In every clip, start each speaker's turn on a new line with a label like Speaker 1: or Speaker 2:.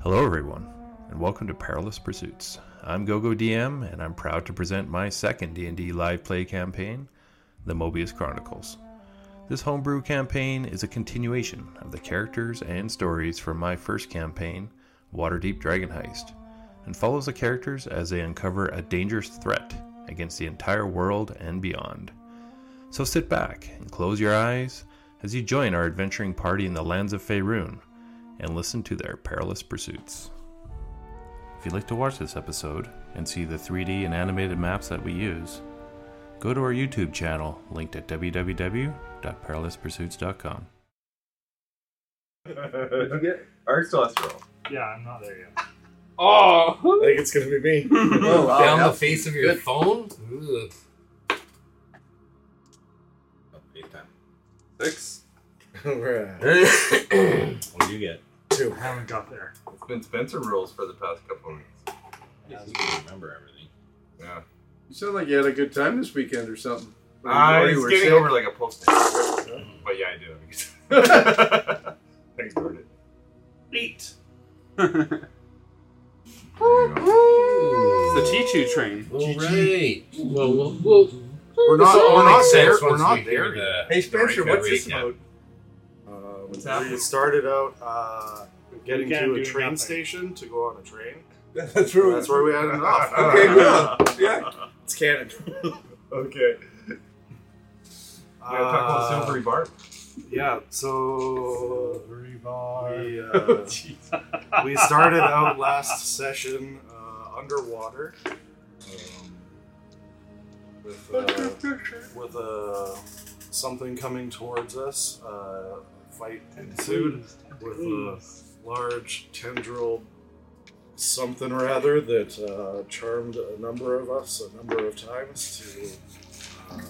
Speaker 1: Hello, everyone, and welcome to Perilous Pursuits. I'm GoGo DM, and I'm proud to present my second D&D live play campaign, The Mobius Chronicles. This homebrew campaign is a continuation of the characters and stories from my first campaign, Waterdeep Dragon Heist, and follows the characters as they uncover a dangerous threat against the entire world and beyond. So sit back and close your eyes as you join our adventuring party in the lands of Faerun and listen to their perilous pursuits. If you'd like to watch this episode and see the 3D and animated maps that we use, go to our YouTube channel linked at www.perilouspursuits.com.
Speaker 2: What'd you get? Arc sauce roll.
Speaker 3: Yeah, I'm not there yet.
Speaker 4: Oh,
Speaker 5: I think it's gonna be me.
Speaker 2: Oh,
Speaker 4: down the face of your phone. Ugh.
Speaker 2: Eight time. Six.
Speaker 5: Alright.
Speaker 2: What'd you get?
Speaker 5: Two.
Speaker 3: I haven't got there.
Speaker 2: It's been Spencer rules for the past couple of weeks.
Speaker 4: Yeah,
Speaker 2: he can remember everything. Yeah.
Speaker 6: You sound like you had a good time this weekend or something.
Speaker 2: I
Speaker 6: Or you
Speaker 2: was
Speaker 6: were
Speaker 2: Ah, getting
Speaker 6: sick.
Speaker 2: over like a post But yeah, I do have a Thanks, Jordan.
Speaker 3: Eight.
Speaker 4: All
Speaker 6: It's the Chichu train.
Speaker 4: right. Well, well, well.
Speaker 6: We're
Speaker 4: This
Speaker 6: not.
Speaker 4: all
Speaker 6: We're not
Speaker 4: makes
Speaker 6: there.
Speaker 4: sense
Speaker 6: We're
Speaker 4: once
Speaker 6: not
Speaker 4: we
Speaker 6: there.
Speaker 4: hear
Speaker 6: yet.
Speaker 2: The-
Speaker 5: Hey
Speaker 2: the
Speaker 5: Spencer,
Speaker 2: recap
Speaker 5: what's this
Speaker 2: recap.
Speaker 5: about?
Speaker 6: Uh,
Speaker 2: What's
Speaker 6: we
Speaker 2: happening?
Speaker 6: started out uh, getting
Speaker 3: Weekend
Speaker 6: to a
Speaker 3: doing
Speaker 6: train
Speaker 3: nothing.
Speaker 6: station to go on a train.
Speaker 5: That's
Speaker 6: So
Speaker 5: true.
Speaker 6: that's where we had enough.
Speaker 5: Okay, good. Yeah, it's canon.
Speaker 6: Okay.
Speaker 2: We gotta talk about
Speaker 6: Uh,
Speaker 2: Silvery Barb.
Speaker 6: yeah. So
Speaker 3: Three bar.
Speaker 6: we, uh, we started out last session uh, underwater. Um, with, uh, with uh, something coming towards us, uh, fight ensued. with a large tendril something or other that uh, charmed a number of us a number of times to uh,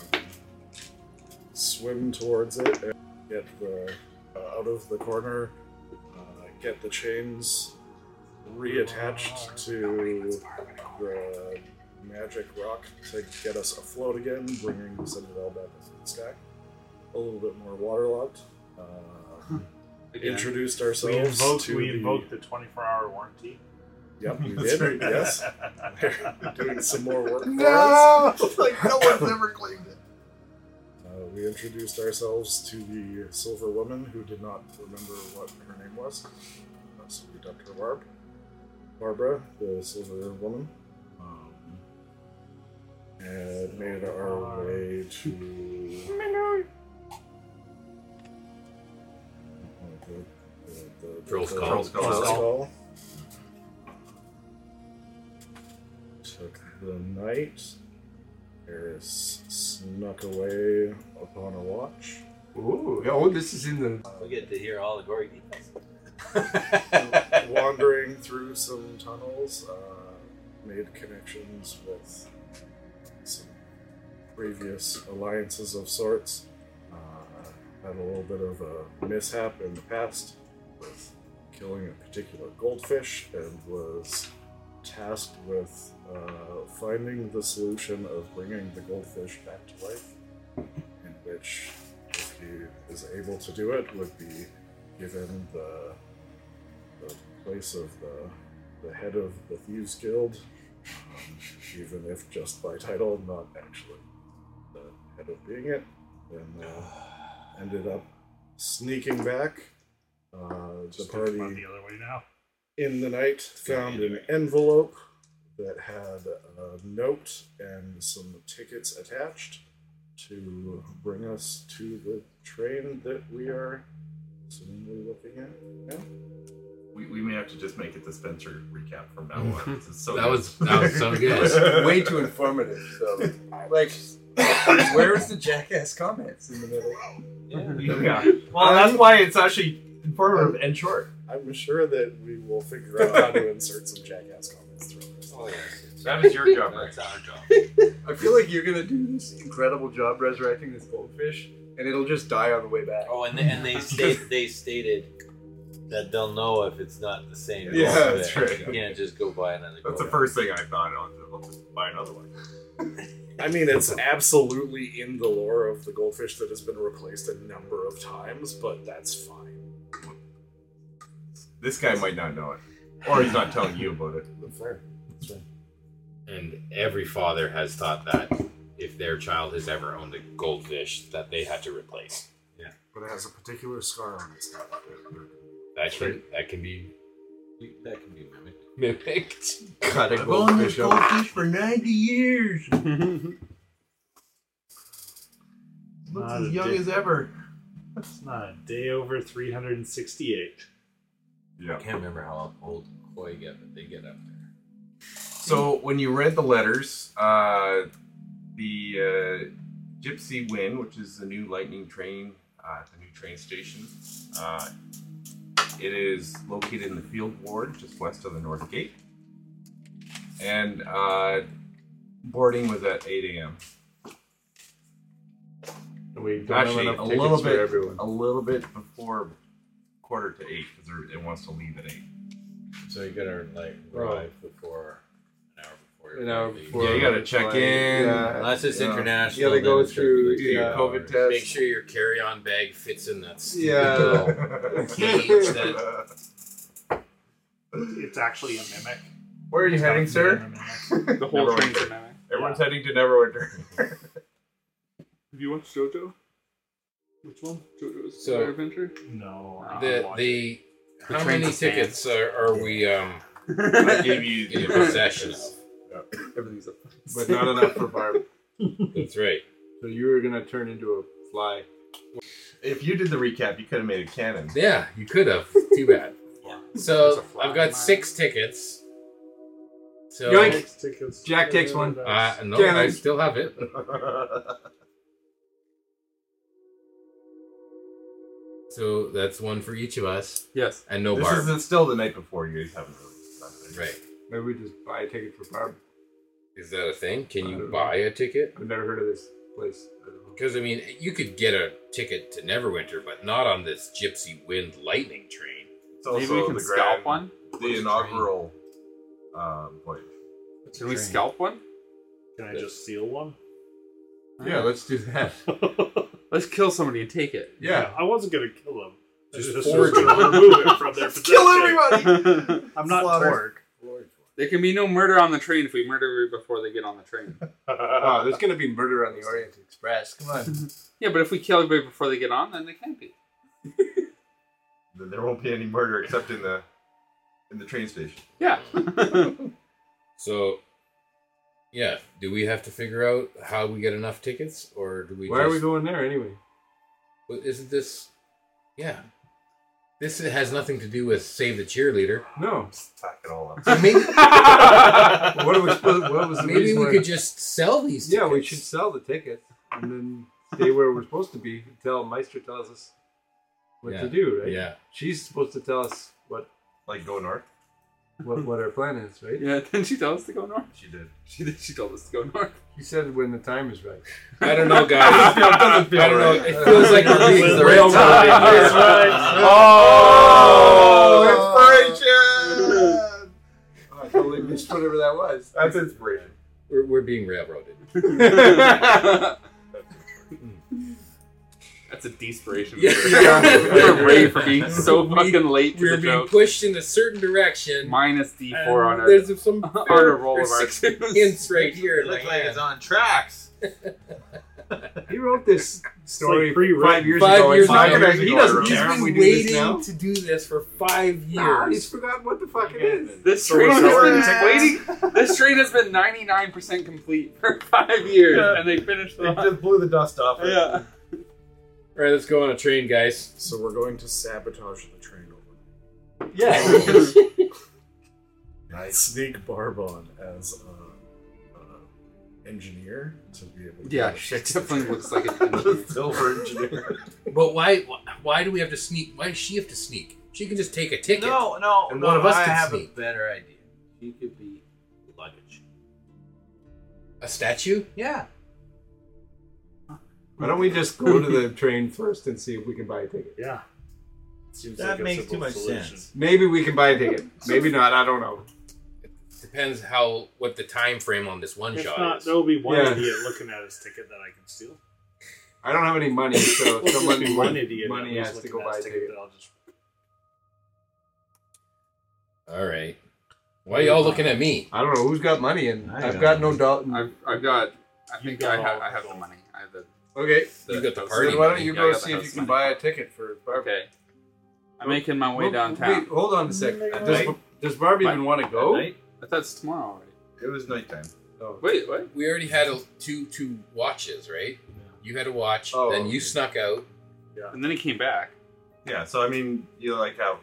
Speaker 6: swim towards it and get the, uh, out of the corner, uh, get the chains reattached to the magic rock to get us afloat again, bringing the Citadel back into the sky. A little bit more waterlogged. Uh, introduced
Speaker 3: we
Speaker 6: ourselves
Speaker 3: invoked,
Speaker 6: to
Speaker 3: we
Speaker 6: the,
Speaker 3: invoked the 24 hour warranty.
Speaker 6: Yep, we did. Yes, doing some more work for us.
Speaker 2: like no one's ever claimed it.
Speaker 6: Uh, we introduced ourselves to the silver woman who did not remember what her name was. Uh, so we dubbed her Barb. Barbara, the silver woman. Um, and made our way to. The, the, the,
Speaker 4: Troll skull.
Speaker 6: Troll
Speaker 2: Troll
Speaker 6: skull. Took the night. Eris snuck away upon a watch.
Speaker 4: Ooh, oh, this is in the.
Speaker 7: We get to hear all the gory details.
Speaker 6: wandering through some tunnels, uh, made connections with some previous alliances of sorts. Uh, had a little bit of a mishap in the past with killing a particular goldfish and was tasked with uh, finding the solution of bringing the goldfish back to life, in which, if he is able to do it, would be given the the place of the, the head of the Thieves Guild, um, even if just by title, not actually the head of being it, and uh, ended up sneaking back. Uh, the
Speaker 3: Just
Speaker 6: party
Speaker 3: party. the other way now.
Speaker 6: in the night found an envelope that had a note and some tickets attached to bring us to the train that we are suddenly looking at now.
Speaker 2: We, we may have to just make it the Spencer recap from now on. This is
Speaker 4: Mm-hmm.
Speaker 2: so
Speaker 4: That
Speaker 2: good.
Speaker 4: was that was so good.
Speaker 5: It's way too informative. So, like, where is the jackass comments in the middle?
Speaker 2: yeah. Well, that's why it's actually informative and short.
Speaker 6: I'm sure that we will figure out how to insert some jackass comments through this.
Speaker 7: Oh, yes.
Speaker 2: That is your job.
Speaker 7: That's our job.
Speaker 5: I feel like you're gonna do this incredible job resurrecting this goldfish, and it'll just die on the way back.
Speaker 7: Oh, and they, and they state they stated that they'll know if it's not the same.
Speaker 5: Yeah,
Speaker 7: gold
Speaker 2: that's
Speaker 7: there.
Speaker 2: right.
Speaker 7: You can't just go buy another.
Speaker 2: That's the
Speaker 7: gold.
Speaker 2: first thing I thought. I'll I'll just buy another one.
Speaker 6: I mean, it's absolutely in the lore of the goldfish that has been replaced a number of times, but that's fine.
Speaker 2: This guy might not know it. Or he's not telling you about it.
Speaker 8: That's fair. That's fair. And every father has thought that if their child has ever owned a goldfish, that they had to replace.
Speaker 9: But it has a particular scar on its head.
Speaker 8: That can that can be
Speaker 7: That can be mimic.
Speaker 8: mimicked.
Speaker 10: Got a
Speaker 7: this
Speaker 10: goldfish up.
Speaker 7: goldfish for 90 years.
Speaker 3: Not as young as ever. It's not a day over 368.
Speaker 2: Yeah.
Speaker 7: I can't remember how old Koi get, but they get up there.
Speaker 2: So when you read the letters, uh, the uh, Gypsy Wind, which is the new lightning train, uh, at the new train station, uh, it is located in the Field Ward, just west of the North Gate. And uh, boarding was at 8 a.m.
Speaker 11: We don't
Speaker 2: Actually,
Speaker 11: have enough
Speaker 2: a
Speaker 11: tickets
Speaker 2: little
Speaker 11: for
Speaker 2: bit-
Speaker 11: everyone.
Speaker 2: A little bit before quarter to 8, because it wants to leave at 8.
Speaker 7: So you gotta like arrive before an hour before.
Speaker 11: An hour
Speaker 7: leaving.
Speaker 11: before.
Speaker 2: Yeah, you gotta check
Speaker 11: Like,
Speaker 2: in.
Speaker 11: yeah.
Speaker 7: Unless it's
Speaker 11: Yeah.
Speaker 7: international.
Speaker 11: You gotta
Speaker 7: then
Speaker 11: go
Speaker 7: it's gonna
Speaker 11: through,
Speaker 7: be,
Speaker 11: yeah.
Speaker 7: two
Speaker 11: COVID
Speaker 7: hours.
Speaker 11: test.
Speaker 8: Make sure your carry-on bag fits in that stupid
Speaker 11: Yeah.
Speaker 8: little cage that
Speaker 3: It's actually a mimic.
Speaker 10: Where are you heading, sir?
Speaker 11: The whole
Speaker 2: Never
Speaker 11: train's
Speaker 2: mind.
Speaker 11: an hour.
Speaker 2: Everyone's heading to Neverwinter.
Speaker 11: Have you watched JoJo? Which one? JoJo's
Speaker 8: So-
Speaker 11: Bizarre Adventure?
Speaker 3: No. Oh, I don't
Speaker 8: the
Speaker 3: watch it.
Speaker 8: the
Speaker 3: The
Speaker 8: how
Speaker 3: train
Speaker 8: many
Speaker 3: to San.
Speaker 8: tickets are, are we um
Speaker 2: I gave you
Speaker 8: in possession of?
Speaker 11: Everything's up. But not enough for Barb.
Speaker 8: That's right.
Speaker 11: So you were gonna turn into a fly.
Speaker 2: If you did the recap, you could have made a canon.
Speaker 8: Yeah, you could have. Too bad. So
Speaker 3: That's a fly.
Speaker 8: I've got six tickets. So
Speaker 11: Yoink.
Speaker 3: Tickets.
Speaker 11: Jack takes one.
Speaker 8: Uh, no,
Speaker 11: Damn
Speaker 8: I
Speaker 11: it.
Speaker 8: still have it. So that's one for each of us,
Speaker 11: Yes.
Speaker 8: and no
Speaker 2: this
Speaker 8: bar.
Speaker 2: is the- still the night before. You guys haven't really done it.
Speaker 8: Right?
Speaker 11: Maybe we just buy a ticket for Barb.
Speaker 8: Is that a thing? Can
Speaker 11: I
Speaker 8: you
Speaker 11: don't
Speaker 8: buy a ticket?
Speaker 11: I've never heard of this place. I don't know.
Speaker 8: Because I mean, you could get a ticket to Neverwinter, but not on this Gypsy Wind Lightning train.
Speaker 2: It's
Speaker 11: Maybe
Speaker 2: also
Speaker 11: we can
Speaker 2: the grand-
Speaker 11: scalp one?
Speaker 2: The inaugural um, voyage.
Speaker 11: Can we scalp one?
Speaker 3: Can I just steal one?
Speaker 11: Yeah, let's do that.
Speaker 3: yeah.
Speaker 11: Let's kill somebody and take it.
Speaker 3: I wasn't gonna kill them. I
Speaker 8: Just
Speaker 3: was
Speaker 8: forge
Speaker 3: gonna remove it from their possession.
Speaker 10: Kill everybody!
Speaker 3: I'm not
Speaker 10: Slaughter.
Speaker 11: there can be no murder on the train if we murder her before they get on the train.
Speaker 3: Torg.
Speaker 11: Oh, there's gonna be murder on the Orient Express. Come on. yeah, but if we kill everybody before they get on, then they can't be.
Speaker 2: Then there won't be any murder except in the in the train station.
Speaker 11: Yeah.
Speaker 8: So, yeah, do we have to figure out how we get enough tickets, or do we?
Speaker 11: Why are we
Speaker 8: just-
Speaker 11: going there anyway?
Speaker 8: Well, Isn't this? Yeah, this has nothing to do with save the cheerleader.
Speaker 11: No.
Speaker 2: Pack it all up.
Speaker 8: So maybe
Speaker 11: What, was, what was the
Speaker 8: maybe
Speaker 11: reason
Speaker 8: we
Speaker 11: why-
Speaker 8: could just sell these. Tickets.
Speaker 11: Yeah, we should sell the tickets and then stay where we're supposed to be until Meister tells us what
Speaker 8: Yeah.
Speaker 11: to do, right?
Speaker 8: Yeah,
Speaker 11: She's supposed to tell us what,
Speaker 2: Like go north.
Speaker 11: what, what our plan is, right?
Speaker 1: Yeah, didn't she tell us to go north?
Speaker 2: She did.
Speaker 1: She did. She told us to go north.
Speaker 11: She said when the time is right.
Speaker 8: I don't know, guys.
Speaker 11: It doesn't feel
Speaker 8: I don't know.
Speaker 11: right.
Speaker 8: It feels like we're being
Speaker 11: Right.
Speaker 8: railroaded.
Speaker 11: That's
Speaker 2: inspiration!
Speaker 11: Oh, I totally missed whatever that was.
Speaker 2: That's inspiration.
Speaker 8: We're, we're being railroaded.
Speaker 1: That's a desperation.
Speaker 8: Yeah.
Speaker 1: We're way for being so fucking late to
Speaker 8: We're
Speaker 1: the
Speaker 8: being
Speaker 1: joke.
Speaker 8: pushed in a certain direction.
Speaker 1: Minus D4 on our,
Speaker 8: There's some
Speaker 1: on
Speaker 8: third
Speaker 1: our roll
Speaker 8: or
Speaker 1: of our
Speaker 8: sixth
Speaker 1: twos.
Speaker 8: hints right here.
Speaker 7: It looks like it's on tracks.
Speaker 11: He wrote this story
Speaker 3: like pre-written.
Speaker 11: five years
Speaker 8: Five
Speaker 11: ago. and
Speaker 8: years
Speaker 11: five
Speaker 8: ago.
Speaker 11: years
Speaker 2: He
Speaker 11: ago
Speaker 2: doesn't-
Speaker 11: I
Speaker 8: He's
Speaker 11: wrote,
Speaker 8: been
Speaker 11: "Can we do this
Speaker 8: waiting
Speaker 11: now?"
Speaker 8: to do this for five
Speaker 11: Nah, he's
Speaker 8: years.
Speaker 11: forgotten what the fuck it is.
Speaker 1: This
Speaker 11: So
Speaker 1: train
Speaker 11: we're
Speaker 1: has
Speaker 11: selling
Speaker 1: been waiting. This train has been 99% complete for five years,
Speaker 2: Yeah.
Speaker 1: and they finished the
Speaker 2: It
Speaker 1: line.
Speaker 2: just blew the dust off it.
Speaker 1: Yeah.
Speaker 8: All right, let's go on a train, guys.
Speaker 6: So we're going to sabotage the train over.
Speaker 11: Yeah.
Speaker 6: I sneak Barb on as a, a engineer to be able to
Speaker 1: Yeah, she
Speaker 6: fix the
Speaker 1: definitely
Speaker 6: train.
Speaker 1: looks like an engineer.
Speaker 2: Silver engineer.
Speaker 8: But why? Why do we have to sneak? Why does she have to sneak? She can just take a ticket.
Speaker 7: No, no,
Speaker 8: And
Speaker 7: no,
Speaker 8: one of us
Speaker 7: I
Speaker 8: can
Speaker 7: have
Speaker 8: sneak.
Speaker 7: a better idea. You could be luggage.
Speaker 8: A statue?
Speaker 7: Yeah.
Speaker 11: Why don't we just go to the train first and see if we can buy a ticket?
Speaker 3: yeah.
Speaker 6: Seems
Speaker 7: That
Speaker 6: like a
Speaker 7: makes too
Speaker 6: simple
Speaker 7: much
Speaker 6: solution.
Speaker 7: sense.
Speaker 11: Maybe we can buy a ticket. Maybe not. I don't know.
Speaker 8: Depends how what the time frame on this one
Speaker 3: If
Speaker 8: shot
Speaker 3: not,
Speaker 8: is.
Speaker 3: there'll be one
Speaker 11: Yeah.
Speaker 3: idiot looking at his ticket that I can steal.
Speaker 11: I don't have any money, so
Speaker 3: There'll
Speaker 11: someone
Speaker 3: be
Speaker 11: with
Speaker 3: one idiot
Speaker 11: money
Speaker 3: that
Speaker 11: has to
Speaker 3: looking
Speaker 11: go
Speaker 3: at
Speaker 11: buy a
Speaker 3: his
Speaker 11: ticket.
Speaker 3: that I'll just
Speaker 8: All right. Why are y'all looking at me?
Speaker 11: I don't know who's got money, and
Speaker 8: I
Speaker 11: I've
Speaker 8: don't
Speaker 11: got no dollar.
Speaker 12: I've, I've got. I think I, ha- I have the money. I have the.
Speaker 11: Okay.
Speaker 12: the-
Speaker 8: You got the
Speaker 12: those-
Speaker 8: party
Speaker 11: Then why don't
Speaker 8: money.
Speaker 11: you
Speaker 12: Yeah,
Speaker 11: go
Speaker 12: I got
Speaker 11: see
Speaker 12: the
Speaker 11: if you
Speaker 12: house
Speaker 11: can buy a ticket for Barbie?
Speaker 12: Okay. I'm making my way
Speaker 11: Well,
Speaker 12: downtown.
Speaker 11: Wait, hold on a second. Does, does Barbie even want to go?
Speaker 12: I thought it's tomorrow already.
Speaker 2: It was nighttime.
Speaker 11: Oh.
Speaker 12: Wait, what?
Speaker 8: We already had a, two two watches, right? You had a watch,
Speaker 11: Oh,
Speaker 8: then you
Speaker 11: okay.
Speaker 8: snuck out.
Speaker 12: And then he came back.
Speaker 2: Yeah, so I mean, you like have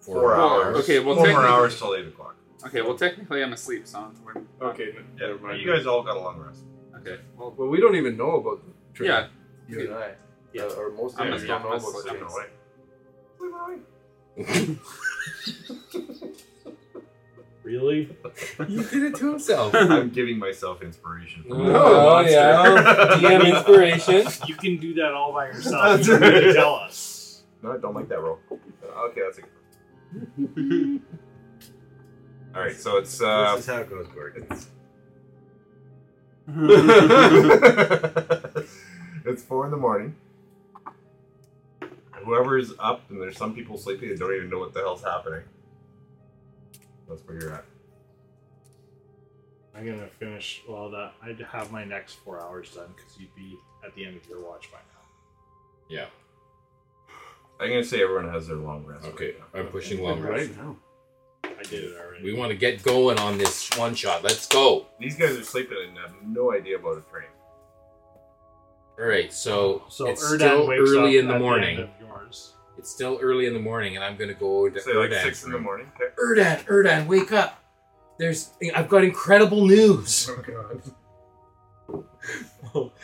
Speaker 8: Four
Speaker 2: four, hours.
Speaker 12: Okay, well,
Speaker 2: four more
Speaker 12: technically-
Speaker 2: hours till eight o'clock.
Speaker 12: Okay, well, technically I'm asleep, so I don't have to worry.
Speaker 11: Okay.
Speaker 2: Yeah,
Speaker 11: Never mind.
Speaker 2: you guys all got a long rest.
Speaker 12: Okay. Well,
Speaker 11: Well, we don't even know about the train.
Speaker 12: yeah.
Speaker 11: You and I.
Speaker 12: Yeah.
Speaker 11: Uh, or most of
Speaker 12: I'm
Speaker 11: us
Speaker 12: a-
Speaker 11: don't know
Speaker 12: I'm a-
Speaker 11: about
Speaker 12: I'm
Speaker 11: the
Speaker 12: a-
Speaker 11: trains.
Speaker 3: Really?
Speaker 8: You did it to himself.
Speaker 2: I'm giving myself inspiration. for that.
Speaker 8: Oh, yeah. DM inspiration.
Speaker 3: You can do that all by yourself.
Speaker 2: That's
Speaker 3: you don't need to
Speaker 2: right.
Speaker 3: tell us.
Speaker 2: No, I don't like that roll. Uh, Okay, that's a good one. All right, so it's uh,
Speaker 7: this is how it goes, Gordon.
Speaker 2: it's four in the morning. Whoever is up, and there's some people sleeping that don't even know what the hell's happening. That's where you're at.
Speaker 3: I'm gonna finish. Well, that I'd have my next four hours done because you'd be at the end of your watch by now.
Speaker 8: Yeah.
Speaker 2: I'm gonna say everyone has their long rest.
Speaker 8: Okay.
Speaker 2: right now.
Speaker 8: I'm pushing long rest.
Speaker 3: Right now, I did it already.
Speaker 8: We want to get going on this one shot. Let's go.
Speaker 2: These guys are sleeping and have no idea about a train.
Speaker 8: All right. So,
Speaker 3: so
Speaker 8: it's
Speaker 3: Erdan
Speaker 8: still
Speaker 3: wakes
Speaker 8: early
Speaker 3: up
Speaker 8: in the
Speaker 3: at
Speaker 8: morning.
Speaker 3: end of yours.
Speaker 8: it's still early in the morning, and I'm gonna go over to
Speaker 2: Say like
Speaker 8: Erdan's
Speaker 2: six in the
Speaker 8: room.
Speaker 2: morning. Okay.
Speaker 8: Erdan, Erdan, wake up! There's, I've got incredible news.
Speaker 11: Oh, God.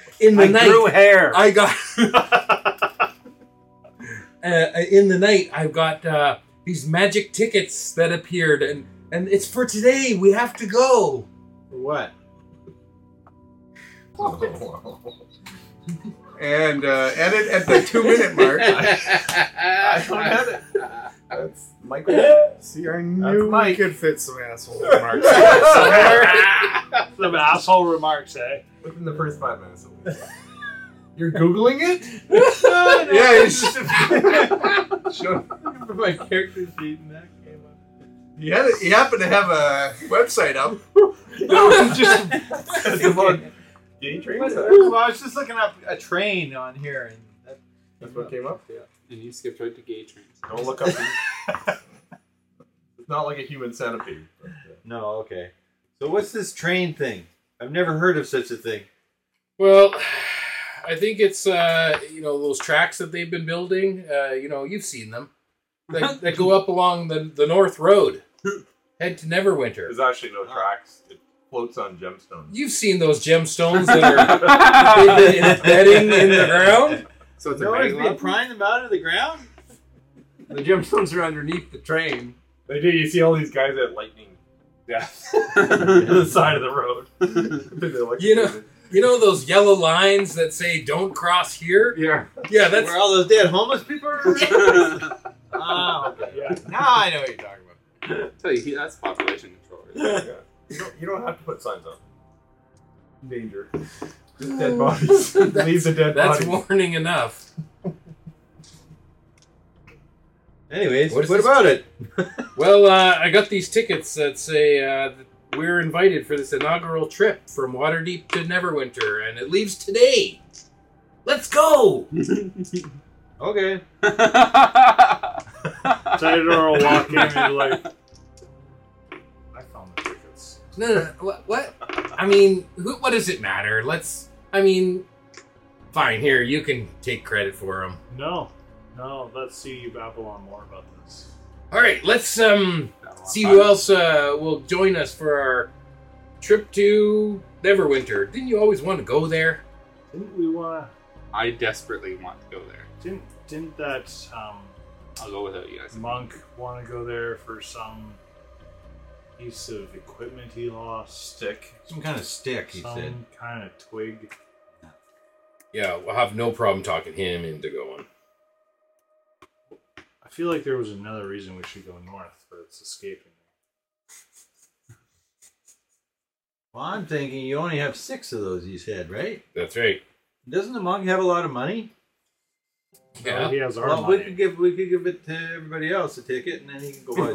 Speaker 8: In the
Speaker 7: I
Speaker 8: night,
Speaker 7: grew hair.
Speaker 8: I got. uh, in the night, I've got uh, these magic tickets that appeared, and and it's for today. We have to go.
Speaker 7: What?
Speaker 11: Oh, And uh, edit at the two minute mark.
Speaker 8: I
Speaker 2: don't have it. That's Michael.
Speaker 6: See, I knew we
Speaker 7: Mike.
Speaker 6: could fit some asshole remarks.
Speaker 3: Some asshole remarks, eh?
Speaker 2: Within the first five minutes. At least.
Speaker 7: You're googling it?
Speaker 11: yeah, it's just Show-
Speaker 7: My character sheet and that came up.
Speaker 11: he, had a, he happened to have a website up. just about
Speaker 2: Gay
Speaker 7: I
Speaker 2: train.
Speaker 7: was just looking up a train on here, and that,
Speaker 11: That's what came up. Yeah.
Speaker 12: And you skipped right to gay trains.
Speaker 2: Don't look up. it's not like a human centipede. but, uh,
Speaker 7: no, okay. So what's this train thing? I've never heard of such a thing.
Speaker 8: Well, I think it's uh, you know those tracks that they've been building. Uh, you know, you've seen them that, that go up along the the North Road, head to Neverwinter.
Speaker 2: There's actually no tracks. It floats on gemstones.
Speaker 8: You've seen those gemstones that are embedding in the ground.
Speaker 12: So it's a
Speaker 7: No one's
Speaker 12: bang
Speaker 7: been prying them out of the ground?
Speaker 11: The gemstones are underneath the train.
Speaker 2: They do. You see all these guys at lightning
Speaker 12: lab?
Speaker 2: the side of the road.
Speaker 8: You know- You know those yellow lines that say "Don't cross here."
Speaker 11: Yeah.
Speaker 8: Yeah, that's
Speaker 7: Where all those dead homeless people are? oh, okay. Now I know what you're talking about.
Speaker 12: tell you, he- that's population control. right there.
Speaker 2: You don't, you don't have to put signs up. Danger. Just dead bodies. Leaves a dead
Speaker 8: that's
Speaker 2: body.
Speaker 8: warning enough.
Speaker 7: Anyways,
Speaker 8: What
Speaker 7: what,
Speaker 8: is this-
Speaker 7: about it?
Speaker 8: Well, uh, I got these tickets that say uh, that we're invited for this inaugural trip from Waterdeep to Neverwinter, and it leaves today. Let's go!
Speaker 7: Okay.
Speaker 3: Theodore will walk in and be like, "I found the tickets."
Speaker 8: No, no, no, what? what? I mean, who, what does it matter? Let's. I mean, fine. Here, you can take credit for them.
Speaker 3: No, no. Let's see you babble on more about this.
Speaker 8: All right, let's um see who else uh, will join us for our trip to Neverwinter. Didn't you always want to go there?
Speaker 3: Didn't we want?
Speaker 12: I desperately want to go there.
Speaker 3: to Didn't didn't that um,
Speaker 12: I'll go without you guys.
Speaker 3: monk want to go there for some piece of equipment he lost?
Speaker 2: Stick.
Speaker 7: Some kind of stick, he
Speaker 3: Some
Speaker 7: said.
Speaker 3: kind of twig.
Speaker 8: Yeah, we'll have no problem talking him into going.
Speaker 3: I feel like there was another reason we should go north, but it's escaping.
Speaker 7: Well, I'm thinking you only have six of those, you said, right?
Speaker 8: That's right.
Speaker 7: Doesn't the monk have a lot of money?
Speaker 8: Yeah.
Speaker 3: Oh, he has our
Speaker 13: well, we
Speaker 3: money.
Speaker 13: could give we could give it to everybody else to take it, and then he can go buy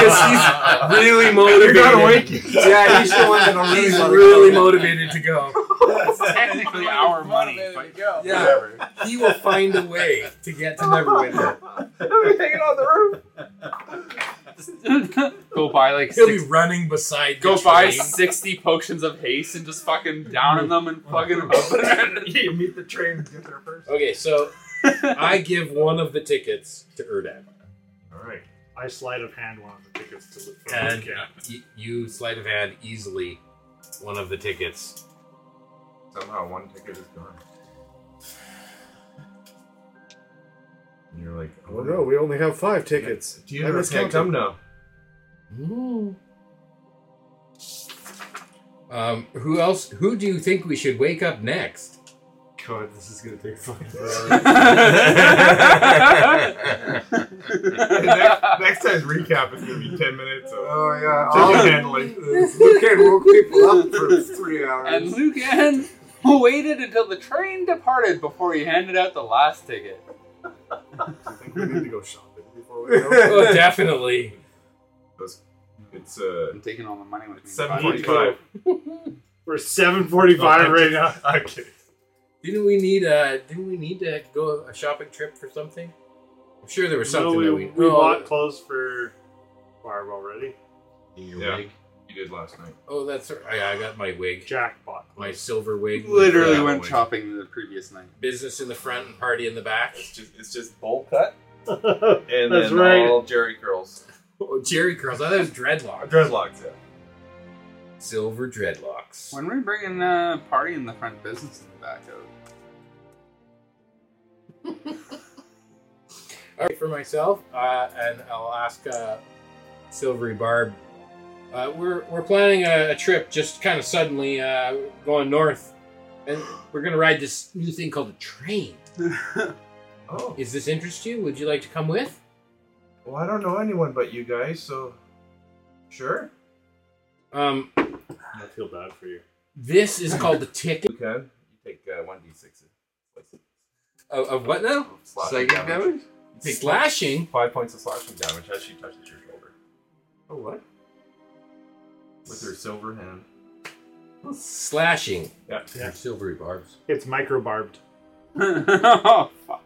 Speaker 8: Because he's really motivated.
Speaker 13: Yeah, he's the one that
Speaker 8: He's really motivated to go.
Speaker 14: technically our money. But yeah.
Speaker 8: Yeah, he will find a way to get to Neverwinter.
Speaker 14: We're hanging on the roof. go buy like
Speaker 8: He'll
Speaker 14: six-
Speaker 8: be running beside.
Speaker 14: Go
Speaker 8: the
Speaker 14: buy
Speaker 8: train.
Speaker 14: sixty potions of haste and just fucking down in them and fucking
Speaker 15: You meet the train and get there first.
Speaker 8: Okay, so I give one of the tickets to Erdak,
Speaker 3: All right. I sleight of hand one of the tickets to the for
Speaker 8: and
Speaker 3: the camp.
Speaker 8: y- you sleight of hand easily one of the tickets.
Speaker 2: Somehow one ticket is gone. And you're like,
Speaker 6: Oh no, we only have five tickets.
Speaker 2: Do you
Speaker 6: I
Speaker 2: ever can't
Speaker 6: miscounted.
Speaker 2: come now?
Speaker 8: Um, who else? Who do you think we should wake up next?
Speaker 11: God, this is gonna take fucking
Speaker 2: And next, next time's recap is gonna be ten minutes. Of
Speaker 15: Oh yeah,
Speaker 2: ticket
Speaker 15: all
Speaker 2: handling.
Speaker 15: Luke had woke people up for three
Speaker 14: And
Speaker 15: hours.
Speaker 14: Lucan waited until the train departed before he handed out the last ticket.
Speaker 6: I think we need to go shopping before we go.
Speaker 8: Oh, definitely.
Speaker 2: It's uh,
Speaker 14: I'm taking all the money with me.
Speaker 2: seven
Speaker 14: Bye.
Speaker 2: forty-five.
Speaker 3: We're seven forty-five
Speaker 2: Oh,
Speaker 3: right now. I'm kidding.
Speaker 8: Didn't we need uh Didn't we need to go a shopping trip for something? I'm sure there was something
Speaker 3: no, we,
Speaker 8: that
Speaker 3: we,
Speaker 8: we. Oh, no,
Speaker 3: bought clothes for Barb already.
Speaker 2: Yeah, you did last night.
Speaker 8: Oh, that's right. I, I got my wig,
Speaker 3: Jack bought
Speaker 8: my silver wig.
Speaker 14: Literally
Speaker 2: Yeah,
Speaker 14: went
Speaker 2: wait.
Speaker 14: shopping the previous night.
Speaker 8: Business in the front and party in the back.
Speaker 2: It's just it's just bowl cut
Speaker 3: clothes.
Speaker 2: and
Speaker 3: That's
Speaker 2: then
Speaker 3: right.
Speaker 2: all Jerry curls,
Speaker 8: Oh, Jerry curls. I thought it was dreadlocks.
Speaker 2: dreadlocks. Yeah.
Speaker 8: Silver dreadlocks.
Speaker 14: When were we bringing uh, party in the front business to the back out?
Speaker 8: All right, for myself, uh, and I'll ask uh, Silvery Barb. Uh, we're we're planning a, a trip just kind of suddenly uh, going north, and we're gonna ride this new thing called a train.
Speaker 2: Oh,
Speaker 8: Is this interest you? Would you like to come with?
Speaker 2: well, I don't know anyone but you guys, so sure.
Speaker 8: Um,
Speaker 3: I feel bad for you.
Speaker 8: this is called the ticket
Speaker 2: You can. You take uh, one d six.
Speaker 8: of, of what now?
Speaker 2: Slashing damage. You take
Speaker 8: Slashing.
Speaker 2: five points of slashing damage as she touches your shoulder
Speaker 11: Oh what?
Speaker 2: with her silver hand.
Speaker 8: Slashing.
Speaker 2: Yeah.
Speaker 3: Yeah.
Speaker 8: Silvery barbs.
Speaker 3: It's micro barbed.
Speaker 14: oh, fuck.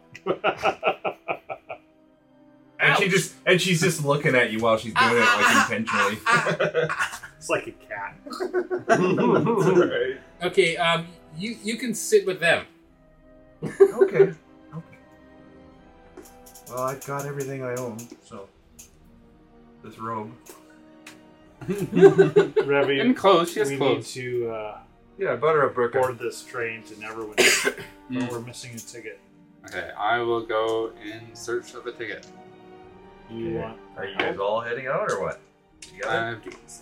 Speaker 2: And she just and she's just looking at you while she's doing it like intentionally.
Speaker 3: It's like a cat.
Speaker 2: It's all right.
Speaker 8: Okay. Um, you you can sit with them.
Speaker 2: Okay. Okay. Well, I've got everything I own, so this robe.
Speaker 3: Revy,
Speaker 14: And clothes. She has
Speaker 3: we
Speaker 14: clothes.
Speaker 3: need to uh,
Speaker 11: Yeah, I bought her a brick.
Speaker 3: board this train to Neverwinter. but we're missing a ticket.
Speaker 14: Okay, I will go in search of a ticket.
Speaker 3: Do you
Speaker 2: Okay.
Speaker 3: want?
Speaker 2: Are you guys all heading out or what?
Speaker 14: I
Speaker 2: Together?
Speaker 14: have duties.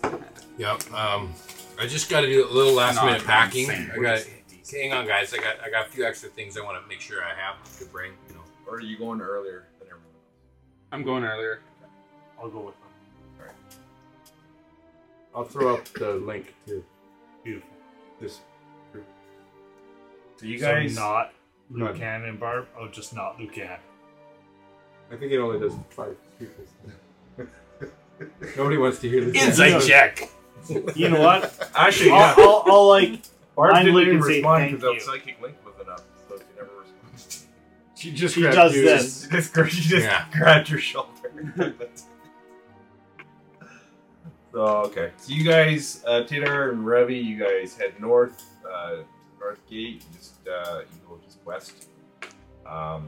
Speaker 8: Yep. Um, I just got to do a little last
Speaker 14: Not
Speaker 8: minute packing.
Speaker 14: insane.
Speaker 8: I got. Hang on, guys. I got I got a few extra things I want to make sure I have to bring. You know.
Speaker 2: Or are you going earlier than everyone else?
Speaker 14: I'm going earlier.
Speaker 3: I'll go with them.
Speaker 11: I'll throw up the link to
Speaker 3: Beautiful.
Speaker 11: this.
Speaker 2: So you
Speaker 3: So
Speaker 2: guys
Speaker 3: not
Speaker 11: None.
Speaker 3: Lucan and Barb. Oh, just not Lucan.
Speaker 11: I think it only does five people. Nobody wants to hear this.
Speaker 3: Insight
Speaker 8: check.
Speaker 3: You know what?
Speaker 2: actually yeah.
Speaker 3: I'll, I'll, I'll like.
Speaker 2: Barb
Speaker 3: blindly
Speaker 2: didn't even
Speaker 3: can say
Speaker 2: respond
Speaker 3: thank
Speaker 2: because the
Speaker 3: you.
Speaker 2: psychic link was enough, so she never responded.
Speaker 11: She just
Speaker 3: She
Speaker 11: grabbed
Speaker 3: does
Speaker 11: you.
Speaker 3: this.
Speaker 2: She just, gra- she just
Speaker 8: Yeah.
Speaker 2: grabbed your shoulder. so okay, so you guys, uh, Tinar and Revi, you guys head north, uh, North Gate, just uh, you go just west. Um,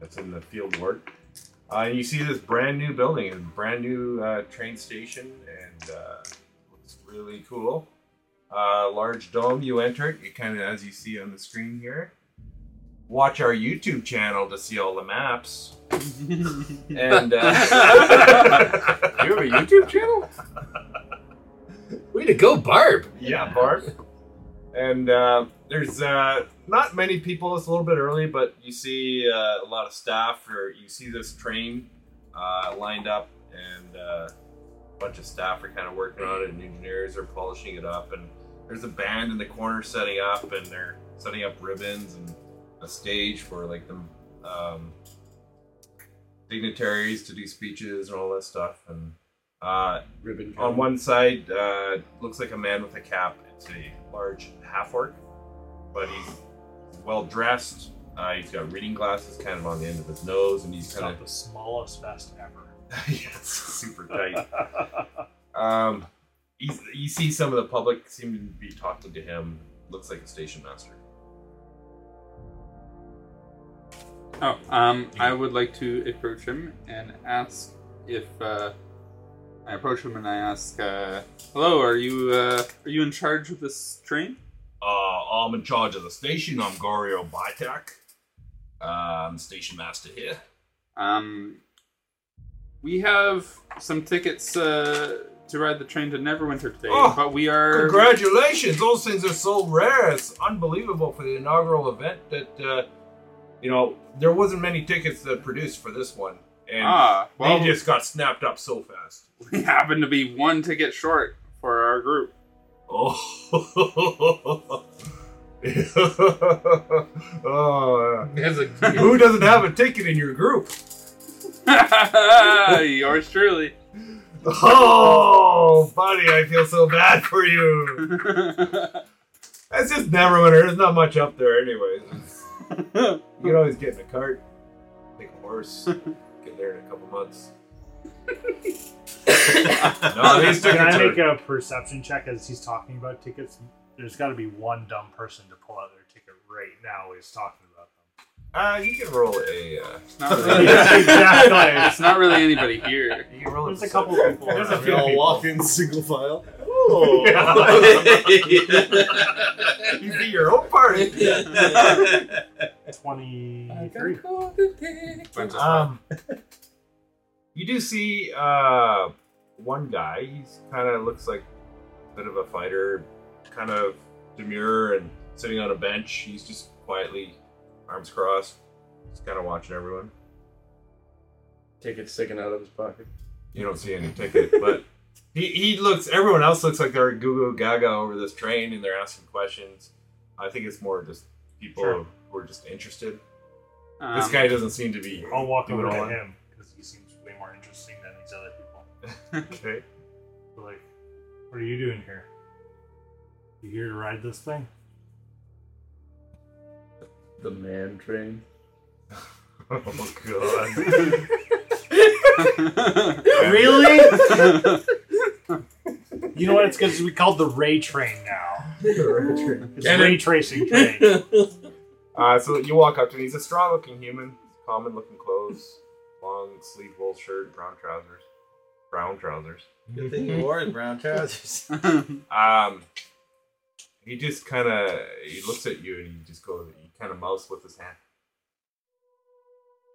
Speaker 2: that's in the field ward. Uh, you see this brand new building, a brand new uh, train station, and uh, looks really cool. Uh, large dome. You enter it. kind of as you see on the screen here watch our YouTube channel to see all the maps. and uh,
Speaker 11: You have a YouTube channel?
Speaker 8: Way to go, Barb.
Speaker 2: yeah, Barb. And uh, there's uh, not many people. It's a little bit early, but you see uh, a lot of staff, or you see this train uh, lined up, and uh, a bunch of staff are kind of working on it, and engineers are polishing it up. And there's a band in the corner setting up, and they're setting up ribbons and a stage for like the um, dignitaries to do speeches and all that stuff. And uh,
Speaker 5: Ribbon
Speaker 2: on one side uh, looks like a man with a cap. It's a large half orc, but he's well dressed. Uh, he's got reading glasses kind of on the end of his nose, and he's kind
Speaker 3: Not
Speaker 2: of
Speaker 3: the smallest vest ever.
Speaker 2: yeah, it's super tight. Um, he's, you see some of the public seem to be talking to him. Looks like a station master.
Speaker 14: Oh, um, I would like to approach him and ask if uh, I approach him and I ask, uh, "Hello, are you uh, are you in charge of this train?"
Speaker 2: Uh, I'm in charge of the station. I'm Gorio Bytak. Uh, I'm station master here.
Speaker 14: Um, we have some tickets uh, to ride the train to Neverwinter today,
Speaker 2: Oh,
Speaker 14: but we are
Speaker 2: Congratulations! Those things are so rare. It's unbelievable for the inaugural event that uh, you know there wasn't many tickets that produced for this one, and
Speaker 14: Ah, well-
Speaker 2: they just got snapped up so fast.
Speaker 14: we happen to be one ticket short for our group.
Speaker 2: Oh. oh,
Speaker 4: He has a-
Speaker 2: Who doesn't have a ticket in your group?
Speaker 14: Yours truly.
Speaker 2: Oh, buddy, I feel so bad for you. That's just Neverwinter. There's not much up there, anyways. It's- You can always get in a cart, take a horse, get there in a couple months. no, these
Speaker 3: Can
Speaker 2: tickets
Speaker 3: I make
Speaker 2: are.
Speaker 3: a perception check as he's talking about tickets? There's got to be one dumb person to pull out their ticket right now while he's talking about them.
Speaker 2: Uh, you can roll a. Uh,
Speaker 14: Not really.
Speaker 3: Yes, exactly.
Speaker 14: It's not really anybody here.
Speaker 2: you can roll
Speaker 3: There's
Speaker 2: a
Speaker 3: a couple
Speaker 2: perception.
Speaker 3: people. There's a
Speaker 16: We
Speaker 3: few
Speaker 16: all
Speaker 3: people.
Speaker 16: walk in single file.
Speaker 2: You be your own party.
Speaker 3: Twenty-three.
Speaker 2: Um, you do see uh, one guy. He's kind of looks like a bit of a fighter, kind of demure and sitting on a bench. He's just quietly, arms crossed, just kind of watching everyone.
Speaker 5: Ticket sticking out of his pocket.
Speaker 2: You don't see any ticket, but he, he looks. Everyone else looks like they're goo goo gaga over this train, and they're asking questions. I think it's more just people
Speaker 3: Sure.
Speaker 2: who are just interested.
Speaker 14: Um,
Speaker 2: this guy doesn't seem to be.
Speaker 3: I'll walk
Speaker 2: doing
Speaker 3: over
Speaker 2: all
Speaker 3: to
Speaker 2: that.
Speaker 3: him because he seems way more interesting than these other people.
Speaker 2: Okay.
Speaker 3: But, like, what are you doing here? You here to ride this thing?
Speaker 5: The man train.
Speaker 2: Oh god.
Speaker 14: Um,
Speaker 3: Really? you know what? It's because we called the Ray Train now. It's
Speaker 2: Damn it.
Speaker 3: Ray Tracing Train.
Speaker 2: Uh, so you walk up to him. He's a strong-looking human, common-looking clothes, long sleeve wool shirt, brown trousers, brown trousers.
Speaker 7: Good thing you wore his brown trousers.
Speaker 2: Um, he just kind of he looks at you and he just goes, he kind of mouths with his hand.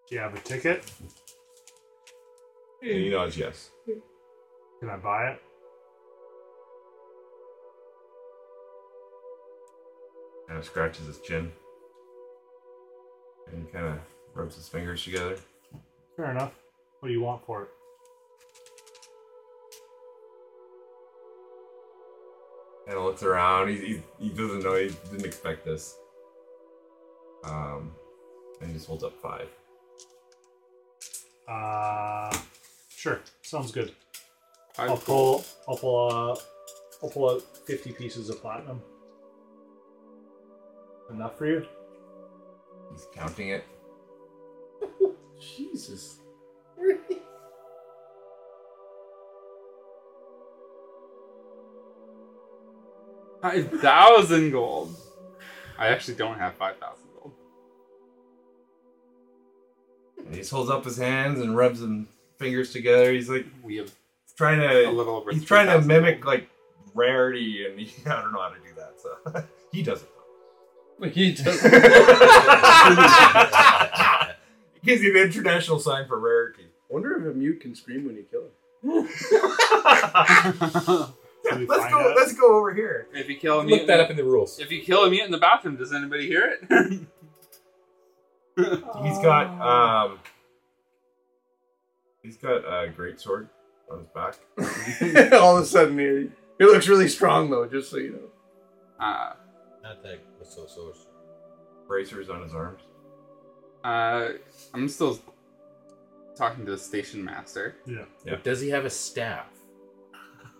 Speaker 3: Do you have a ticket?
Speaker 2: And he nods yes.
Speaker 3: Can I buy it?
Speaker 2: Kind of scratches his chin and kind of rubs his fingers together.
Speaker 3: Fair enough. What do you want for it?
Speaker 2: Kind of looks around. He, he, he doesn't know. He didn't expect this. Um, and he just holds up five.
Speaker 3: Uh, sure. Sounds good.
Speaker 14: I-
Speaker 3: I'll pull. I'll pull. Uh, I'll pull out fifty pieces of platinum. Enough for you?
Speaker 2: He's counting it.
Speaker 5: Jesus.
Speaker 14: Five thousand gold. I actually don't have five thousand gold.
Speaker 2: And he just holds up his hands and rubs his fingers together. He's like
Speaker 14: We have
Speaker 2: trying
Speaker 14: a
Speaker 2: to
Speaker 14: little over.
Speaker 2: he's trying to
Speaker 14: 3,000 gold.
Speaker 2: mimic like rarity, and he, I don't know how to do that. So he doesn't.
Speaker 11: He just
Speaker 2: Gives you the international sign for rarity.
Speaker 5: Wonder if a mute can scream when you kill him.
Speaker 3: Can we
Speaker 2: Let's
Speaker 3: find
Speaker 2: go.
Speaker 3: out?
Speaker 2: Let's go over here.
Speaker 14: If you kill a
Speaker 4: look
Speaker 14: mutant,
Speaker 4: that up in the rules.
Speaker 14: if you kill a mutant in the bathroom, does anybody hear it?
Speaker 2: He's got um. He's got a great sword on his back.
Speaker 5: All of a sudden, he, he looks really strong though. Just so you know.
Speaker 14: uh,
Speaker 7: Not that so sorcerer.
Speaker 2: bracers on his arms.
Speaker 14: Uh, I'm still talking to the station master.
Speaker 3: Yeah.
Speaker 2: Yeah.
Speaker 4: Does he have a staff?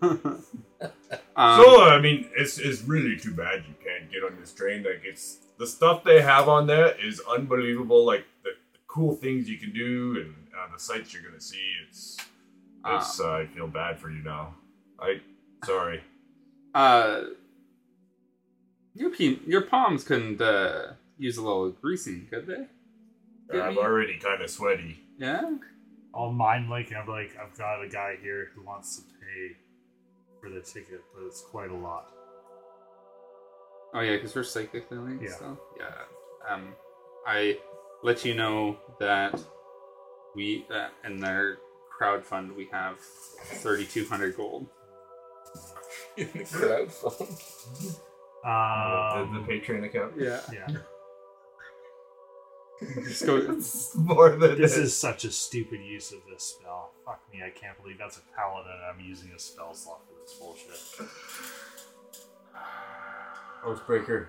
Speaker 14: Um,
Speaker 2: so I mean, it's it's really too bad you can't get on this train. Like it's the stuff they have on there is unbelievable. Like the, the cool things you can do and uh, the sights you're gonna see. It's it's. Uh, I feel bad for you now. I sorry.
Speaker 14: Uh, your pe- your palms couldn't uh, use a little greasing, could they? Could
Speaker 2: I'm
Speaker 14: we?
Speaker 2: already kind of sweaty.
Speaker 14: Yeah.
Speaker 3: I'll mind like I'm like I've got a guy here who wants to pay for the ticket, but it's quite a lot.
Speaker 14: Oh yeah, because we're psychically linked.
Speaker 3: Yeah.
Speaker 14: So. Yeah. Um, I let you know that we uh, in their crowd fund we have thirty two hundred gold.
Speaker 3: Um,
Speaker 2: the, the Patreon account.
Speaker 14: Yeah.
Speaker 3: Yeah.
Speaker 14: Just go.
Speaker 2: More than
Speaker 3: this is such a stupid use of this spell. Fuck me, I can't believe that's a paladin. and I'm using a spell slot for this bullshit.
Speaker 11: Oathbreaker.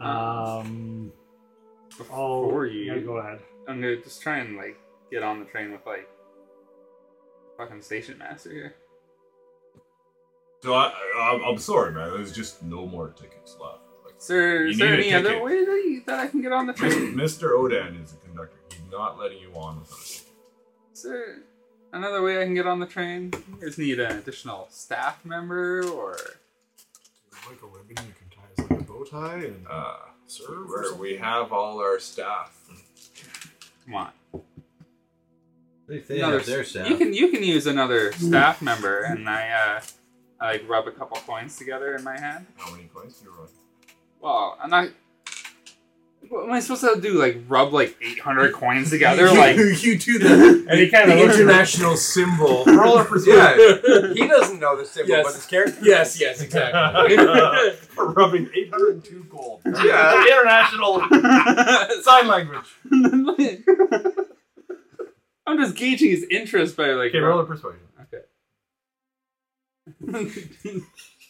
Speaker 3: Um. Oh,
Speaker 14: Uh, Before you-
Speaker 3: yeah, go ahead.
Speaker 14: I'm gonna just try and like get on the train with like fucking station master here.
Speaker 2: So I, I I'm sorry, man. There's just no more tickets left. Like,
Speaker 14: Sir,
Speaker 2: You
Speaker 14: is there
Speaker 2: need a
Speaker 14: any other
Speaker 2: ticket.
Speaker 14: way that, you, that I can get on the train?
Speaker 2: Mr. Odan is the conductor. He's not letting you on without a ticket.
Speaker 14: Is there another way I can get on the train? I just need an additional staff member, or
Speaker 16: Like a ribbon you can tie as like a bow tie and
Speaker 2: Uh,
Speaker 16: serve. or
Speaker 2: where
Speaker 16: something?
Speaker 2: we have all our staff.
Speaker 14: come on,
Speaker 7: If they
Speaker 14: another
Speaker 7: have their
Speaker 14: s-
Speaker 7: staff.
Speaker 14: You can you can use another staff member, and I uh, I like rub a couple coins together in my hand.
Speaker 2: How many coins do you run?
Speaker 14: Well, I'm not. What am I supposed to do? Like rub like 800 coins together? Like
Speaker 11: you do the,
Speaker 4: And he kind
Speaker 11: the
Speaker 4: of looks.
Speaker 11: international symbol.
Speaker 2: Roll a persuasion.
Speaker 11: He doesn't know the symbol,
Speaker 4: Yes.
Speaker 11: but his character.
Speaker 4: yes, yes, exactly.
Speaker 2: We're rubbing 802 gold.
Speaker 11: Yeah, international sign language.
Speaker 14: I'm just gauging his interest by like.
Speaker 2: Okay, roll a persuasion.
Speaker 14: okay.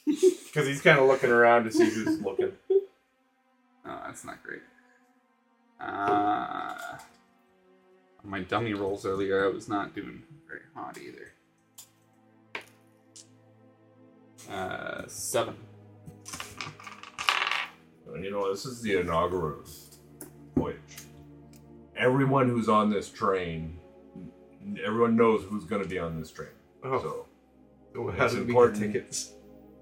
Speaker 2: Because he's kind of looking around to see who's looking.
Speaker 14: Oh, that's not great. Uh, on my dummy rolls earlier, I was not doing very hot either. Uh, seven.
Speaker 2: And you know, this is the inaugural voyage. Everyone who's on this train, everyone knows who's going to be on this train.
Speaker 11: Oh.
Speaker 2: So
Speaker 11: Who
Speaker 2: That's
Speaker 11: hasn't
Speaker 2: important.
Speaker 11: important tickets?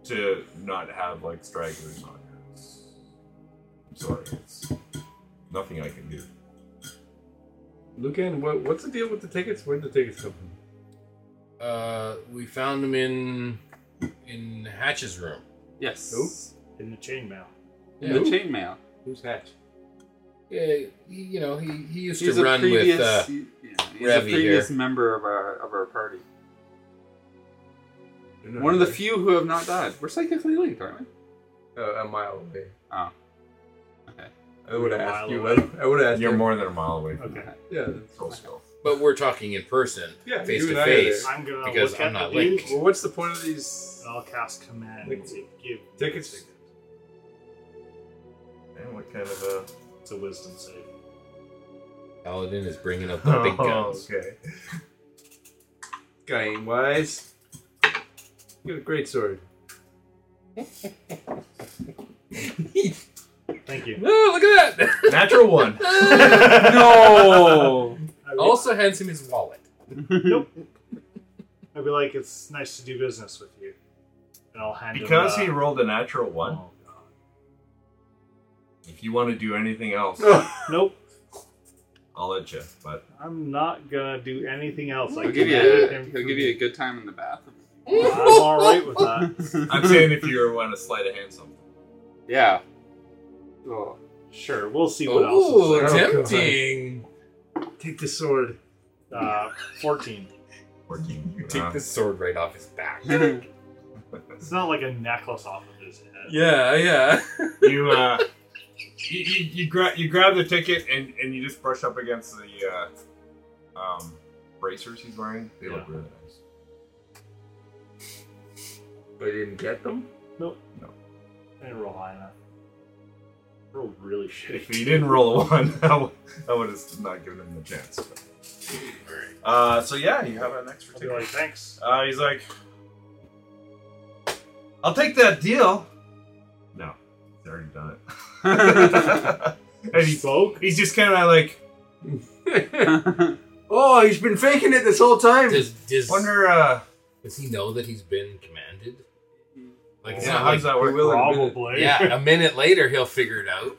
Speaker 2: to not have like stragglers on here, it's, I'm sorry, it's nothing I can do.
Speaker 11: Lucan, what, what's the deal with the tickets? Where'd the tickets come from?
Speaker 4: Uh, we found him in in Hatch's room.
Speaker 14: Yes.
Speaker 3: In the chainmail.
Speaker 4: Yeah.
Speaker 14: In the chainmail.
Speaker 11: Who's Hatch?
Speaker 4: Yeah, he- you know, he, he used
Speaker 14: He's
Speaker 4: to
Speaker 14: a
Speaker 4: run
Speaker 14: previous,
Speaker 4: with. Uh,
Speaker 14: he- yeah, he's a
Speaker 4: Revy
Speaker 14: previous
Speaker 4: here.
Speaker 14: member of our of our party. One of the few who have not died. We're psychically linked, aren't we?
Speaker 11: Uh, a mile away.
Speaker 14: Oh. Okay.
Speaker 11: I would have
Speaker 3: A
Speaker 11: asked
Speaker 3: mile
Speaker 11: you.
Speaker 3: away.
Speaker 11: I would have asked
Speaker 2: You're
Speaker 11: you.
Speaker 2: more than a mile away from
Speaker 3: Okay.
Speaker 11: Yeah.
Speaker 2: full skull.
Speaker 4: but we're talking in person,
Speaker 11: Yeah,
Speaker 4: face to
Speaker 11: you and I are
Speaker 4: face.
Speaker 11: there.
Speaker 3: I'm gonna
Speaker 4: Because
Speaker 3: look
Speaker 4: I'm
Speaker 3: at
Speaker 4: not
Speaker 3: the dude,
Speaker 4: linked.
Speaker 11: Well, what's the point of these?
Speaker 3: and I'll cast command
Speaker 11: Like-
Speaker 3: to give
Speaker 11: Tickets.
Speaker 3: ticket.
Speaker 2: Man, what kind of a
Speaker 3: It's a wisdom save.
Speaker 4: Paladin is bringing up the big
Speaker 7: Oh,
Speaker 4: guns.
Speaker 2: okay.
Speaker 11: Game wise, you got a great sword.
Speaker 3: Thank you.
Speaker 4: Oh, look at that!
Speaker 2: Natural one.
Speaker 14: No.
Speaker 3: I'd be,
Speaker 4: also hands him his wallet.
Speaker 3: I'd be like, it's nice to do business with you, and I'll hand
Speaker 2: Because he
Speaker 3: him.
Speaker 2: rolled a natural
Speaker 3: uh,
Speaker 2: one.
Speaker 3: oh, God.
Speaker 2: If you want to do anything else,
Speaker 3: Nope.
Speaker 2: I'll let you. But
Speaker 3: I'm not gonna do anything else. I
Speaker 14: He'll give you
Speaker 3: commanded
Speaker 14: a,
Speaker 3: him
Speaker 14: he'll
Speaker 3: to-
Speaker 14: give you a good time in the bathroom.
Speaker 3: I'm all right with that.
Speaker 2: I'm saying if you want to slide a hand something.
Speaker 14: Yeah. Well,
Speaker 3: Sure, we'll see what
Speaker 4: Ooh,
Speaker 3: else. Is there.
Speaker 4: tempting.
Speaker 3: Take the sword. Uh, fourteen.
Speaker 2: 14. You
Speaker 4: Take this sword right off his back.
Speaker 3: It's not like a necklace off of his head.
Speaker 4: Yeah, yeah.
Speaker 2: You, uh, you, you, you, gra- you grab the ticket and, and you just brush up against the uh, um, bracers he's wearing. They look really nice.
Speaker 11: But I didn't get them.
Speaker 3: Nope.
Speaker 2: No.
Speaker 3: I didn't roll high enough. Roll really shitty.
Speaker 2: If he didn't roll a one, I would, I would have not given him the chance. but- Uh, so yeah, you have an extra
Speaker 3: I'll be like,
Speaker 2: ticket.
Speaker 3: thanks.
Speaker 2: Uh, he's like, I'll take that deal. No, he's already done it. and he spoke. He's just kind of like,
Speaker 17: Oh, he's been faking it this whole time.
Speaker 8: Does, does,
Speaker 2: wonder, uh,
Speaker 8: does he know that he's been commanded? Like, it's
Speaker 2: yeah,
Speaker 8: not
Speaker 2: how
Speaker 8: like,
Speaker 2: does that work?
Speaker 3: Probably.
Speaker 8: yeah, a minute later he'll figure it out.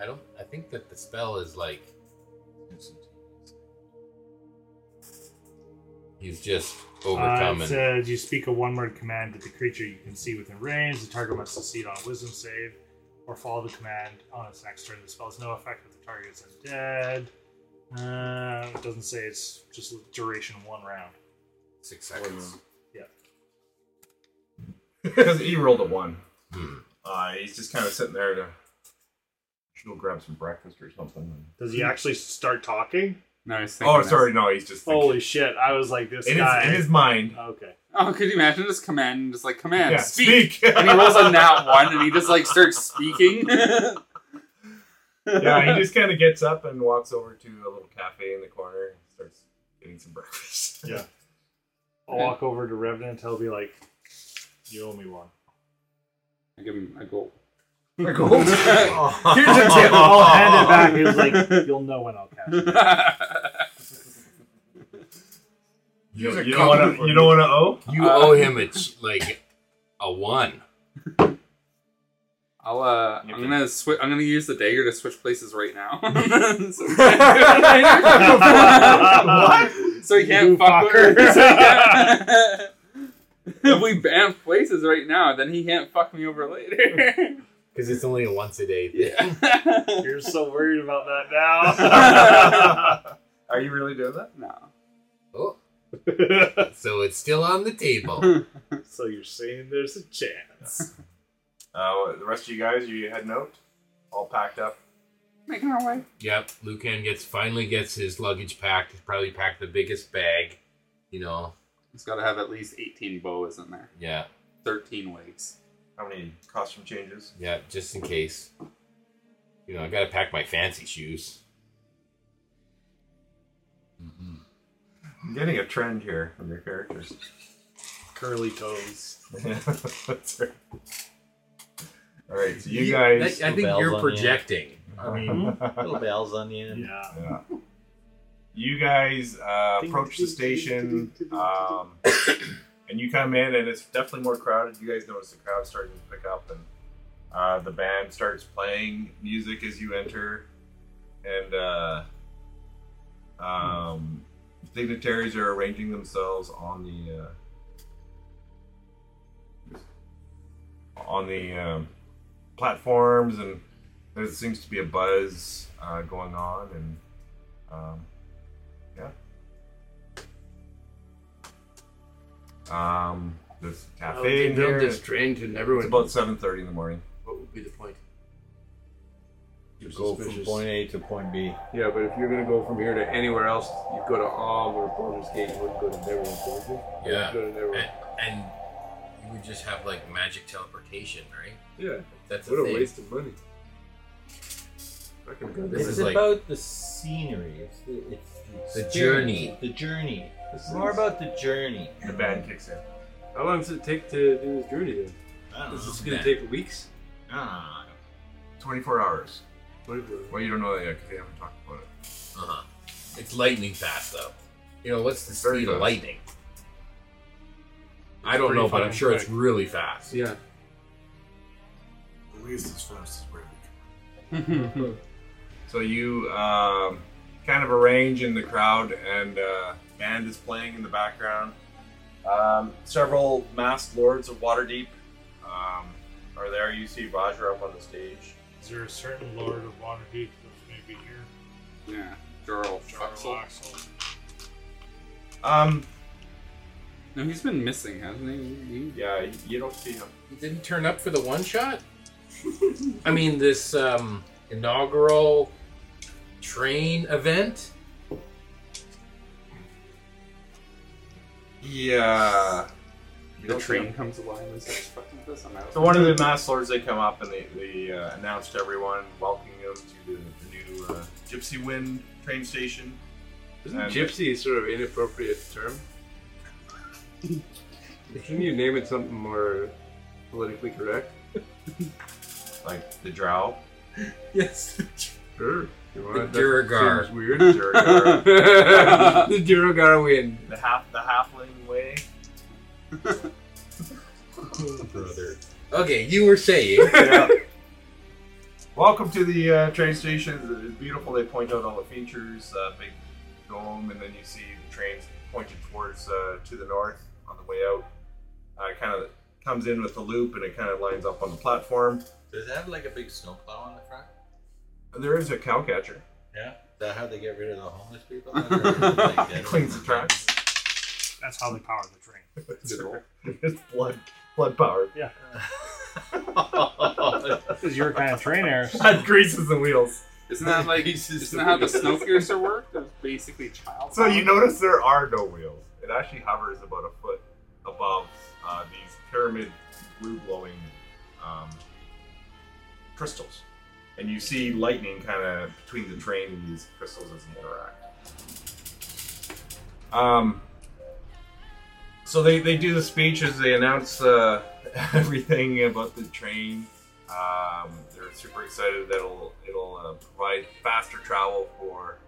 Speaker 8: I don't. I think that the spell is like. He's just
Speaker 3: Uh, it
Speaker 8: overcoming.
Speaker 3: says you speak a one-word command to the creature you can see within range. The target must succeed on a Wisdom save, or follow the command on its next turn. The spell has no effect if the target is undead. Uh, it doesn't say it's just duration one round.
Speaker 8: Six seconds.
Speaker 2: Because he rolled a one. Uh, he's just kind of sitting there to. Should go grab some breakfast or something.
Speaker 3: Does
Speaker 2: Hmm.
Speaker 3: he actually start talking?
Speaker 14: No, he's thinking
Speaker 2: Oh,
Speaker 14: this.
Speaker 2: sorry, no, he's just thinking.
Speaker 3: Holy shit! I was like, this
Speaker 2: In
Speaker 3: guy.
Speaker 2: his, in his mind.
Speaker 3: Okay.
Speaker 14: Oh, could you imagine this command? and Just like command,
Speaker 2: Yeah,
Speaker 14: speak.
Speaker 2: speak.
Speaker 14: and he rolls on that one, and he just like starts speaking.
Speaker 2: Yeah, he just kind of gets up and walks over to a little cafe in the corner and starts getting some breakfast.
Speaker 3: Yeah. I'll walk over to Revenant. He'll be like, "You owe me one."
Speaker 14: I give him a goal.
Speaker 17: Here's a tip.
Speaker 3: I'll hand
Speaker 2: Oh.
Speaker 3: it back. He was like, "You'll know when I'll catch it."
Speaker 2: You,
Speaker 17: Here's a
Speaker 2: you don't want to. You don't want to owe.
Speaker 8: You
Speaker 14: Uh,
Speaker 8: owe him a ch- like a one.
Speaker 14: I'll uh, I'm
Speaker 2: Yep.
Speaker 14: gonna switch. I'm gonna use the dagger to switch places right now. so, so he can't
Speaker 3: You
Speaker 14: fuck
Speaker 3: fucker.
Speaker 14: with her. So he can't- if we ban places right now, then he can't fuck me over later.
Speaker 8: Because it's only a once a day thing.
Speaker 14: yeah.
Speaker 3: You're so worried about that now.
Speaker 2: Are you really doing that?
Speaker 14: no.
Speaker 8: Oh, so it's still on the table.
Speaker 3: so you're saying there's a chance?
Speaker 2: Uh, the rest of you guys, you heading out? All packed up.
Speaker 14: Making our way.
Speaker 8: Yep, Lucan gets finally gets his luggage packed. He's probably packed the biggest bag, you know.
Speaker 14: It's got to have at least 18 boas in there.
Speaker 8: Yeah,
Speaker 14: 13 wigs.
Speaker 2: How many costume changes?
Speaker 8: yeah, just in case. You know, I gotta pack my fancy shoes.
Speaker 2: I'm getting a trend here from your characters.
Speaker 3: Curly toes.
Speaker 2: That's right. All right, so you guys.
Speaker 8: I, I think
Speaker 6: Bells
Speaker 8: you're
Speaker 6: on
Speaker 8: projecting.
Speaker 6: I mean, little bells on the end.
Speaker 3: Yeah.
Speaker 2: Yeah. You guys uh, approach the station, um, and you come in, and it's definitely more crowded. You guys notice the crowd starting to pick up, and uh, the band starts playing music as you enter, and uh, um, dignitaries are arranging themselves on the uh, on the um, platforms, and there seems to be a buzz uh, going on, and um, yeah. Um, there's a cafe in here.
Speaker 11: this
Speaker 2: It's
Speaker 11: train and everyone.
Speaker 2: about seven thirty in the morning.
Speaker 11: What would be the point?
Speaker 6: You go from point A to point B.
Speaker 11: Yeah, but if you're gonna go from here to anywhere else, you go to Om or Baldur's Gate. You wouldn't go to Neverland, would you? You
Speaker 8: Yeah.
Speaker 11: wouldn't Go to Neverland.
Speaker 6: Eh.
Speaker 8: And, and you would just have like magic teleportation, right?
Speaker 11: Yeah.
Speaker 8: That's
Speaker 11: What
Speaker 8: the
Speaker 11: a
Speaker 8: thing.
Speaker 11: waste of money. I can go
Speaker 6: This
Speaker 11: there.
Speaker 6: is
Speaker 8: is like-
Speaker 6: about the scenery. It's the, it's
Speaker 8: The
Speaker 6: experience,
Speaker 8: journey.
Speaker 6: The journey.
Speaker 11: This
Speaker 6: It's more
Speaker 11: is-
Speaker 6: about the journey.
Speaker 2: The band kicks in.
Speaker 11: How long does it take to do this journey? Then?
Speaker 6: I don't
Speaker 11: Is this
Speaker 6: know.
Speaker 11: gonna
Speaker 8: man.
Speaker 11: take weeks?
Speaker 6: Ah,
Speaker 2: Twenty-four hours.
Speaker 11: Whatever.
Speaker 2: Well, you don't know that yet because they haven't talked about it.
Speaker 8: Uh huh. It's lightning fast though. You know what's the
Speaker 2: It's very
Speaker 8: speed of
Speaker 2: fast.
Speaker 8: lightning? I don't
Speaker 3: pretty
Speaker 8: know, but I'm
Speaker 3: fucking
Speaker 8: sure it's
Speaker 3: quick.
Speaker 8: really fast.
Speaker 11: Yeah.
Speaker 18: At least as fast as we're
Speaker 2: So you um, kind of arrange in the crowd, and uh, band is playing in the background. Um, several masked lords of Waterdeep um, are there. You see Vajra up on the stage.
Speaker 3: Is there a certain Lord of Waterdeep that's maybe here?
Speaker 14: Yeah. Jarl Foxel.
Speaker 3: Jarlaxle.
Speaker 2: Um,
Speaker 14: No, he's been missing, hasn't he? he?
Speaker 2: yeah, you don't see him.
Speaker 8: He didn't turn up for the one shot. I mean, this um, inaugural train event.
Speaker 2: Yeah.
Speaker 14: The train comes along and starts fucking
Speaker 2: So one of the mass lords, they come up and they, they uh, announce to everyone, welcoming them to the, the new uh, Gypsy Wind train station.
Speaker 11: Isn't
Speaker 2: And-
Speaker 11: gypsy sort of inappropriate term? Shouldn't you name it something more politically correct?
Speaker 2: like the Drow?
Speaker 11: Yes. Sure. You want-
Speaker 2: The
Speaker 11: that
Speaker 2: Duergar.
Speaker 11: seems weird.
Speaker 2: Duergar.
Speaker 11: the Duergar win.
Speaker 2: The half the halfling way.
Speaker 4: brother. Okay, you were saying.
Speaker 2: Welcome to the uh, train station. It's beautiful. They point out all the features, uh, big dome, and then you see the trains pointed towards uh, to the north on the way out. Uh, it kind of comes in with the loop, and it kind of lines up on the platform.
Speaker 7: Does that have like a big snowplow on the front?
Speaker 2: There is a cow catcher.
Speaker 7: Yeah. Is that how they get rid of the homeless people?
Speaker 2: It cleans the tracks.
Speaker 3: That's how they power the train.
Speaker 2: it's blood, blood powered.
Speaker 3: Yeah.
Speaker 7: Oh,
Speaker 2: Because
Speaker 3: you're a kind of trainer.
Speaker 2: That greases the wheels.
Speaker 14: Isn't that like isn't that how the snowpiercer worked? It was basically child.
Speaker 2: So you notice there are no wheels. It actually hovers about a foot above uh, these pyramid blue glowing um, crystals, and you see lightning kind of between the train and these crystals as they interact. Um. So they, they do the speeches. They announce uh, everything about the train. Um, they're super excited that it'll it'll uh, provide faster travel for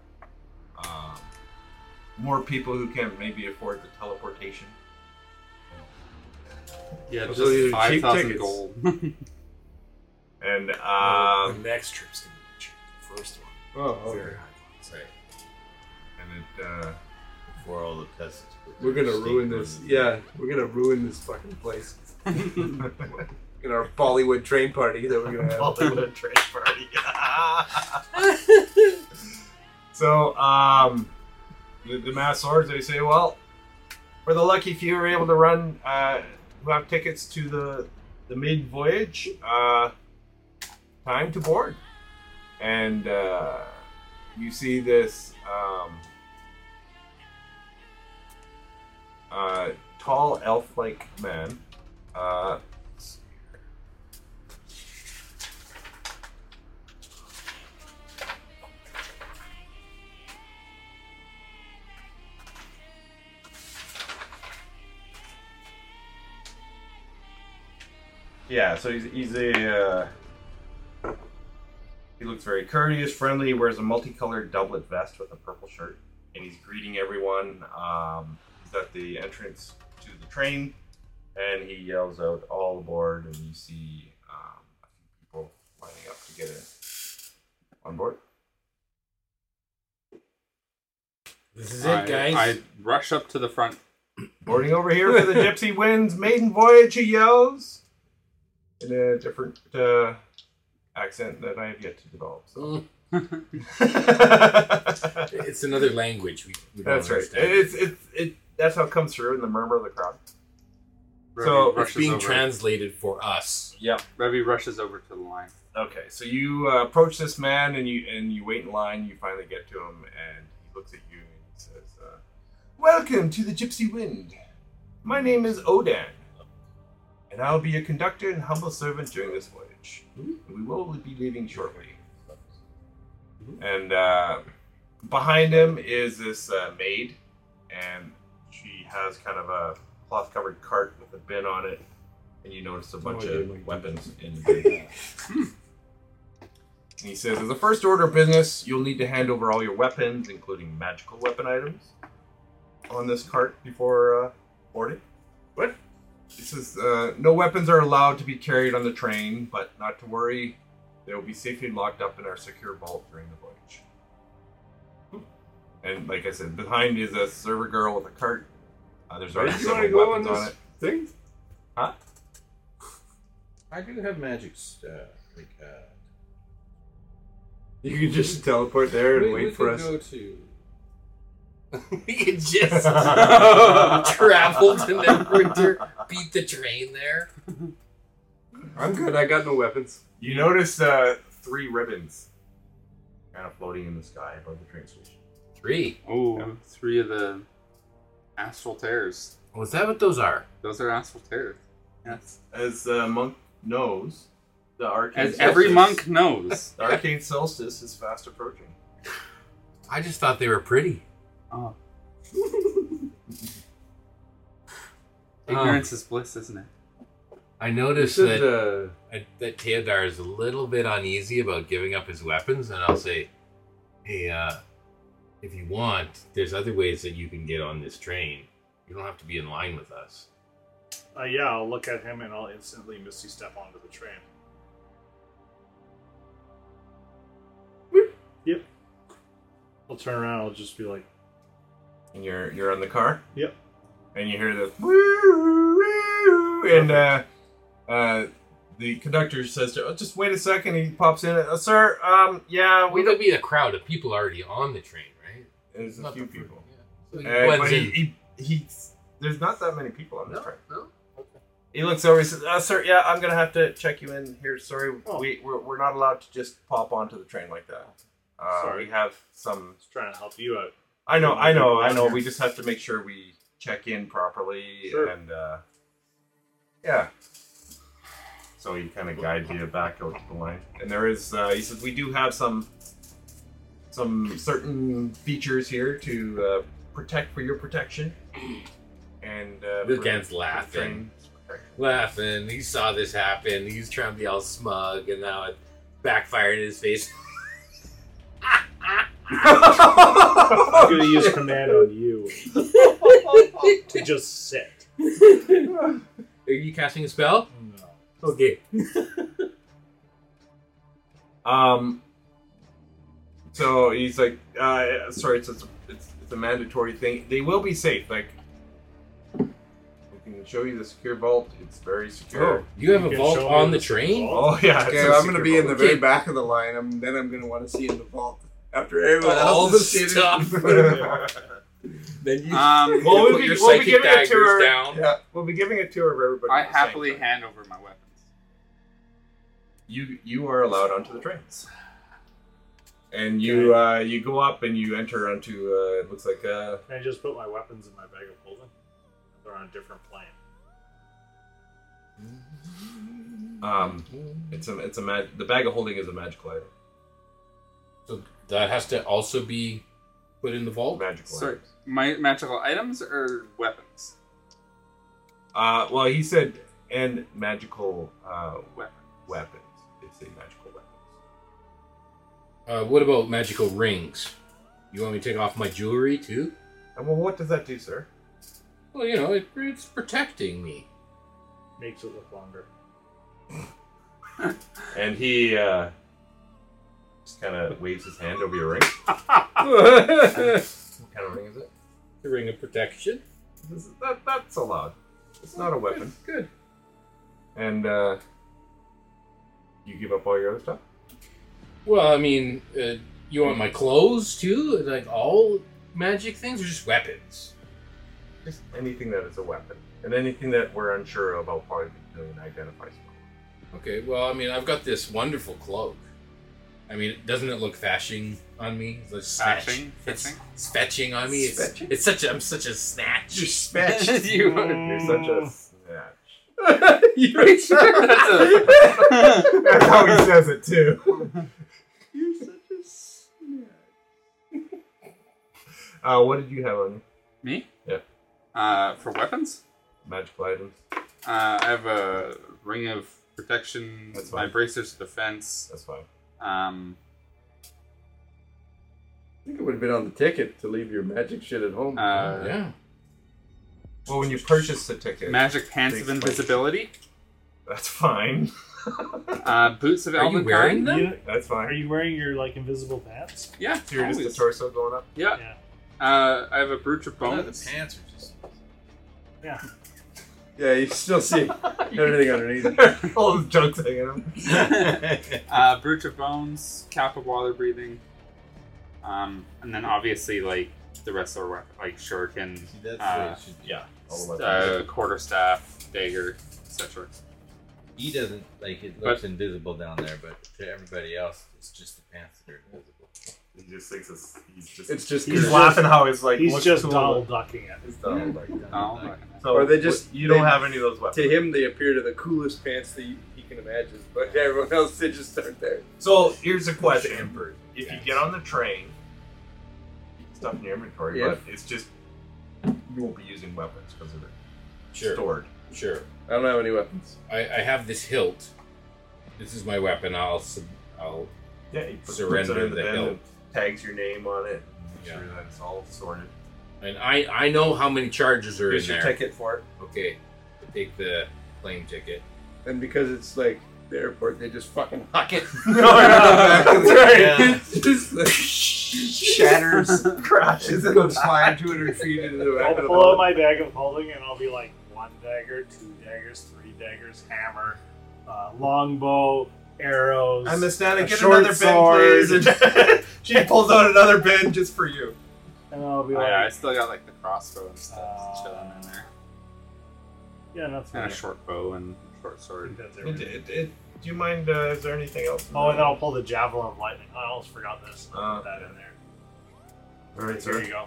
Speaker 2: um, more people who can maybe afford the teleportation.
Speaker 14: Yeah,
Speaker 2: Those
Speaker 14: just
Speaker 2: are your
Speaker 14: five
Speaker 2: cheap
Speaker 14: thousand
Speaker 2: tickets.
Speaker 14: gold.
Speaker 2: And um,
Speaker 6: the next trip's gonna be cheap. The first one.
Speaker 11: Oh, okay.
Speaker 6: Very high. cost.
Speaker 2: and it uh,
Speaker 7: Before all the peasants. put
Speaker 11: We're
Speaker 7: their
Speaker 11: gonna
Speaker 7: stink
Speaker 11: ruin
Speaker 7: on
Speaker 11: this.
Speaker 7: them.
Speaker 11: Yeah, we're gonna ruin this fucking place. In our Bollywood train party that we're gonna have.
Speaker 2: Bollywood train party. so um, the, the mass lords they say, well, for the lucky few who are able to run, uh, who have tickets to the the mid voyage, uh, time to board. And uh, you see this um, uh, tall elf-like man. Uh, Yeah, so he's, he's a. Uh, he looks very courteous, friendly. He wears a multicolored doublet vest with a purple shirt, and he's greeting everyone. Um, he's at the entrance to the train, and he yells out, "All aboard!" And you see um, a few people lining up to get in on board.
Speaker 4: This
Speaker 14: I, I rush up to the front.
Speaker 2: Boarding over here for the Gypsy Winds maiden voyage, he yells in a different uh, accent that I have yet to develop. So.
Speaker 4: it's another language. We, we don't
Speaker 2: That's right.
Speaker 4: understand.
Speaker 2: It's it's it. That's how it comes through in the murmur of the crowd.
Speaker 14: Revi
Speaker 2: So
Speaker 4: It's
Speaker 14: rushes
Speaker 4: being
Speaker 14: over.
Speaker 4: translated for us.
Speaker 2: yeah.
Speaker 14: Revi rushes over to the line.
Speaker 2: Okay. So you uh, approach this man and you and you wait in line. You finally get to him and he looks at you and he says, uh, "Welcome to the Gypsy Wind. My name is Odan, and I'll be your conductor and humble servant during this voyage. We will be leaving shortly." And uh, behind him is this uh, maid, and she has kind of a cloth covered cart with a bin on it, and you notice a bunch of weapons in the bin. and he says, As a first order of business, you'll need to hand over all your weapons, including magical weapon items, on this cart before uh, boarding. What? He says, uh, No weapons are allowed to be carried on the train, but not to worry. They will be safely locked up in our secure vault during the voyage.
Speaker 11: Hmm.
Speaker 2: And like I said, behind is a server girl with a cart. Uh, there's already
Speaker 11: Right, you wanna
Speaker 2: several
Speaker 11: go on
Speaker 2: weapons on,
Speaker 11: this
Speaker 2: it.
Speaker 11: thing?
Speaker 2: Huh?
Speaker 7: I do have magic stuff. Like, uh,
Speaker 11: You can just teleport there and
Speaker 4: We- we
Speaker 11: wait for
Speaker 4: could
Speaker 11: us.
Speaker 4: Go to. we could just travel to Neverwinter, beat the train there.
Speaker 11: I'm good. I got no weapons.
Speaker 2: You notice uh, three ribbons kind of floating in the sky above the train station.
Speaker 4: Three.
Speaker 14: Oh, three of the astral tears.
Speaker 4: Was that what those are?
Speaker 14: Those are astral tears. Yes.
Speaker 2: As the monk knows, the arcane
Speaker 14: As every monk
Speaker 2: solstice-
Speaker 14: knows.
Speaker 2: the arcane solstice is fast approaching.
Speaker 8: I just thought they were pretty.
Speaker 14: Oh. Ignorance is bliss, isn't it?
Speaker 8: Oh, I noticed
Speaker 14: You should,
Speaker 8: that
Speaker 2: uh,
Speaker 8: I- that Teodar is a little bit uneasy about giving up his weapons, and I'll say, "Hey, uh, if you want, there's other ways that you can get on this train. You don't have to be in line with us."
Speaker 3: Uh, yeah, I'll look at him and I'll instantly misty step onto the train. Yep. I'll turn around. I'll just be like,
Speaker 2: And you're you're on the car.
Speaker 3: Yep.
Speaker 2: And you hear the and uh, uh, the conductor says, to, oh, "Just wait a second. He pops in. Uh, Sir, um, yeah, we
Speaker 8: Well, there'll be a crowd of people already on the train, right?
Speaker 2: There's a
Speaker 8: Not
Speaker 2: few
Speaker 8: the fir-
Speaker 2: people.
Speaker 8: yeah. So he
Speaker 2: Uh,
Speaker 8: blends
Speaker 2: but he,
Speaker 8: in.
Speaker 2: he, he's- there's not that many people on this train.
Speaker 8: No.
Speaker 2: He looks over. He says, uh, "Sir, yeah, I'm gonna have to check you in here. Sorry,
Speaker 3: Oh.
Speaker 2: we we're, we're not allowed to just pop onto the train like that. Uh,
Speaker 3: Sorry.
Speaker 2: we have some.
Speaker 3: Just trying to help you out.
Speaker 2: I know, I know, I know.
Speaker 3: Here.
Speaker 2: We just have to make sure we check in properly
Speaker 3: Sure.
Speaker 2: and uh, yeah. So he kind of guides you back out to the line, and there is. Uh, he says we do have some some certain features here to uh, protect for your protection. And uh,
Speaker 8: This
Speaker 2: for-
Speaker 8: guy's
Speaker 2: for
Speaker 8: laughing,
Speaker 2: train-
Speaker 8: laughing. He saw this happen. He's trying to be all smug, and now it backfired in his face.
Speaker 3: I'm gonna use command on you to just sit.
Speaker 8: Are you casting a spell? No. Okay.
Speaker 2: Um. So he's like, uh, sorry, it's, it's it's it's a mandatory thing. They will be safe. Like, we can show you the secure vault. It's very secure.
Speaker 8: Oh, you have a vault on the train?
Speaker 2: Oh yeah. it's
Speaker 11: Okay,
Speaker 2: a
Speaker 11: I'm gonna
Speaker 2: secure
Speaker 11: be in the
Speaker 2: vault.
Speaker 11: very back of the line. I'm then I'm gonna want to see in the vault after everyone
Speaker 2: All
Speaker 11: else
Speaker 2: the
Speaker 11: is seated.
Speaker 2: stuff. Ah.
Speaker 11: then you.
Speaker 2: Well,
Speaker 11: You
Speaker 14: Um,
Speaker 2: we'll be, we'll
Speaker 11: put your
Speaker 2: be
Speaker 11: psychic
Speaker 2: giving a
Speaker 11: daggers
Speaker 2: tour.
Speaker 11: down.
Speaker 2: Yeah, we'll be giving a tour of everybody.
Speaker 14: I
Speaker 2: at the same
Speaker 14: happily
Speaker 2: time.
Speaker 14: hand over my weapons.
Speaker 2: You you are allowed onto the trains. And you uh, you go up and you enter onto uh, it looks like uh,
Speaker 3: Can I just put my weapons in my bag of holding? They're on a different plane.
Speaker 2: um it's a it's a mag- the bag of holding is a magical item.
Speaker 8: So that has to also be put in the vault.
Speaker 2: Magical.
Speaker 14: Sorry, my magical items or weapons?
Speaker 2: Uh, well, he said, and magical uh,
Speaker 14: Weapons.
Speaker 2: weapons. It's a magical weapons.
Speaker 8: Uh, what about magical rings? You want me to take off my jewelry too?
Speaker 2: And well, what does that do, sir?
Speaker 8: Well, you know, it, it's protecting me.
Speaker 3: Makes it look longer.
Speaker 2: And he uh, just kind of waves his hand over your ring. what kind of ring is it?
Speaker 8: The ring of protection.
Speaker 2: This is- that, that's allowed. It's not a weapon.
Speaker 8: Oh, Good.
Speaker 2: And uh, you give up all your other stuff.
Speaker 8: Well, I mean, uh, you want my clothes too? Like all magic things, or just weapons?
Speaker 2: Just anything that is a weapon, and anything that we're unsure about probably the civilian identifies.
Speaker 8: Okay. Well, I mean, I've got this wonderful cloak. I mean, doesn't it look fashing on me? It's like snatch-
Speaker 14: Fetching?
Speaker 8: It's, it's fetching on me. It's,
Speaker 2: Fetching?
Speaker 8: it's such. A, I'm such a snatch.
Speaker 11: You're smashed.
Speaker 14: you
Speaker 2: You're such a snatch.
Speaker 11: You're
Speaker 14: That's a-
Speaker 2: That's how he says it too.
Speaker 11: You're such a snatch.
Speaker 2: Uh, what did you have on you?
Speaker 14: Me?
Speaker 2: Yeah.
Speaker 14: Uh, for weapons?
Speaker 2: Magical items.
Speaker 14: Uh, I have a ring of protection,
Speaker 2: That's
Speaker 14: my
Speaker 2: fine.
Speaker 14: bracers of defense.
Speaker 2: That's fine.
Speaker 14: Um,
Speaker 11: I think it would have been on the ticket to leave your magic shit at home.
Speaker 14: uh,
Speaker 8: Yeah.
Speaker 2: Well, when you purchase the ticket,
Speaker 14: Magic pants
Speaker 2: Big
Speaker 14: of
Speaker 2: spike.
Speaker 14: invisibility.
Speaker 2: that's fine.
Speaker 14: Uh, boots of
Speaker 8: Are you
Speaker 14: Alvin
Speaker 8: wearing
Speaker 14: Khan.
Speaker 8: them?
Speaker 3: You-
Speaker 2: That's
Speaker 3: are
Speaker 2: fine.
Speaker 3: you wearing your like invisible pants?
Speaker 14: Yeah,
Speaker 2: So you're just the
Speaker 14: always.
Speaker 2: torso going up.
Speaker 14: Yeah.
Speaker 3: Yeah.
Speaker 14: Uh, I have a brooch of
Speaker 7: No,
Speaker 14: bones.
Speaker 7: the pants are just.
Speaker 3: Yeah.
Speaker 11: Yeah, you still see everything underneath.
Speaker 2: All the junk's hanging out.
Speaker 14: uh, brooch of bones, cap of water breathing, um, and then obviously like the rest of our weapon, like shuriken,
Speaker 7: See, that's
Speaker 14: Uh,
Speaker 7: what it should be. Yeah.
Speaker 14: uh, quarterstaff, dagger, etc.
Speaker 7: He doesn't like it looks invisible down there, but to everybody else, it's just the pants that are invisible.
Speaker 2: He just thinks it's, he's just.
Speaker 5: It's just
Speaker 2: he's
Speaker 5: good.
Speaker 2: laughing how it's like.
Speaker 5: He's
Speaker 2: looks
Speaker 5: just
Speaker 2: cool.
Speaker 5: Donald ducking it.
Speaker 2: It's Donald ducking it.
Speaker 14: Donald
Speaker 2: So
Speaker 5: or they just
Speaker 2: you don't
Speaker 5: they-
Speaker 2: have any of those weapons.
Speaker 5: To him, they appear to the coolest pants that you, he can imagine, but to everyone else, they just start there.
Speaker 2: So here's a question: If you get on the train, stuff in your inventory,
Speaker 5: Yeah.
Speaker 2: but it's just you won't be using weapons because of it.
Speaker 4: Sure.
Speaker 2: Stored.
Speaker 4: Sure.
Speaker 5: I don't have any weapons.
Speaker 4: I, I have this hilt. This is my weapon. I'll sub- I'll
Speaker 2: Yeah, he puts- puts it
Speaker 4: surrender
Speaker 2: in the
Speaker 4: the
Speaker 2: bin
Speaker 4: hilt.
Speaker 2: and tags your name on it. and Make
Speaker 4: Yeah.
Speaker 2: sure that it's all sorted.
Speaker 4: And I I know how many charges are
Speaker 2: Here's
Speaker 4: in
Speaker 2: your
Speaker 4: there.
Speaker 2: ticket for it.
Speaker 4: Okay, I take the plane ticket.
Speaker 5: And because it's like the airport, they just fucking hock it.
Speaker 4: That's
Speaker 5: right.
Speaker 4: Yeah.
Speaker 5: just like, shatters, crashes, and goes flying 200 feet into the back
Speaker 3: I'll
Speaker 5: of the
Speaker 3: pull out
Speaker 5: boat.
Speaker 3: my bag of holding and I'll be like one dagger, two daggers, three daggers, hammer, uh, longbow, arrows.
Speaker 2: I'm a Nana,
Speaker 3: a
Speaker 2: get
Speaker 3: short
Speaker 2: another bin,
Speaker 3: sword.
Speaker 2: please. And she pulls out another bin just for you.
Speaker 3: And I'll be
Speaker 14: Oh,
Speaker 3: like,
Speaker 14: yeah, I still got like the crossbow and stuff just chilling in there,
Speaker 3: yeah, that's
Speaker 14: and a
Speaker 3: right.
Speaker 14: short bow and short sword.
Speaker 3: That's it.
Speaker 2: It, it, it, do you mind? Uh, is there anything else? in
Speaker 3: Oh, and
Speaker 2: there?
Speaker 3: then I'll pull the javelin of lightning. I almost forgot this. I'll put that in there.
Speaker 2: All right,
Speaker 3: Here
Speaker 2: sir.
Speaker 3: you go.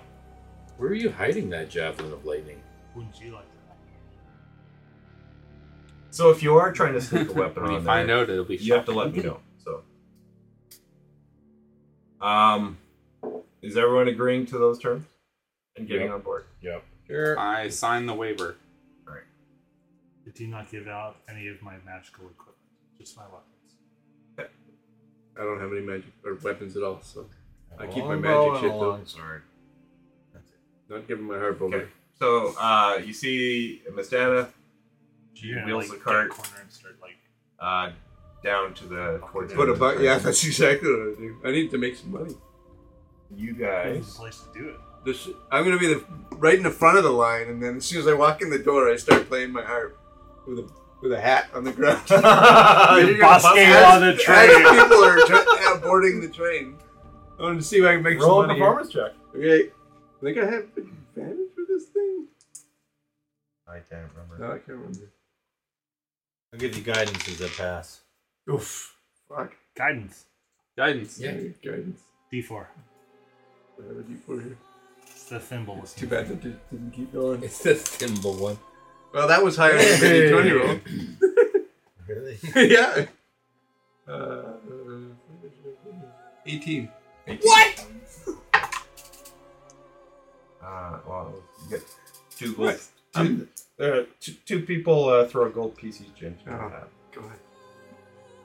Speaker 4: Where are you hiding that javelin of lightning?
Speaker 3: Wouldn't you like that?
Speaker 2: So if you are trying to sneak a weapon
Speaker 14: When you
Speaker 2: on
Speaker 14: find
Speaker 2: there,
Speaker 14: out, it'll be
Speaker 2: you have to let me know. So, um, is everyone agreeing to those terms and getting
Speaker 14: Yep.
Speaker 2: on board?
Speaker 4: Yep.
Speaker 14: I sign the waiver.
Speaker 3: I do not give out any of my magical equipment, just my weapons.
Speaker 11: I don't have any magic or weapons at all, so I keep my
Speaker 2: Longbow
Speaker 11: magic
Speaker 2: and
Speaker 11: shit
Speaker 2: a
Speaker 11: though.
Speaker 2: longsword.
Speaker 11: Not giving my heart away.
Speaker 2: Okay. So uh, you see Miss Dana. She
Speaker 3: You're gonna,
Speaker 2: wheels
Speaker 3: like,
Speaker 2: the cart
Speaker 3: get a corner and start like
Speaker 2: uh, down to the towards
Speaker 11: Put
Speaker 2: the
Speaker 11: a buck. Yeah,
Speaker 2: entrance.
Speaker 11: that's exactly what I do. I need to make some money.
Speaker 2: You
Speaker 3: this is
Speaker 2: guys.
Speaker 3: the place to do it.
Speaker 11: This, I'm gonna be the, right in the front of the line, and then as soon as I walk in the door, I start playing my harp with a with a hat on the ground.
Speaker 3: You're busking
Speaker 11: as-
Speaker 3: on the
Speaker 11: as
Speaker 3: train.
Speaker 11: people are tra- uh, boarding the train. I want to see if I can make
Speaker 2: Roll a
Speaker 11: some money.
Speaker 2: performance check.
Speaker 11: Okay, I think I have advantage for this thing.
Speaker 2: I can't remember.
Speaker 11: No, I can't remember.
Speaker 7: I'll give you guidance as I pass.
Speaker 11: Oof. Fuck.
Speaker 3: Guidance.
Speaker 14: Guidance.
Speaker 4: Yeah.
Speaker 11: Guidance.
Speaker 3: D4.
Speaker 11: I have a D4 here.
Speaker 3: It's the thimble. It's
Speaker 11: Too bad that it didn't keep going.
Speaker 4: It's the thimble one.
Speaker 11: Well, that was higher than the twenty roll.
Speaker 7: Really?
Speaker 11: yeah. Uh, 18.
Speaker 4: What?
Speaker 2: Uh, well, you get two gold. Um, uh, two, two people uh, throw gold pieces into
Speaker 11: Oh.
Speaker 2: that.
Speaker 11: Go ahead.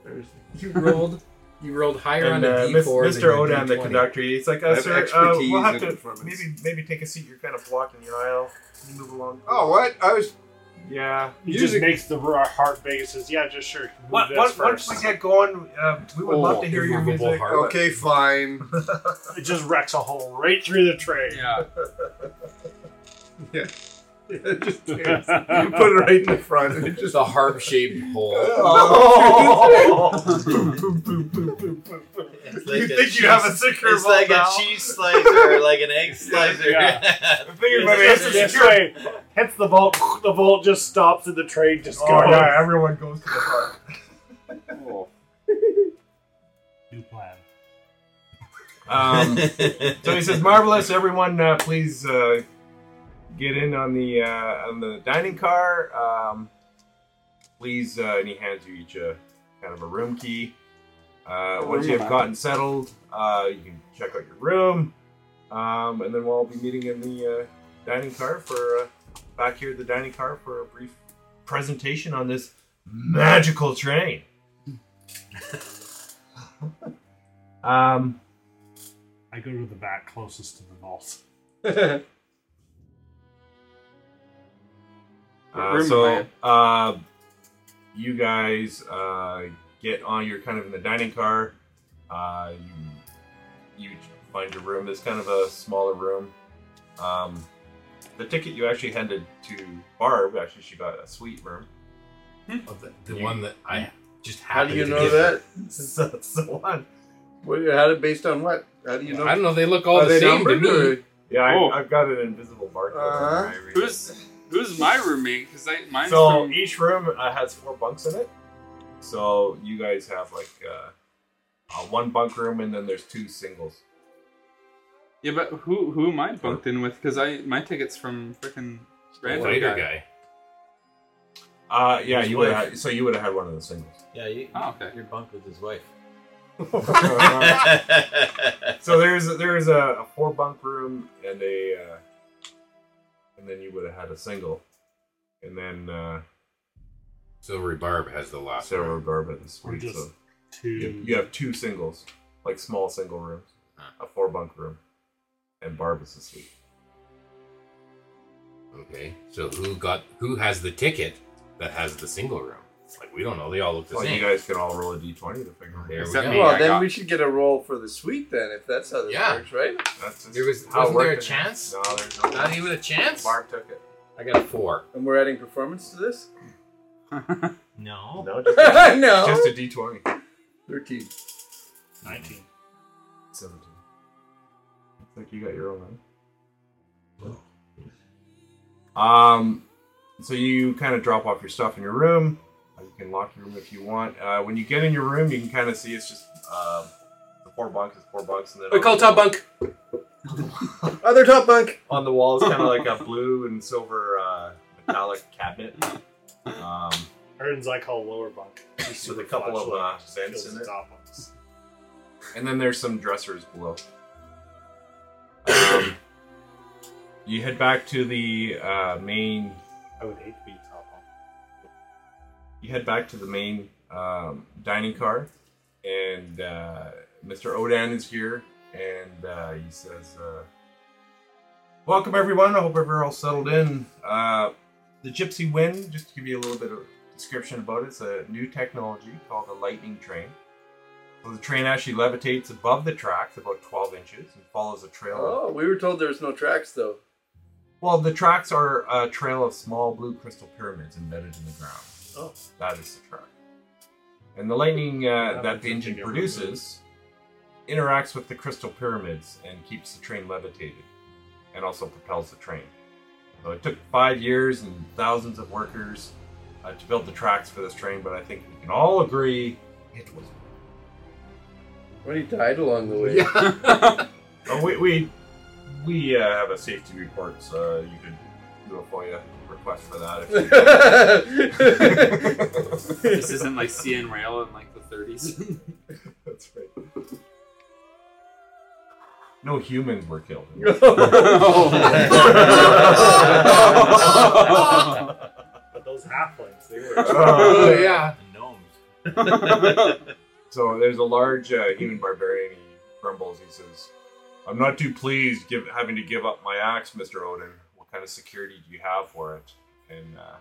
Speaker 11: There's-
Speaker 4: You rolled. You rolled higher on
Speaker 2: And,
Speaker 4: a
Speaker 2: uh,
Speaker 4: D
Speaker 2: Mis-
Speaker 4: four.
Speaker 2: Mr. Odam, the conductor, he's like,
Speaker 11: I
Speaker 2: uh,
Speaker 11: have
Speaker 2: sir, uh,
Speaker 11: expertise
Speaker 2: we'll have
Speaker 11: in
Speaker 2: to
Speaker 11: performance.
Speaker 2: maybe maybe take a seat. You're kind of blocking the aisle. Can you move along?
Speaker 11: Oh, what? I was.
Speaker 2: yeah.
Speaker 3: He
Speaker 11: Music-
Speaker 3: just makes the r- heart big and says, "Yeah, just sure." Move
Speaker 2: What,
Speaker 3: this
Speaker 2: what,
Speaker 3: first.
Speaker 2: once we get going, uh, we would love
Speaker 4: Oh,
Speaker 2: to hear your
Speaker 4: immovable
Speaker 2: music.
Speaker 4: heart.
Speaker 11: Okay, fine.
Speaker 3: It just wrecks a hole right through the train.
Speaker 14: Yeah.
Speaker 11: just tears. You put it right in the front and it
Speaker 4: Just
Speaker 11: just.
Speaker 4: a harp shaped hole.
Speaker 2: Oh.
Speaker 7: It's
Speaker 2: you
Speaker 7: a
Speaker 2: think you have a
Speaker 7: cheese-
Speaker 2: secure
Speaker 7: It's like
Speaker 2: now?
Speaker 7: a cheese slicer or like an egg slicer.
Speaker 2: I figured
Speaker 3: It's
Speaker 2: maybe
Speaker 3: just
Speaker 2: it's
Speaker 3: this
Speaker 2: secure.
Speaker 3: way. Hits the bolt. The bolt just stops, and the train just
Speaker 2: Oh,
Speaker 3: goes.
Speaker 2: yeah, everyone goes to the park.
Speaker 14: Oh.
Speaker 3: New plan.
Speaker 2: Um, So he says, "Marvelous, everyone, uh, please uh, get in on the uh, on the dining car. Um, please." Uh, and he hands you each a kind of a room key. Uh, once you have gotten settled, uh, you can check out your room, um, and then we'll all be meeting in the uh, dining car for uh, back here at the dining car for a brief presentation on this magical train. um.
Speaker 3: I go to the back closest to the vault.
Speaker 2: Uh,
Speaker 14: Room
Speaker 2: so
Speaker 14: plan.
Speaker 2: uh, you guys uh, get on. You're kind of in the dining car. Uh, you you find your room. It's kind of a smaller room. Um, the ticket you actually handed to Barb. Actually, she got a suite room.
Speaker 4: Oh, the the one that I just
Speaker 5: How do
Speaker 4: happened
Speaker 5: you
Speaker 4: to
Speaker 5: know
Speaker 4: get.
Speaker 5: that?
Speaker 2: so, so on.
Speaker 5: What, how did, based on what? How do you know?
Speaker 4: I don't know. They look all
Speaker 5: Are
Speaker 4: the
Speaker 5: they
Speaker 4: same to
Speaker 5: numbered,
Speaker 4: me.
Speaker 5: or-
Speaker 2: Yeah, I,
Speaker 14: Oh.
Speaker 2: I've got an invisible barcode.
Speaker 5: Uh-huh.
Speaker 2: on every-
Speaker 14: Who's who's my roommate? Because mine's
Speaker 2: so
Speaker 14: from
Speaker 2: each room uh, has four bunks in it. So you guys have like uh, uh, one bunk room, and then there's two singles.
Speaker 14: Yeah, but who who am I bunked in with? Because I my ticket's from freaking random
Speaker 2: Later guy. Uh, yeah, you would. have So you would have had one of the singles.
Speaker 7: Yeah, you,
Speaker 14: Oh,
Speaker 7: you're bunked with his wife.
Speaker 2: so there's there's a, a four bunk room and a, uh, and then you would have had a single, and then uh,
Speaker 8: Silvery Barb has the last.
Speaker 2: Silvery Barb and the suite.
Speaker 8: just
Speaker 2: so
Speaker 3: two.
Speaker 2: You, you have two singles, like small single rooms, a four bunk room, and Barb is the suite.
Speaker 8: Okay, so who got who has the ticket that has the single room? Like we don't know. They all look the
Speaker 2: Well,
Speaker 8: same.
Speaker 2: you guys can all roll a d20 to figure out.
Speaker 8: There we
Speaker 2: Except
Speaker 8: go.
Speaker 2: me,
Speaker 11: well, then we should get a roll for the suite then, if that's how this
Speaker 8: Yeah.
Speaker 11: works, right?
Speaker 2: That's just
Speaker 8: There was-
Speaker 11: how it
Speaker 8: wasn't there
Speaker 11: worked
Speaker 8: a
Speaker 11: in-
Speaker 8: chance?
Speaker 2: No, there's no
Speaker 8: Not even a chance?
Speaker 2: Barb took it.
Speaker 8: I got a four.
Speaker 11: And we're adding performance to this?
Speaker 8: No.
Speaker 2: No,
Speaker 11: no.
Speaker 2: just a d20.
Speaker 11: 13.
Speaker 3: 19.
Speaker 2: 17. Looks like you got your own one. Um, so you kind of drop off your stuff in your room. Uh, You can lock your room if you want. Uh, when you get in your room, you can kind of see it's just um, the four bunks is four bunks, and then
Speaker 4: We call top bunk.
Speaker 11: Other top bunk.
Speaker 2: on the wall is kind of like a blue and silver uh, metallic cabinet. Um,
Speaker 3: Erden's I call lower bunk.
Speaker 2: with a couple of uh, vents in it. And then there's some dressers below. Um, you head back to the uh, main.
Speaker 3: I would hate to be top bunk.
Speaker 2: You head back to the main um, dining car, and uh, Mr. Odan is here, and uh, he says, uh, "Welcome everyone. I hope everyone all settled in. Uh, the Gypsy Wind, just to give you a little bit of description about it, it's a new technology called the Lightning Train. So the train actually levitates above the tracks about 12 inches and follows a trail. of-
Speaker 11: Oh, we were told there was no tracks though.
Speaker 2: well, the tracks are a trail of small blue crystal pyramids embedded in the ground.
Speaker 11: Oh.
Speaker 2: That is the track. And the lightning uh, that the engine produces interacts with the crystal pyramids and keeps the train levitated and also propels the train. So it took five years and thousands of workers uh, to build the tracks for this train, but I think we can all agree it was.
Speaker 11: Well, he died along the way.
Speaker 2: Oh, we we, we uh, have a safety report, so you could do a FOIA request for that. If you
Speaker 14: this isn't like CN Rail in like the 30s.
Speaker 2: That's right. No humans were killed.
Speaker 14: Oh,
Speaker 3: but those halflings, they were.
Speaker 2: Oh, yeah.
Speaker 3: Gnomes.
Speaker 2: so there's a large uh, human barbarian. He grumbles. He says, "I'm not too pleased give, having to give up my axe, Mister Odin. What kind of security do you have for it?" And uh,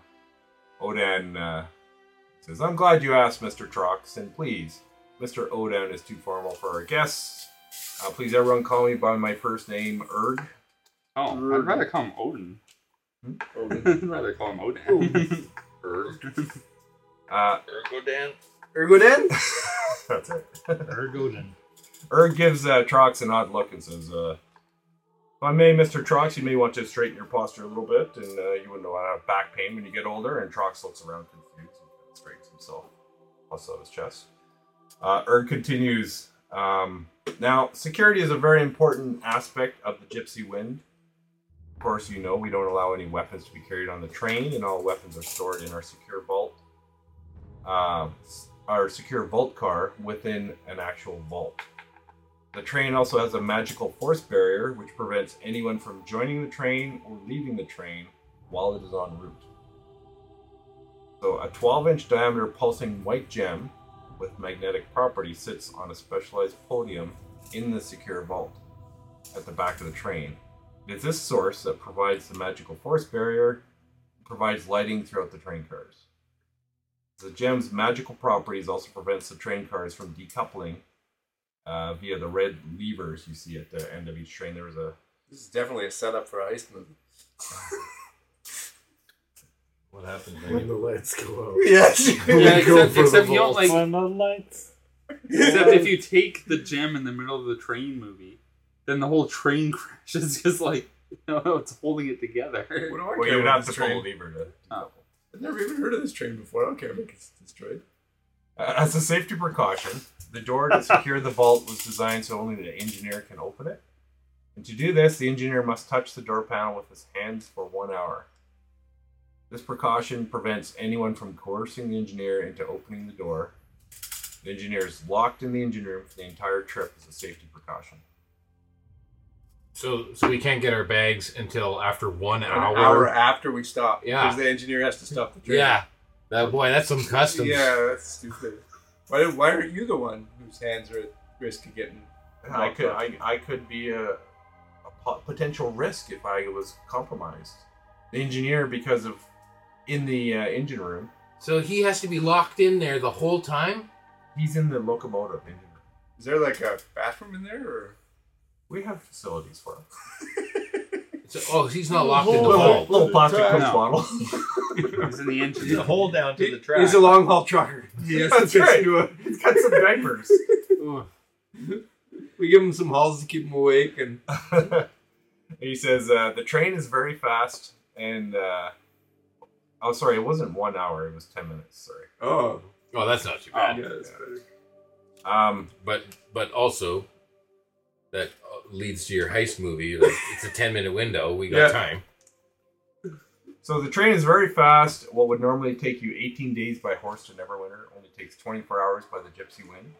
Speaker 2: Odin uh, says, "I'm glad you asked, Mister Trox, and please, Mister Odin is too formal for our guests. Uh, please, everyone, call me by my first name, Erg."
Speaker 14: Oh, I'd rather call him Odin. I'd rather call him Odin. Erg.
Speaker 2: Uh,
Speaker 7: Ergodan.
Speaker 11: Ergodan?
Speaker 2: That's it.
Speaker 3: Ergodan.
Speaker 2: Erg gives uh, Trox an odd look and says, uh, If I may, Mr. Trox, you may want to straighten your posture a little bit, and uh, you wouldn't want to have back pain when you get older. And Trox looks around confused and kind of straightens himself, plus out his chest. Uh, Erg continues, um, Now, security is a very important aspect of the Gypsy Wind. Of course, you know we don't allow any weapons to be carried on the train, and all weapons are stored in our secure vault. Uh, s- our secure vault car within an actual vault. The train also has a magical force barrier which prevents anyone from joining the train or leaving the train while it is en route. So, a 12 inch diameter pulsing white gem with magnetic property sits on a specialized podium in the secure vault at the back of the train. It is this source that provides the magical force barrier, provides lighting throughout the train cars. The gem's magical properties also prevents the train cars from decoupling uh, via the red levers you see at the end of each train. There was a
Speaker 11: This is definitely a setup for Ice Movie.
Speaker 7: What happened?
Speaker 16: When the lights go out.
Speaker 11: Yes.
Speaker 16: We
Speaker 14: Yeah,
Speaker 16: go for
Speaker 14: except,
Speaker 16: the
Speaker 14: except you don't
Speaker 16: vault.
Speaker 14: like.
Speaker 3: When the lights.
Speaker 14: Except if you take the gem in the middle of the train movie, then the whole train crashes because like no, it's holding it together.
Speaker 11: What
Speaker 2: well, you would have to pull a lever to.
Speaker 14: Oh.
Speaker 11: I've never even heard of this train before. I don't care if it gets destroyed.
Speaker 2: Uh, as a safety precaution, the door to secure the vault was designed so only the engineer can open it. And to do this, the engineer must touch the door panel with his hands for one hour. This precaution prevents anyone from coercing the engineer into opening the door. The engineer is locked in the engine room for the entire trip as a safety precaution.
Speaker 8: So, so we can't get our bags until after one
Speaker 11: An
Speaker 8: hour.
Speaker 11: hour after we stop.
Speaker 8: Yeah.
Speaker 11: Because the engineer has to stop the train.
Speaker 8: Yeah. That boy, that's some customs.
Speaker 11: Yeah, that's stupid. Why, did- why aren't you the one whose hands are at risk of getting.
Speaker 2: I could, I, I could be a, a po- potential risk if I was compromised. The engineer, because of in the uh, engine room,
Speaker 8: So he has to be locked in there the whole time.
Speaker 2: He's in the locomotive engine room.
Speaker 11: Is there like a bathroom in there, or
Speaker 2: we have facilities for him?
Speaker 8: So, oh, he's not locked in the
Speaker 2: Little-
Speaker 8: hall.
Speaker 2: little plastic Coke
Speaker 8: No.
Speaker 2: bottle.
Speaker 14: He's in the engine.
Speaker 8: He's a hole down to the track.
Speaker 5: He's a long haul trucker.
Speaker 11: He has
Speaker 5: That's
Speaker 11: to fix
Speaker 5: right.
Speaker 11: you up.
Speaker 2: He's got some diapers.
Speaker 11: we give him some halls to keep him awake and.
Speaker 2: He says uh, the train is very fast, and uh, oh, sorry, it wasn't one hour; it was ten minutes. Sorry.
Speaker 11: Oh.
Speaker 8: Oh, that's not too bad.
Speaker 2: Um,
Speaker 8: but but also that uh, leads to your heist movie. Like, it's a ten minute window. We
Speaker 2: Yeah.
Speaker 8: got time.
Speaker 2: So the train is very fast. What would normally take you 18 days by horse to Neverwinter only takes 24 hours by the Gypsy Wind.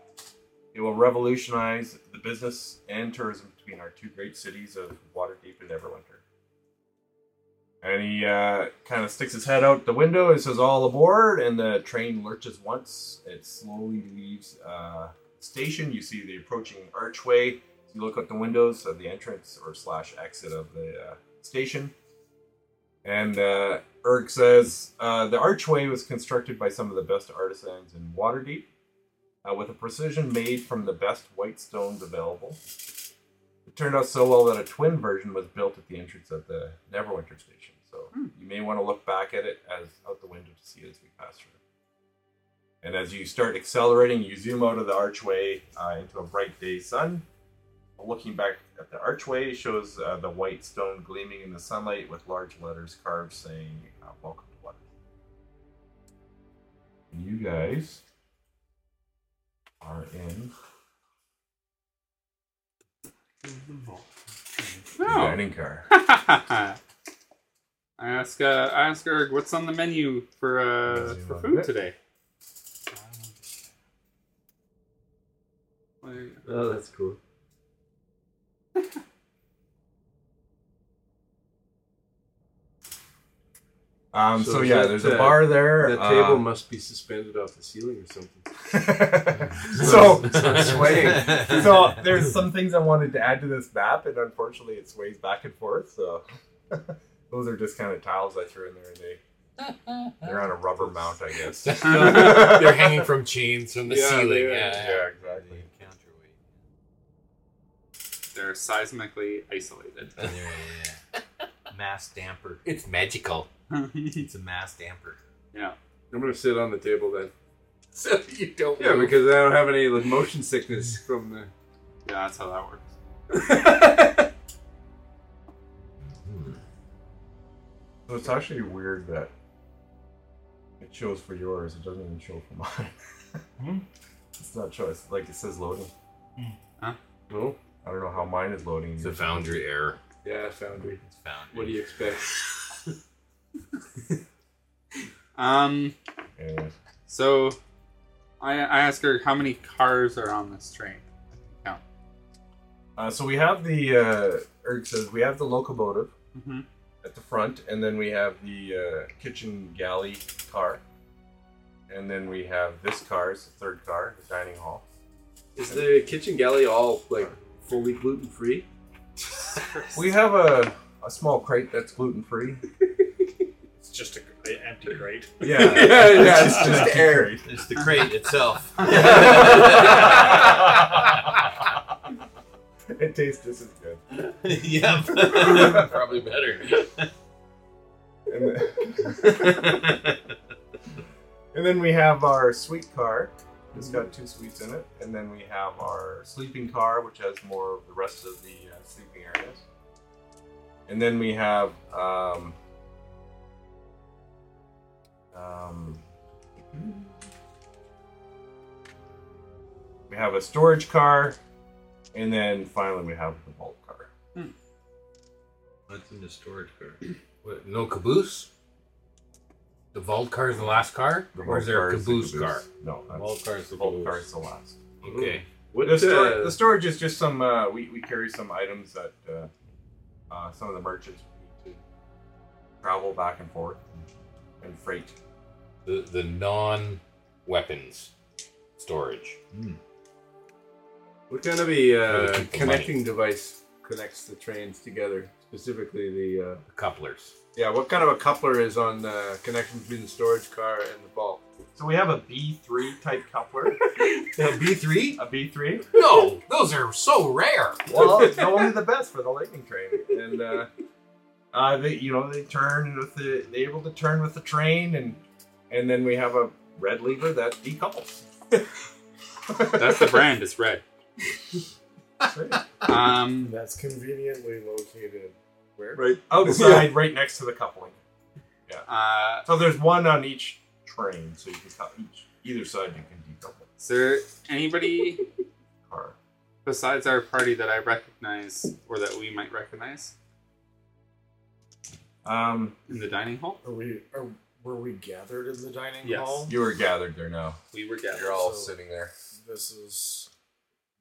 Speaker 2: It will revolutionize the business and tourism between our two great cities of Waterdeep and Neverwinter. And he uh, kind of sticks his head out the window and says, All aboard! And the train lurches once. It slowly leaves uh, the station. You see the approaching archway. You look out the windows of the entrance or slash exit of the uh, station. And uh, Erg says uh, the archway was constructed by some of the best artisans in Waterdeep, uh, with a precision made from the best white stones available. It turned out so well that a twin version was built at the entrance of the Neverwinter station. So you may want to look back at it as out the window to see it as we pass through. And as you start accelerating, you zoom out of the archway uh, into a bright day sun. Looking back at the archway shows uh, the white stone gleaming in the sunlight with large letters carved saying, uh, Welcome to Water. And you guys are in.
Speaker 16: Oh.
Speaker 14: No.
Speaker 2: Dining car.
Speaker 14: I ask, uh, I ask Erg, what's on the menu for uh, for food today?
Speaker 16: Oh, that's cool.
Speaker 2: Um, so,
Speaker 16: is
Speaker 2: yeah,
Speaker 16: that,
Speaker 2: there's
Speaker 16: uh,
Speaker 2: a bar there.
Speaker 16: That
Speaker 2: uh,
Speaker 19: Um,
Speaker 16: table must be suspended off the ceiling or something.
Speaker 2: uh, so
Speaker 16: It's not swaying.
Speaker 2: so there's some things I wanted to add to this map, and unfortunately, it sways back and forth. So those are just kind of tiles I threw in there, and they they're on a rubber mount, I guess.
Speaker 8: They're hanging from chains from the
Speaker 14: Yeah,
Speaker 8: ceiling.
Speaker 14: they are.
Speaker 8: Yeah,
Speaker 2: yeah, exactly.
Speaker 14: They're seismically isolated.
Speaker 7: Mass damper.
Speaker 8: It's magical.
Speaker 7: It's a mass damper.
Speaker 14: Yeah.
Speaker 16: I'm gonna sit on the table then.
Speaker 8: So you don't.
Speaker 16: Yeah,
Speaker 8: move.
Speaker 16: because I don't have any like, motion sickness from the.
Speaker 14: Yeah, that's how that works.
Speaker 2: So it's actually weird that it shows for yours. It doesn't even show for mine. It's not show. It's like it says loading.
Speaker 14: Huh?
Speaker 16: No.
Speaker 2: I don't know how mine is loading. It's
Speaker 8: a Foundry error.
Speaker 16: Yeah, Foundry.
Speaker 8: It's Foundry.
Speaker 16: What do you expect?
Speaker 14: Um. So, I I ask her how many cars are on this train. Yeah.
Speaker 2: Uh, so we have the uh, Erg says we have the locomotive
Speaker 14: Mhm.
Speaker 2: at the front, and then we have the uh, kitchen galley car, and then we have this car, it's the third car, the dining hall.
Speaker 16: Is the kitchen galley all like fully gluten free?
Speaker 2: We have a, a small crate that's gluten free.
Speaker 3: It's just a, an empty crate.
Speaker 2: Yeah. Yeah, yeah, it's just air.
Speaker 7: It's the crate itself.
Speaker 2: it tastes just as good.
Speaker 7: yep. Probably better.
Speaker 2: And then, And then we have our sweet car. It's got
Speaker 8: Mm-hmm.
Speaker 2: two suites in it. And then we have our sleeping car, which has more of the rest of the uh, sleeping areas. And then we have um, um, we have a storage car, and then finally we have the vault car.
Speaker 8: What's in the storage car? What, no caboose? The vault car is the last car?
Speaker 2: The
Speaker 8: or is
Speaker 2: vault
Speaker 8: there
Speaker 2: car
Speaker 8: a
Speaker 2: is the
Speaker 8: caboose,
Speaker 2: caboose.
Speaker 8: car?
Speaker 2: No, that's-
Speaker 8: vault car is the
Speaker 2: vault
Speaker 8: caboose.
Speaker 2: car is the last.
Speaker 8: Okay.
Speaker 2: the,
Speaker 11: uh,
Speaker 2: stor- the storage is just some. Uh, we we carry some items that uh, uh, some of the merchants need to travel back and forth and freight.
Speaker 8: The, the non weapons storage.
Speaker 11: What kind of a
Speaker 8: Other
Speaker 11: uh,
Speaker 8: people
Speaker 11: connecting device connects the trains together? Specifically, the uh,
Speaker 8: couplers.
Speaker 11: Yeah, what kind of a coupler is on the connection between the storage car and the vault?
Speaker 2: So we have a B three type coupler.
Speaker 11: a B three?
Speaker 2: A B three?
Speaker 8: No, those are so rare.
Speaker 2: Well, it's only the best for the lightning train, and uh, uh, they you know they turn with the they able to turn with the train, and and then we have a red lever that decouples.
Speaker 14: That's the brand. It's red. Um,
Speaker 16: That's conveniently located where?
Speaker 2: Right outside, right next to the coupling. Yeah.
Speaker 14: Uh,
Speaker 2: so there's one on each train, so you can cut each either side. You can decouple.
Speaker 14: Is there anybody besides our party that I recognize or that we might recognize?
Speaker 2: Um,
Speaker 14: in the dining hall.
Speaker 16: Are we? Are, were we gathered in the dining
Speaker 14: Yes.
Speaker 16: hall?
Speaker 2: You were gathered there now.
Speaker 14: We were gathered.
Speaker 2: You're all
Speaker 16: So-
Speaker 2: sitting there.
Speaker 16: This is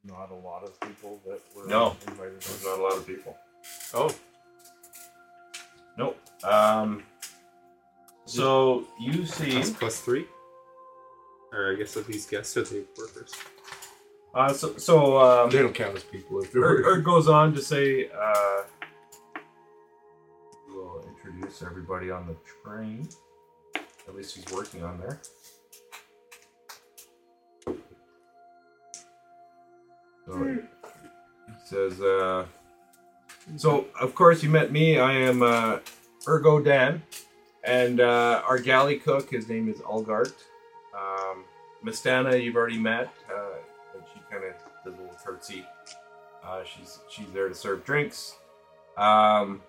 Speaker 16: not a lot of people that were
Speaker 2: No,
Speaker 16: invited.
Speaker 2: there's not a lot of people. Oh. Nope. Um. So you see.
Speaker 14: That's plus three. Or I guess at least guests are the workers.
Speaker 2: Uh, so, so um,
Speaker 14: They don't count as people if they're
Speaker 2: Erd,
Speaker 14: workers.
Speaker 2: Erd goes on to say, uh, "We'll introduce everybody on the train. At least he's working on there." So he says, uh, "So of course you met me. I am uh, Ergo Dan, and uh, our galley cook. His name is Algart. Um, Mistana, you've already met, uh, and she kind of does a little curtsy. Uh, she's she's there to serve drinks. Um,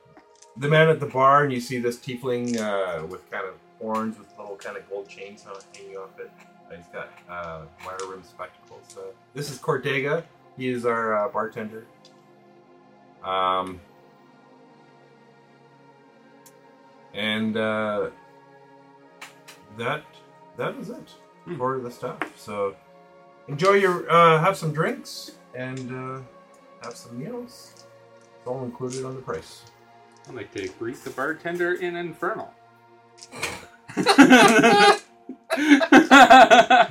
Speaker 2: the man at the bar, and you see this tiefling uh, with kind of horns, with little kind of gold chains hung- hanging off it. Uh, he's got uh, wider rim spectacles. So this is Cordega. He is our uh, bartender. Um, and uh, that that is it for the stuff. So enjoy your uh, have some drinks and uh, have some meals. It's all included on the price.
Speaker 14: I'd like to greet the bartender in Infernal.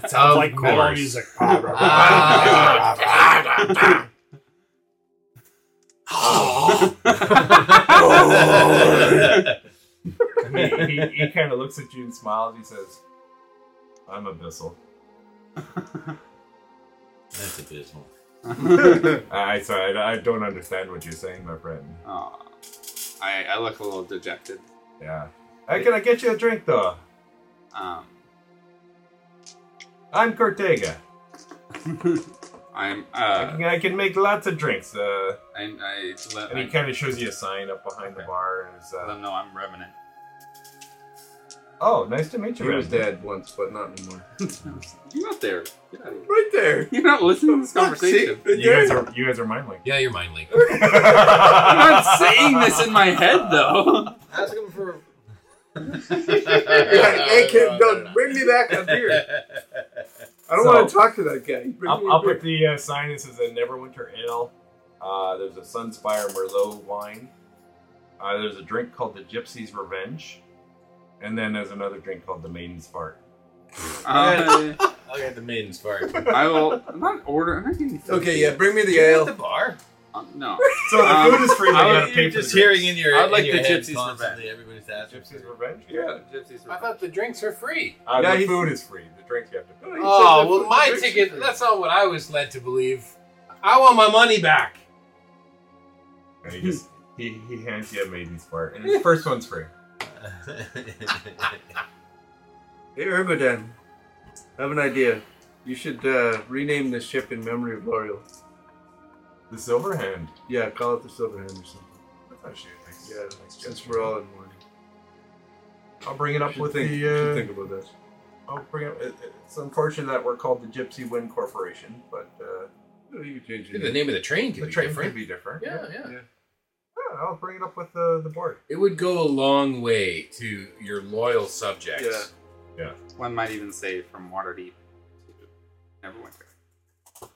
Speaker 3: Sounds like metal music.
Speaker 19: Ah,
Speaker 2: he he, he kind of looks at you and smiles. He says, "I'm abyssal."
Speaker 7: That's abysmal.
Speaker 2: I sorry, I, I don't understand what you're saying, my friend.
Speaker 14: Aw. I, I look a little dejected.
Speaker 2: Yeah. Hey, can I get you a drink, though?
Speaker 14: Um,
Speaker 2: I'm Cortega.
Speaker 14: I'm.
Speaker 2: I,
Speaker 14: Uh,
Speaker 2: can, I can make lots of drinks. Uh,
Speaker 14: and I let
Speaker 2: and he
Speaker 14: I-
Speaker 2: kind of shows you a sign up behind the bar, and it's,
Speaker 14: let
Speaker 2: uh,
Speaker 14: them know I'm Revenant.
Speaker 2: "Oh, nice to meet you."
Speaker 11: He was
Speaker 2: Ren."
Speaker 11: dead once, but not anymore.
Speaker 14: You're not there. Get out of here.
Speaker 11: right there.
Speaker 14: You're not listening to this
Speaker 11: Look, see?
Speaker 14: conversation.
Speaker 11: Right
Speaker 2: You guys
Speaker 11: there.
Speaker 2: are you guys are mind linked.
Speaker 8: Yeah, you're mind linked.
Speaker 14: I'm not saying this in my head though.
Speaker 5: Ask him for.
Speaker 11: hey, kid, no, bring me back a beer. I don't
Speaker 2: So-
Speaker 11: want to talk to that guy. Bring
Speaker 2: Up,
Speaker 11: me a
Speaker 2: up
Speaker 11: beer.
Speaker 2: at the uh, sign, it says a Neverwinter Ale. Uh, there's a Sunspire Merlot wine. Uh, there's a drink called the Gypsy's Revenge. And then there's another drink called the Maiden's Fart.
Speaker 14: I,
Speaker 7: I'll get the maiden's fart.
Speaker 14: Uh, I will. I'm not ordering. I'm not getting food.
Speaker 11: Okay, yeah, bring me the
Speaker 7: You're at
Speaker 11: ale.
Speaker 7: the bar.
Speaker 14: Um, no.
Speaker 2: So the
Speaker 14: Um,
Speaker 2: food is free, but
Speaker 14: I
Speaker 2: you
Speaker 14: would-
Speaker 2: gotta pay
Speaker 7: You're
Speaker 2: for
Speaker 7: just
Speaker 2: the drinks.
Speaker 7: hearing in your.
Speaker 14: I'd like
Speaker 7: in your
Speaker 14: the
Speaker 7: head
Speaker 14: gypsies
Speaker 7: constantly, Everybody's asking.
Speaker 2: Gypsy's Revenge?
Speaker 14: Yeah, gypsies.
Speaker 4: I thought the drinks were free.
Speaker 2: Uh,
Speaker 11: Yeah,
Speaker 2: the
Speaker 11: he's-
Speaker 2: food is free. The drinks you have to pay.
Speaker 4: Oh well, my ticket—that's not what I was led to believe. I want my money back.
Speaker 2: And he just he, he hands you a Maiden's Fart. And the first one's free.
Speaker 11: Hey, Ergodan. I have an idea. You should uh, rename this ship in memory of L'Oreal.
Speaker 2: The Silver Hand.
Speaker 11: Yeah, call it the Silver Hand or something.
Speaker 2: That's actually a nice,
Speaker 11: Yeah,
Speaker 2: nice
Speaker 11: since
Speaker 2: gesture.
Speaker 11: we're all in mourning.
Speaker 2: I'll bring it up
Speaker 11: Should
Speaker 2: with
Speaker 11: think,
Speaker 2: the.
Speaker 11: should
Speaker 2: Uh,
Speaker 11: think about that.
Speaker 2: I'll bring up. It, it's unfortunate that we're called the Gypsy Wind Corporation, but uh,
Speaker 11: You can change
Speaker 8: The name of the train could
Speaker 2: the
Speaker 8: be
Speaker 2: train
Speaker 8: different.
Speaker 2: could be different.
Speaker 8: Yeah, yeah.
Speaker 11: Yeah.
Speaker 5: Yeah, I'll bring it up with the, the board.
Speaker 8: It would go a long way to your loyal subjects.
Speaker 14: Yeah. One might even say from Waterdeep to Neverwinter.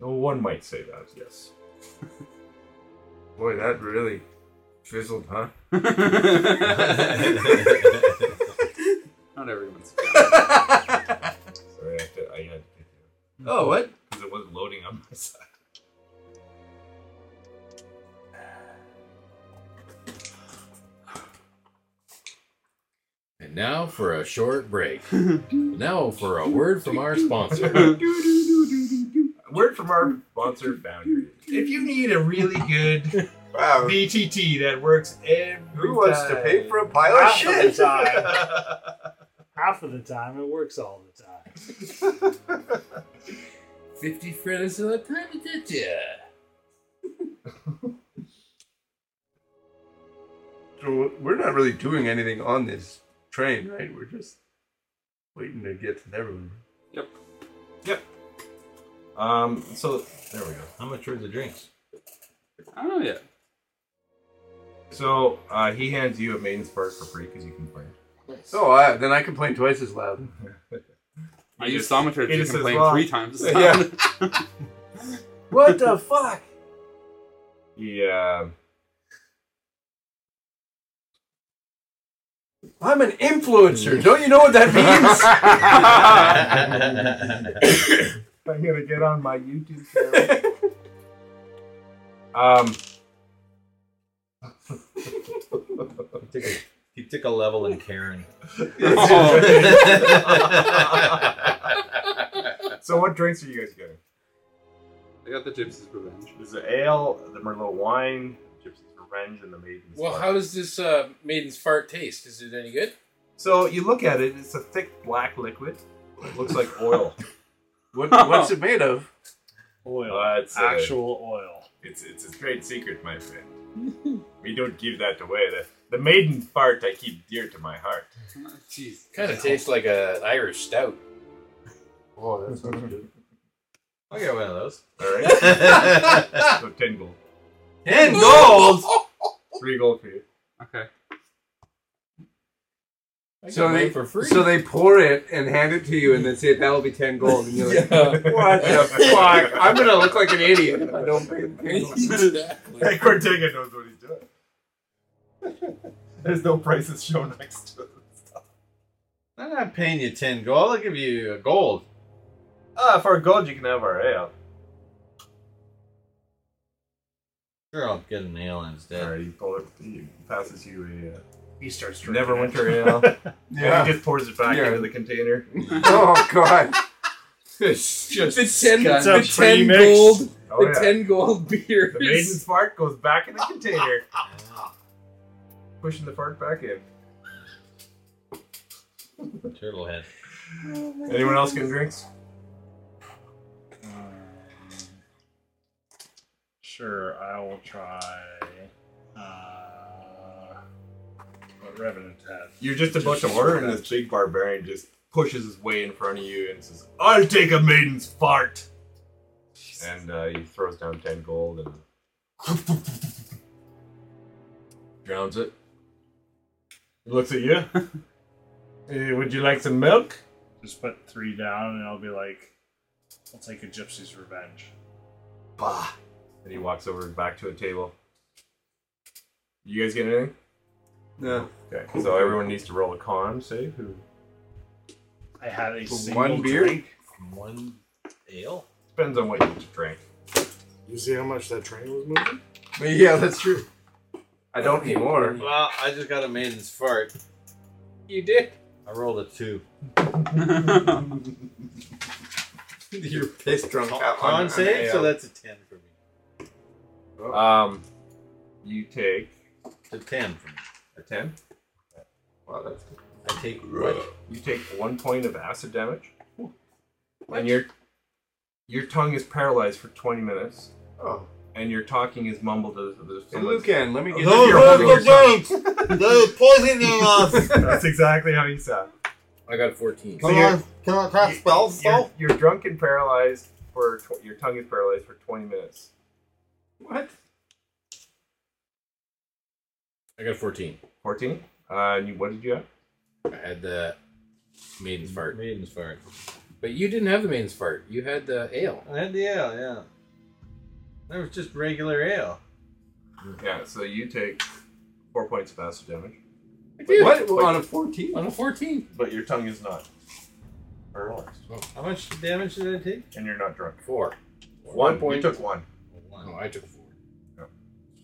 Speaker 2: No one might say that. Yes.
Speaker 11: Boy, that really fizzled, huh?
Speaker 14: Not everyone's.
Speaker 2: Sorry, I had to. I had to
Speaker 11: Oh, what?
Speaker 2: Because it wasn't loading on my side.
Speaker 8: And now for a short break. now for a word from our sponsor.
Speaker 2: Word from our sponsor, Boundary. If you need a really good VTT that works every
Speaker 11: Who wants to
Speaker 2: time-
Speaker 11: pay for a pile of
Speaker 2: Half
Speaker 11: shit?
Speaker 2: the time.
Speaker 3: Half of the time, it works all the time.
Speaker 8: 50 friends at a time to get ya.
Speaker 11: So we're not really doing anything on this train, right? We're just waiting to get to Neverland.
Speaker 14: Yep.
Speaker 2: Yep. Um. So there we go. How much were the drinks?
Speaker 14: I don't know yet.
Speaker 2: So uh, he hands you a maiden spark for free because you can play.
Speaker 11: Oh, I, then I complain twice as loud.
Speaker 14: I use Thaumaturge, you can play him three times. as
Speaker 11: Yeah.
Speaker 14: loud.
Speaker 11: what the fuck?
Speaker 2: Yeah.
Speaker 11: I'm an influencer. Don't you know what that means?
Speaker 2: I'm gonna get on my YouTube channel. Um.
Speaker 7: He took a, he took a level in Karen.
Speaker 2: so what drinks are you guys getting?
Speaker 14: I got the Gypsy's Revenge.
Speaker 2: There's the ale, the Merlot wine, Gypsy's Revenge, and the Maiden's
Speaker 8: Well,
Speaker 2: Mark.
Speaker 8: how does this uh, maiden's fart taste? Is it any good?
Speaker 2: So you look at it, it's a thick black liquid. It looks like oil.
Speaker 11: what, what's it made of?
Speaker 19: Oil.
Speaker 2: Uh, it's, uh,
Speaker 19: Actual oil.
Speaker 2: It's it's a trade secret, my friend. we don't give that away. The, the maiden fart I keep dear to my heart.
Speaker 8: Jeez, kind of tastes like a, an Irish stout.
Speaker 2: Oh, that sounds good.
Speaker 7: I'll get one of those.
Speaker 2: All right. so ten gold.
Speaker 7: Ten gold?
Speaker 2: Three gold for you.
Speaker 14: Okay.
Speaker 11: So they so they pour it and hand it to you, and then say that'll be ten gold, and you're like, what the fuck? I'm gonna look like an idiot if I don't pay ten gold.
Speaker 2: Hey, Cortega knows what he's doing. There's no prices shown next to it.
Speaker 7: I'm not paying you ten gold. I'll give you a gold.
Speaker 2: Ah, for a gold you can have our ale.
Speaker 7: Sure, I'll get an ale instead.
Speaker 2: All right, he, pull it, he passes you a uh,
Speaker 3: He starts drinking.
Speaker 2: Neverwinter
Speaker 3: it.
Speaker 2: ale.
Speaker 11: Yeah.
Speaker 2: And he just pours it back
Speaker 11: Yeah.
Speaker 2: into the container.
Speaker 11: oh god. It's just
Speaker 8: The ten,
Speaker 11: disgusting.
Speaker 8: the ten gold,
Speaker 2: Oh,
Speaker 8: the
Speaker 2: yeah.
Speaker 8: ten gold beer.
Speaker 2: The maiden's fart goes back in the container. Pushing the fart back in.
Speaker 7: Turtle head.
Speaker 2: Anyone else getting drinks?
Speaker 19: Um, Sure, I will try. Uh, what Revenant had.
Speaker 2: You're just about to order, and this big barbarian just pushes his way in front of you and says, I'll take a maiden's fart! And uh, he throws down 10 gold and drowns it. He looks at you. "Eh, would you like some milk?
Speaker 19: Just put three down, and I'll be like, I'll take a gypsy's revenge.
Speaker 2: Bah! And he walks over back to a table. You guys get anything?
Speaker 11: No.
Speaker 2: Okay, so everyone needs to roll a con save. Who?
Speaker 19: I had a
Speaker 11: For
Speaker 19: single
Speaker 11: one beer?
Speaker 19: drink.
Speaker 7: One ale.
Speaker 2: Depends on what you drank.
Speaker 6: You see how much that train was moving?
Speaker 11: Yeah, that's true. I don't anymore.
Speaker 7: Well, I just got a maiden's fart.
Speaker 8: You did.
Speaker 7: I rolled a two.
Speaker 11: You're pissed drunk. out on-
Speaker 7: Con
Speaker 11: on
Speaker 7: save, so
Speaker 11: ale.
Speaker 7: that's a ten for me.
Speaker 11: Oh.
Speaker 2: Um, you take
Speaker 7: It's a ten for me.
Speaker 2: a 10. Wow, that's good.
Speaker 7: I take what?
Speaker 2: You take one point of acid damage, and your your tongue is paralyzed for twenty minutes,
Speaker 11: Oh.
Speaker 2: and your talking is mumbled. As, as someone's-
Speaker 11: Hey,
Speaker 2: Oh,
Speaker 11: Lucan, let me get
Speaker 2: No,
Speaker 11: you your
Speaker 2: no,
Speaker 11: holding
Speaker 2: no,
Speaker 11: your tongue.
Speaker 7: They're poisoning us.
Speaker 2: That's exactly how you sound.
Speaker 8: I got fourteen.
Speaker 2: So you're,
Speaker 7: Can I cast spells
Speaker 2: you're, you're drunk and paralyzed for tw- your tongue is paralyzed for twenty minutes.
Speaker 11: What?
Speaker 8: I got 14.
Speaker 2: 14? Uh, you, what did you have?
Speaker 8: I had the maiden's fart. Maiden's fart. But you didn't have the maiden's fart. You had the ale.
Speaker 7: I had the ale, yeah. That was just regular ale.
Speaker 2: Yeah, so you take four points of acid damage.
Speaker 7: did.
Speaker 11: What?
Speaker 7: Wait.
Speaker 11: On a 14?
Speaker 8: On a 14.
Speaker 2: But your tongue is not paralyzed.
Speaker 7: How much damage did I take?
Speaker 2: And you're not drunk.
Speaker 8: Four.
Speaker 2: One. You took one.
Speaker 8: No, I took four.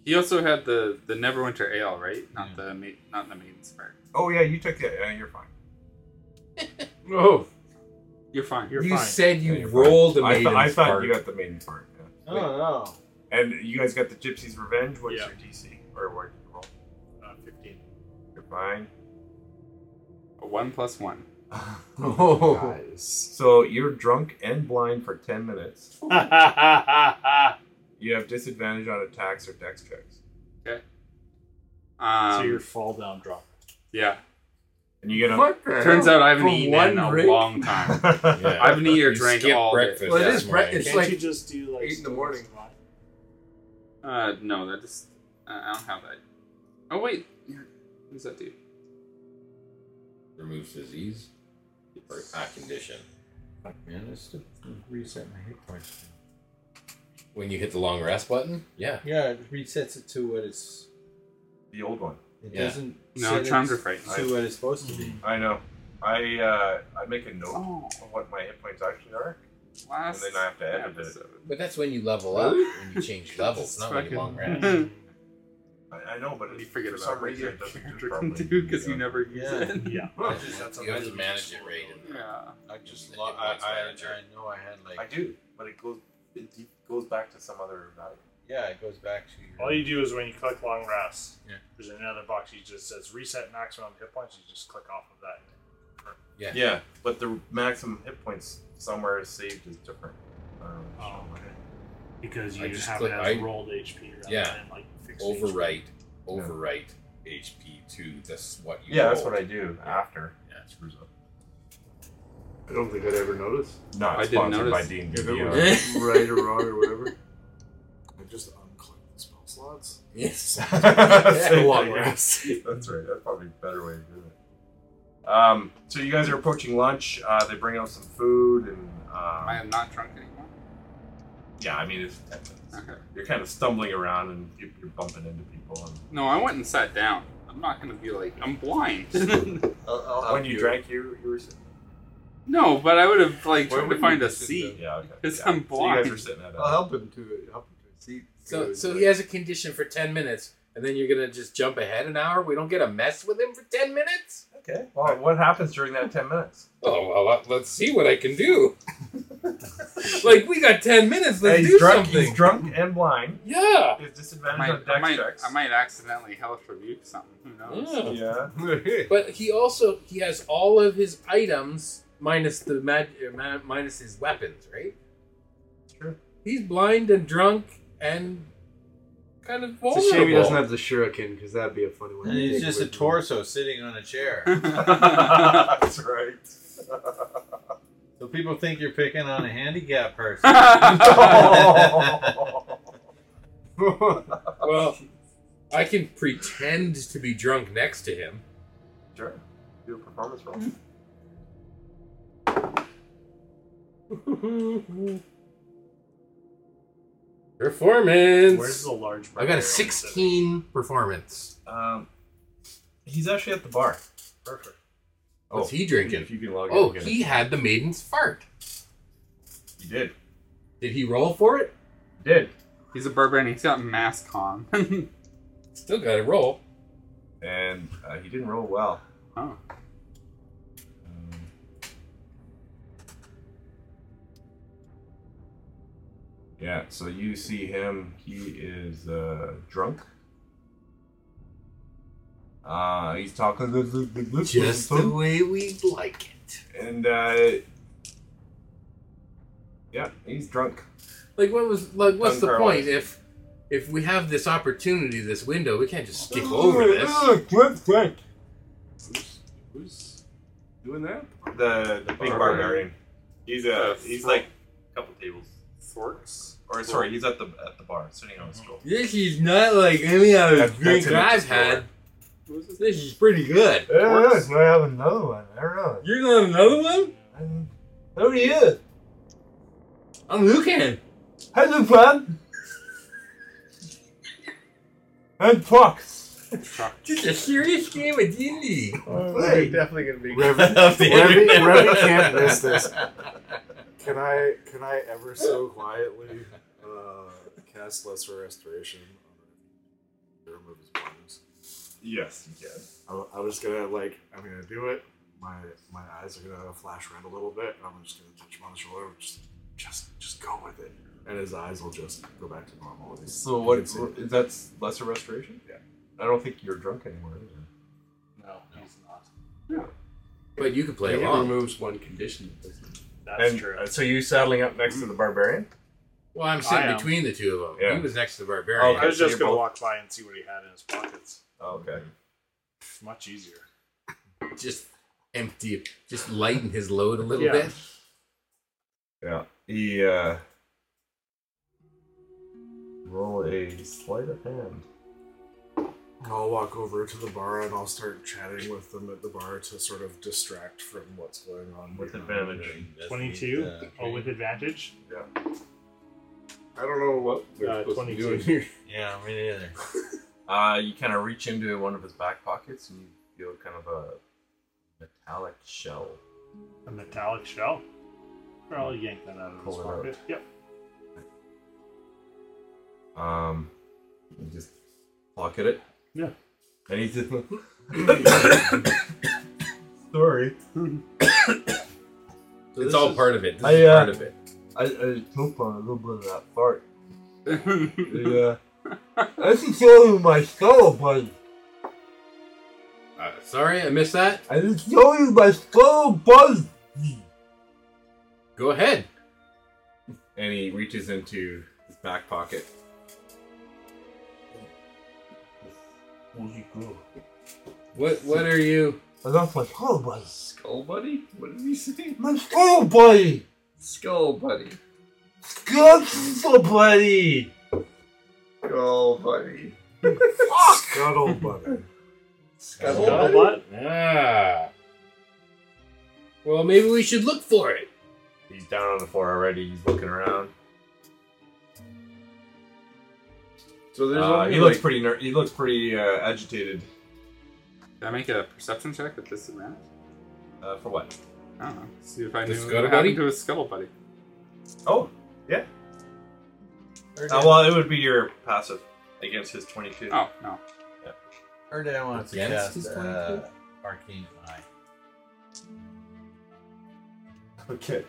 Speaker 14: He also had the the Neverwinter Ale, right? Not the ma- not the Maiden's Fire.
Speaker 2: Oh, yeah, you took it. Yeah, you're fine.
Speaker 14: Oh, you're fine.
Speaker 8: You're You fine. said you rolled
Speaker 2: the
Speaker 8: a
Speaker 2: I, th- I
Speaker 8: maiden's
Speaker 2: thought
Speaker 8: fart.
Speaker 2: you got the maiden part. Yeah.
Speaker 7: Oh,
Speaker 2: no. And you guys got the Gypsy's Revenge. What's your DC? Or what did you roll?
Speaker 19: Uh, 15.
Speaker 2: You're fine.
Speaker 14: A one plus one.
Speaker 2: Oh. So you're drunk and blind for 10 minutes. you have disadvantage on attacks or dex checks.
Speaker 14: Okay. Um,
Speaker 19: so your fall down drop.
Speaker 14: yeah.
Speaker 2: And you get a.
Speaker 19: Fuck that.
Speaker 14: Turns out I haven't
Speaker 19: For
Speaker 14: eaten
Speaker 19: one
Speaker 14: in a
Speaker 19: drink?
Speaker 14: long time.
Speaker 19: Yeah.
Speaker 14: I haven't eaten or
Speaker 19: You
Speaker 14: drank
Speaker 19: skip
Speaker 14: all day.
Speaker 19: breakfast Well, it is this bre- morning. it's
Speaker 3: Can't
Speaker 19: like
Speaker 3: you just do like
Speaker 19: eight in the morning.
Speaker 14: Uh, no, that just uh, I don't have that. Oh wait, who's that dude?
Speaker 8: Removes disease. Or a condition. Man, I still reset my hit points. When you hit the long rest button? Yeah.
Speaker 7: Yeah, it resets it to what it's.
Speaker 2: The old one.
Speaker 7: It
Speaker 8: Yeah.
Speaker 7: doesn't.
Speaker 14: No,
Speaker 7: set it
Speaker 14: Chandra Fright.
Speaker 7: To what it's supposed to be.
Speaker 2: I know. I uh, I make a note of what my hit points actually are.
Speaker 14: Oh, Last
Speaker 2: and then I have to edit
Speaker 14: episode.
Speaker 8: But that's when you level up, when you change levels, not when you long rest.
Speaker 2: it. I, I know, but
Speaker 14: You
Speaker 2: it's,
Speaker 14: forget
Speaker 2: for
Speaker 14: about
Speaker 2: some
Speaker 14: what
Speaker 2: reason
Speaker 14: your
Speaker 2: it doesn't
Speaker 14: character
Speaker 2: do
Speaker 14: can
Speaker 2: properly.
Speaker 14: do because you never use
Speaker 7: Yeah.
Speaker 14: it.
Speaker 19: Yeah.
Speaker 8: Well, it's just- Oh, that's how
Speaker 7: You have
Speaker 8: I
Speaker 7: to
Speaker 8: do
Speaker 7: manage
Speaker 8: it.
Speaker 7: it right. in there.
Speaker 14: Yeah.
Speaker 7: I just.
Speaker 8: The
Speaker 7: Lo-
Speaker 8: hit
Speaker 7: I,
Speaker 8: points
Speaker 7: I,
Speaker 8: manager.
Speaker 7: I know I had like.
Speaker 2: I do, but it goes it de- goes back to some other value.
Speaker 7: Yeah, it goes back to your.
Speaker 3: All you do is when you click long rest,
Speaker 8: Yeah.
Speaker 3: there's another box. You just says reset maximum hit points. You just click off of that.
Speaker 8: Yeah.
Speaker 2: Yeah, but the maximum hit points somewhere is saved is different. Um,
Speaker 3: Oh, okay. Because
Speaker 8: I
Speaker 3: you
Speaker 8: just
Speaker 3: have
Speaker 8: click-
Speaker 3: it as
Speaker 8: I-
Speaker 3: rolled HP rather
Speaker 8: Yeah.
Speaker 3: than like fixed HP.
Speaker 8: Overwrite. Overwrite HP to this what you
Speaker 2: yeah, that's
Speaker 8: rolled.
Speaker 2: what I do after.
Speaker 8: Yeah, it screws up.
Speaker 6: I don't think I'd ever notice.
Speaker 2: No,
Speaker 14: I
Speaker 2: it's
Speaker 14: didn't
Speaker 2: sponsored
Speaker 14: notice.
Speaker 2: by D and
Speaker 6: If it
Speaker 2: D.
Speaker 6: was right or wrong or whatever. I just unclick the spell slots.
Speaker 8: Yes.
Speaker 6: a long rest.
Speaker 2: That's right. That's probably a better way to do it. Um, so you guys are approaching lunch. Uh, they bring out some food and.
Speaker 14: I
Speaker 2: Um,
Speaker 14: am not drunk anymore.
Speaker 2: yeah, I mean it's ten minutes.
Speaker 14: Okay.
Speaker 2: You're kind of stumbling around and you- you're bumping into people. And
Speaker 14: No, I went and sat down. I'm not gonna be like I'm blind.
Speaker 7: I'll, I'll help
Speaker 2: when you drank, you you were sitting.
Speaker 14: no, but I would have like
Speaker 7: Where
Speaker 14: tried to
Speaker 7: would
Speaker 14: find
Speaker 7: you
Speaker 14: a
Speaker 7: sit
Speaker 14: seat.
Speaker 2: Yeah, okay.
Speaker 14: Because
Speaker 2: yeah.
Speaker 14: I'm
Speaker 2: So
Speaker 14: blind.
Speaker 2: you guys are sitting at.
Speaker 11: I'll
Speaker 2: A,
Speaker 11: help him to help him to a seat.
Speaker 8: So,
Speaker 11: Good.
Speaker 8: so he has a condition for 10 minutes, and then you're going to just jump ahead an hour? We don't get a mess with him for 10 minutes?
Speaker 2: okay. Well, what happens during that ten minutes?
Speaker 8: Oh, well, let's see what I can do. like, we got 10 minutes. Let's
Speaker 2: Hey,
Speaker 8: do
Speaker 2: he's drunk.
Speaker 8: something.
Speaker 2: He's drunk and blind.
Speaker 8: Yeah.
Speaker 2: He has
Speaker 14: I
Speaker 2: disadvantage on
Speaker 14: might, I
Speaker 2: dex
Speaker 14: might,
Speaker 2: checks.
Speaker 14: I might accidentally health rebuke something. Who knows?
Speaker 8: Yeah.
Speaker 2: Yeah.
Speaker 8: But he also he has all of his items minus the mag- uh, ma- minus his weapons, right?
Speaker 2: Sure.
Speaker 8: He's blind and drunk and kind of vulnerable.
Speaker 11: It's a shame he doesn't have the shuriken because that'd be a funny one.
Speaker 7: And
Speaker 11: to
Speaker 7: he's
Speaker 11: take
Speaker 7: just a
Speaker 11: with him.
Speaker 7: torso sitting on a chair.
Speaker 2: That's right.
Speaker 7: So people think you're picking on a handicapped person.
Speaker 8: well, I can pretend to be drunk next to him.
Speaker 2: sure. Do a performance roll.
Speaker 8: Performance.
Speaker 3: Where's the large?
Speaker 8: I got
Speaker 3: barbarian
Speaker 8: a 16 performance.
Speaker 2: Um, he's actually at the bar. Oh. Perfect.
Speaker 8: What's he drinking?
Speaker 2: If you can log in.
Speaker 8: Oh,
Speaker 2: again.
Speaker 8: he had the maiden's fart.
Speaker 2: You did.
Speaker 8: Did he roll for it?
Speaker 2: You did.
Speaker 14: He's a bourbon. He's got mask on.
Speaker 8: Still got to roll.
Speaker 2: And uh, he didn't roll well.
Speaker 14: oh.
Speaker 2: Um, yeah, so you see him. He is uh, drunk. Uh, he's talking.
Speaker 8: Just the way we like it.
Speaker 2: And, uh. Yeah, he's drunk.
Speaker 8: Like what was like what's the
Speaker 2: Unparalleled.
Speaker 8: point if if we have this opportunity, this window, we can't just skip over this.
Speaker 6: Who's, who's doing that?
Speaker 2: The, the big
Speaker 14: Barbarian.
Speaker 2: barbarian. He's uh,
Speaker 14: Uh,
Speaker 2: he's
Speaker 14: fo-
Speaker 2: like a couple tables.
Speaker 14: Forks.
Speaker 2: Or sorry, he's at the at the bar, sitting on a stool.
Speaker 8: This is not like any other
Speaker 2: That- that's
Speaker 8: drink
Speaker 2: an
Speaker 8: I've
Speaker 2: explorer.
Speaker 8: had.
Speaker 4: This is pretty good.
Speaker 16: There it is. I have another one. I realize.
Speaker 4: You're going another one?
Speaker 16: I'm,
Speaker 4: Who are you? I'm Lucan.
Speaker 16: hello, Brad. I'm Fox.
Speaker 4: This is a serious game of D&D.
Speaker 6: We're Uh, definitely gonna be
Speaker 16: Rev-
Speaker 6: Revy, Revy can't miss this. Can I? Can I ever so quietly uh, cast Lesser Restoration on remove his blindness?
Speaker 16: Yes, you can.
Speaker 6: I'm, I'm just gonna like. I'm gonna do it. My my eyes are gonna flash red a little bit, and I'm just gonna touch him on the shoulder. and Just just just go with it, and his eyes will just go back to normal. He's-
Speaker 2: So what?
Speaker 6: he's-
Speaker 2: Is that lesser restoration?
Speaker 6: Yeah.
Speaker 2: I don't think you're drunk anymore.
Speaker 3: No, he's not.
Speaker 4: But you can play
Speaker 2: It
Speaker 4: along.
Speaker 2: removes one condition.
Speaker 3: That's
Speaker 2: And,
Speaker 3: true.
Speaker 2: uh, so you saddling up next to the barbarian?
Speaker 4: Well, I'm
Speaker 3: I
Speaker 4: sitting
Speaker 3: am.
Speaker 4: between the two of them.
Speaker 2: Yeah.
Speaker 4: He was next to the barbarian.
Speaker 2: Okay,
Speaker 3: I was
Speaker 2: so
Speaker 3: just
Speaker 2: you're
Speaker 3: gonna
Speaker 2: both-
Speaker 3: walk by and see what he had in his pockets.
Speaker 2: Oh, okay.
Speaker 3: It's much easier.
Speaker 4: Just empty, just lighten his load a little
Speaker 3: Yeah.
Speaker 4: bit.
Speaker 2: Yeah. He uh, roll a sleight of hand.
Speaker 6: I'll walk over to the bar and I'll start chatting with them at the bar to sort of distract from what's going on.
Speaker 2: With
Speaker 6: behind
Speaker 2: advantage.
Speaker 6: them.
Speaker 3: 22.
Speaker 6: uh,
Speaker 3: oh, with advantage?
Speaker 6: Yeah. I don't know what we're
Speaker 3: Uh,
Speaker 6: supposed to do in
Speaker 3: 22.
Speaker 6: here.
Speaker 2: Yeah, me neither. uh, you kind of reach into one of his back pockets and you feel kind of a metallic shell.
Speaker 3: A metallic shell? Or I'll yank that out of
Speaker 2: Pull
Speaker 3: his
Speaker 2: it out.
Speaker 3: pocket. Yep.
Speaker 2: Um, you just pluck at it.
Speaker 3: Yeah.
Speaker 2: And he's just
Speaker 16: Sorry.
Speaker 4: it's all part of it. This
Speaker 16: I,
Speaker 4: is
Speaker 16: uh,
Speaker 4: part of it.
Speaker 16: I, I poop on a little bit of that fart. yeah. I just show you my skull, buddy.
Speaker 4: Uh, sorry, I missed that.
Speaker 16: I just show you my skull, buddy.
Speaker 4: Go ahead.
Speaker 2: and he reaches into his back pocket.
Speaker 16: Where'd you go?
Speaker 4: What What are you?
Speaker 16: I lost my skull, buddy.
Speaker 7: Skull buddy? What did he say?
Speaker 16: My skull, buddy.
Speaker 7: Skull buddy.
Speaker 16: Skull, buddy.
Speaker 11: Skull buddy.
Speaker 6: Scuttle button.
Speaker 11: Skull
Speaker 3: Scuttlebutt?
Speaker 4: Ah. Well, maybe we should look for it.
Speaker 2: He's down on the floor already. He's looking around.
Speaker 11: So there's
Speaker 2: Uh,
Speaker 11: only
Speaker 2: he looks
Speaker 11: like-
Speaker 2: pretty. Ner- he looks pretty uh, agitated.
Speaker 14: Did I make a perception check at this amount?
Speaker 2: Uh, for what?
Speaker 14: I don't know. See if I
Speaker 4: The
Speaker 14: knew
Speaker 4: scuttle
Speaker 14: what
Speaker 4: buddy?
Speaker 14: happened to his scuttle buddy.
Speaker 2: Oh, yeah. Uh, well, it would be your passive against his twenty-two.
Speaker 14: Oh no.
Speaker 7: Or did I want to
Speaker 4: Against
Speaker 7: cast
Speaker 4: his
Speaker 7: uh, arcane eye?
Speaker 2: Okay.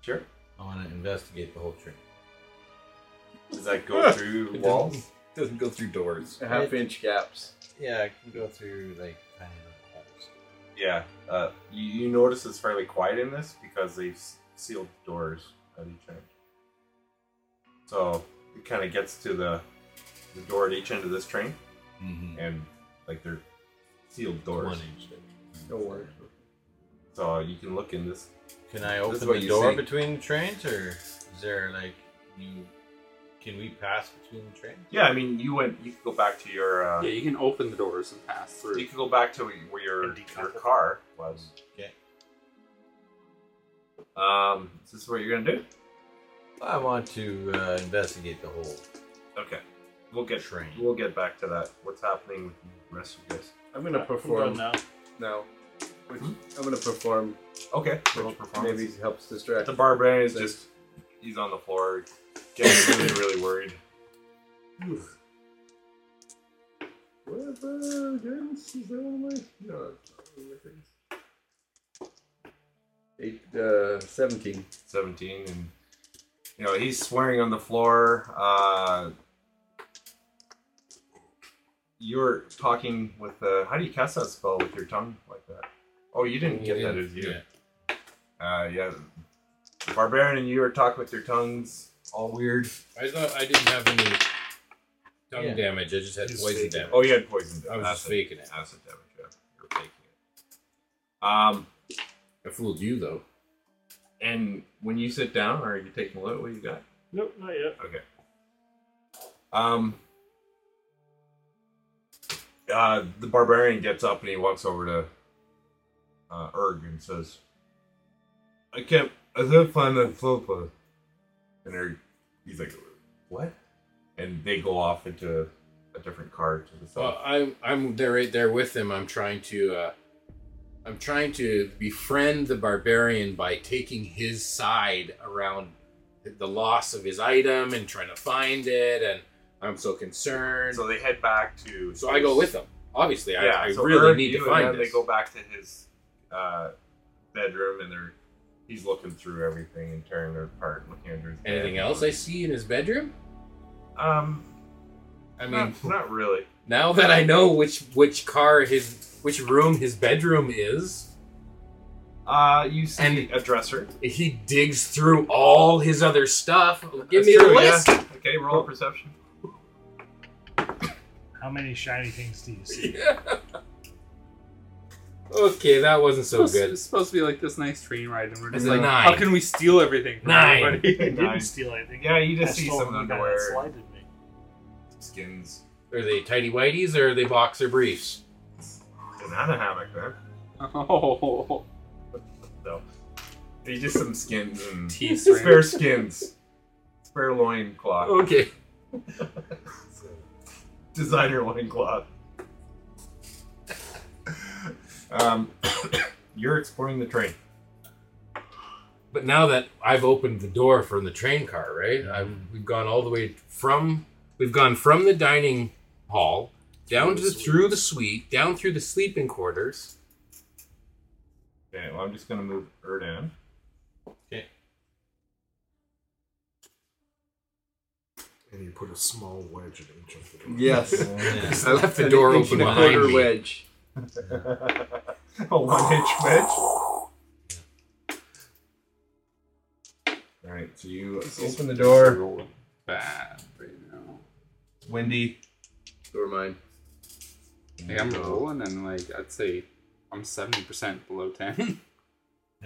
Speaker 2: Sure.
Speaker 7: I want to investigate the whole tree.
Speaker 2: Does that go through walls?
Speaker 4: Doesn't go through doors.
Speaker 11: half inch gaps.
Speaker 7: Yeah, it can go through like tiny little holes.
Speaker 2: Yeah. Uh, you, you notice it's fairly quiet in this because they've s- sealed doors at each end. So it kind of gets to the the door at each end of this train,
Speaker 7: Mm-hmm.
Speaker 2: and like they're sealed doors.
Speaker 7: One inch.
Speaker 11: Don't worry.
Speaker 2: So you can look in this.
Speaker 7: Can I
Speaker 2: This is
Speaker 7: open
Speaker 2: what
Speaker 7: the
Speaker 2: you
Speaker 7: door
Speaker 2: see.
Speaker 7: between the trains, or is there like you? Can we pass between the trains?
Speaker 2: Yeah, I mean, you went. You could go back to your. Uh,
Speaker 14: Yeah, you can open the doors and pass through.
Speaker 2: You could go back to where your
Speaker 3: And decouple.
Speaker 2: your car was.
Speaker 7: Okay.
Speaker 2: Um, is this what you're gonna do?
Speaker 7: I want to uh, investigate the whole
Speaker 2: Okay, we'll get
Speaker 7: train.
Speaker 2: we'll get back to that. What's happening with the rest of you guys?
Speaker 11: I'm gonna perform
Speaker 3: now.
Speaker 11: now. Which
Speaker 16: Hmm?
Speaker 11: I'm gonna perform.
Speaker 2: Okay,
Speaker 11: Which maybe helps distract.
Speaker 2: The barbarian is just he's on the floor, getting really really worried.
Speaker 11: What the goodness is that on my? No, it's not on my things. Eight, uh, 17.
Speaker 2: 17 and you know he's swearing on the floor uh you're talking with uh how do you cast that spell with your tongue like that oh you didn't get that as you uh yeah barbarian and you are talking with your tongues all weird
Speaker 4: I thought I didn't have any tongue
Speaker 7: Yeah.
Speaker 4: damage. I just had
Speaker 2: Just
Speaker 4: poison
Speaker 2: fake it.
Speaker 4: damage.
Speaker 2: oh you had poison
Speaker 4: I was just faking it.
Speaker 2: acid damage yeah you were faking it um
Speaker 4: I fooled you though.
Speaker 2: and when you sit down are you taking a look what you got
Speaker 3: Nope, not yet.
Speaker 2: Okay. Um. uh, the barbarian gets up and he walks over to uh, Erg and says, "I can't. I can't find that sofa." And Erg, he's like, "What?" And they go off into a different car to the
Speaker 8: Well,
Speaker 2: south.
Speaker 8: I'm I'm there right there with him. I'm trying to uh, I'm trying to befriend the barbarian by taking his side around the loss of his item and trying to find it. And I'm so concerned. So
Speaker 2: they head back to.
Speaker 8: So I go with them. Obviously, I, I
Speaker 2: so
Speaker 8: really
Speaker 2: Erg,
Speaker 8: need
Speaker 2: you
Speaker 8: to
Speaker 2: and
Speaker 8: find
Speaker 2: them,
Speaker 8: this.
Speaker 2: They go back to his uh, bedroom and they're he's looking through everything and tearing it apart, and looking under his bed.
Speaker 8: Anything else I see in his bedroom?
Speaker 2: Um,
Speaker 8: I mean,
Speaker 2: not, not really.
Speaker 8: now that I know which which car his which room his bedroom is,
Speaker 2: uh, you see a dresser.
Speaker 8: He digs through all his other stuff. Give
Speaker 2: That's
Speaker 8: me
Speaker 2: true,
Speaker 8: the list.
Speaker 2: yeah. Okay, roll a perception.
Speaker 3: How many shiny things do you see?
Speaker 8: Okay, that wasn't so
Speaker 14: Supposed-
Speaker 8: good.
Speaker 14: It's supposed to be like this nice train ride, and we're
Speaker 8: It's
Speaker 14: just
Speaker 8: a
Speaker 14: like,
Speaker 8: nine.
Speaker 14: how can we steal everything? From
Speaker 8: Nine.
Speaker 14: Everybody?
Speaker 3: I didn't steal anything.
Speaker 2: Yeah, you just
Speaker 3: I
Speaker 2: see
Speaker 3: stole
Speaker 2: some
Speaker 3: from the guy that
Speaker 2: underwear.
Speaker 3: Slighted me.
Speaker 2: Skins.
Speaker 8: Are they tidy whities or are they boxer briefs?
Speaker 2: Banana hammock, man.
Speaker 14: Oh.
Speaker 2: No. They just some skins and
Speaker 8: Tea string.
Speaker 2: Mm. spare skins. Spare loin cloth.
Speaker 8: Okay.
Speaker 2: Designer loincloth. um, you're exploring the train.
Speaker 8: But now that I've opened the door from the train car, right? I've, we've gone all the way from we've gone from the dining hall down to the, through the suite, down through the sleeping quarters.
Speaker 2: Okay, well, I'm just going to move her down.
Speaker 7: Okay.
Speaker 6: And you put a small wedge at each of the doors.
Speaker 11: Yes.
Speaker 8: Oh, I left the door open behind me.
Speaker 11: wedge.
Speaker 2: a one inch wedge. All right, so you open the door.
Speaker 14: Bad right now.
Speaker 2: Windy.
Speaker 8: Door mine.
Speaker 14: Like, I'm rolling, and like I'd say I'm seventy percent below ten.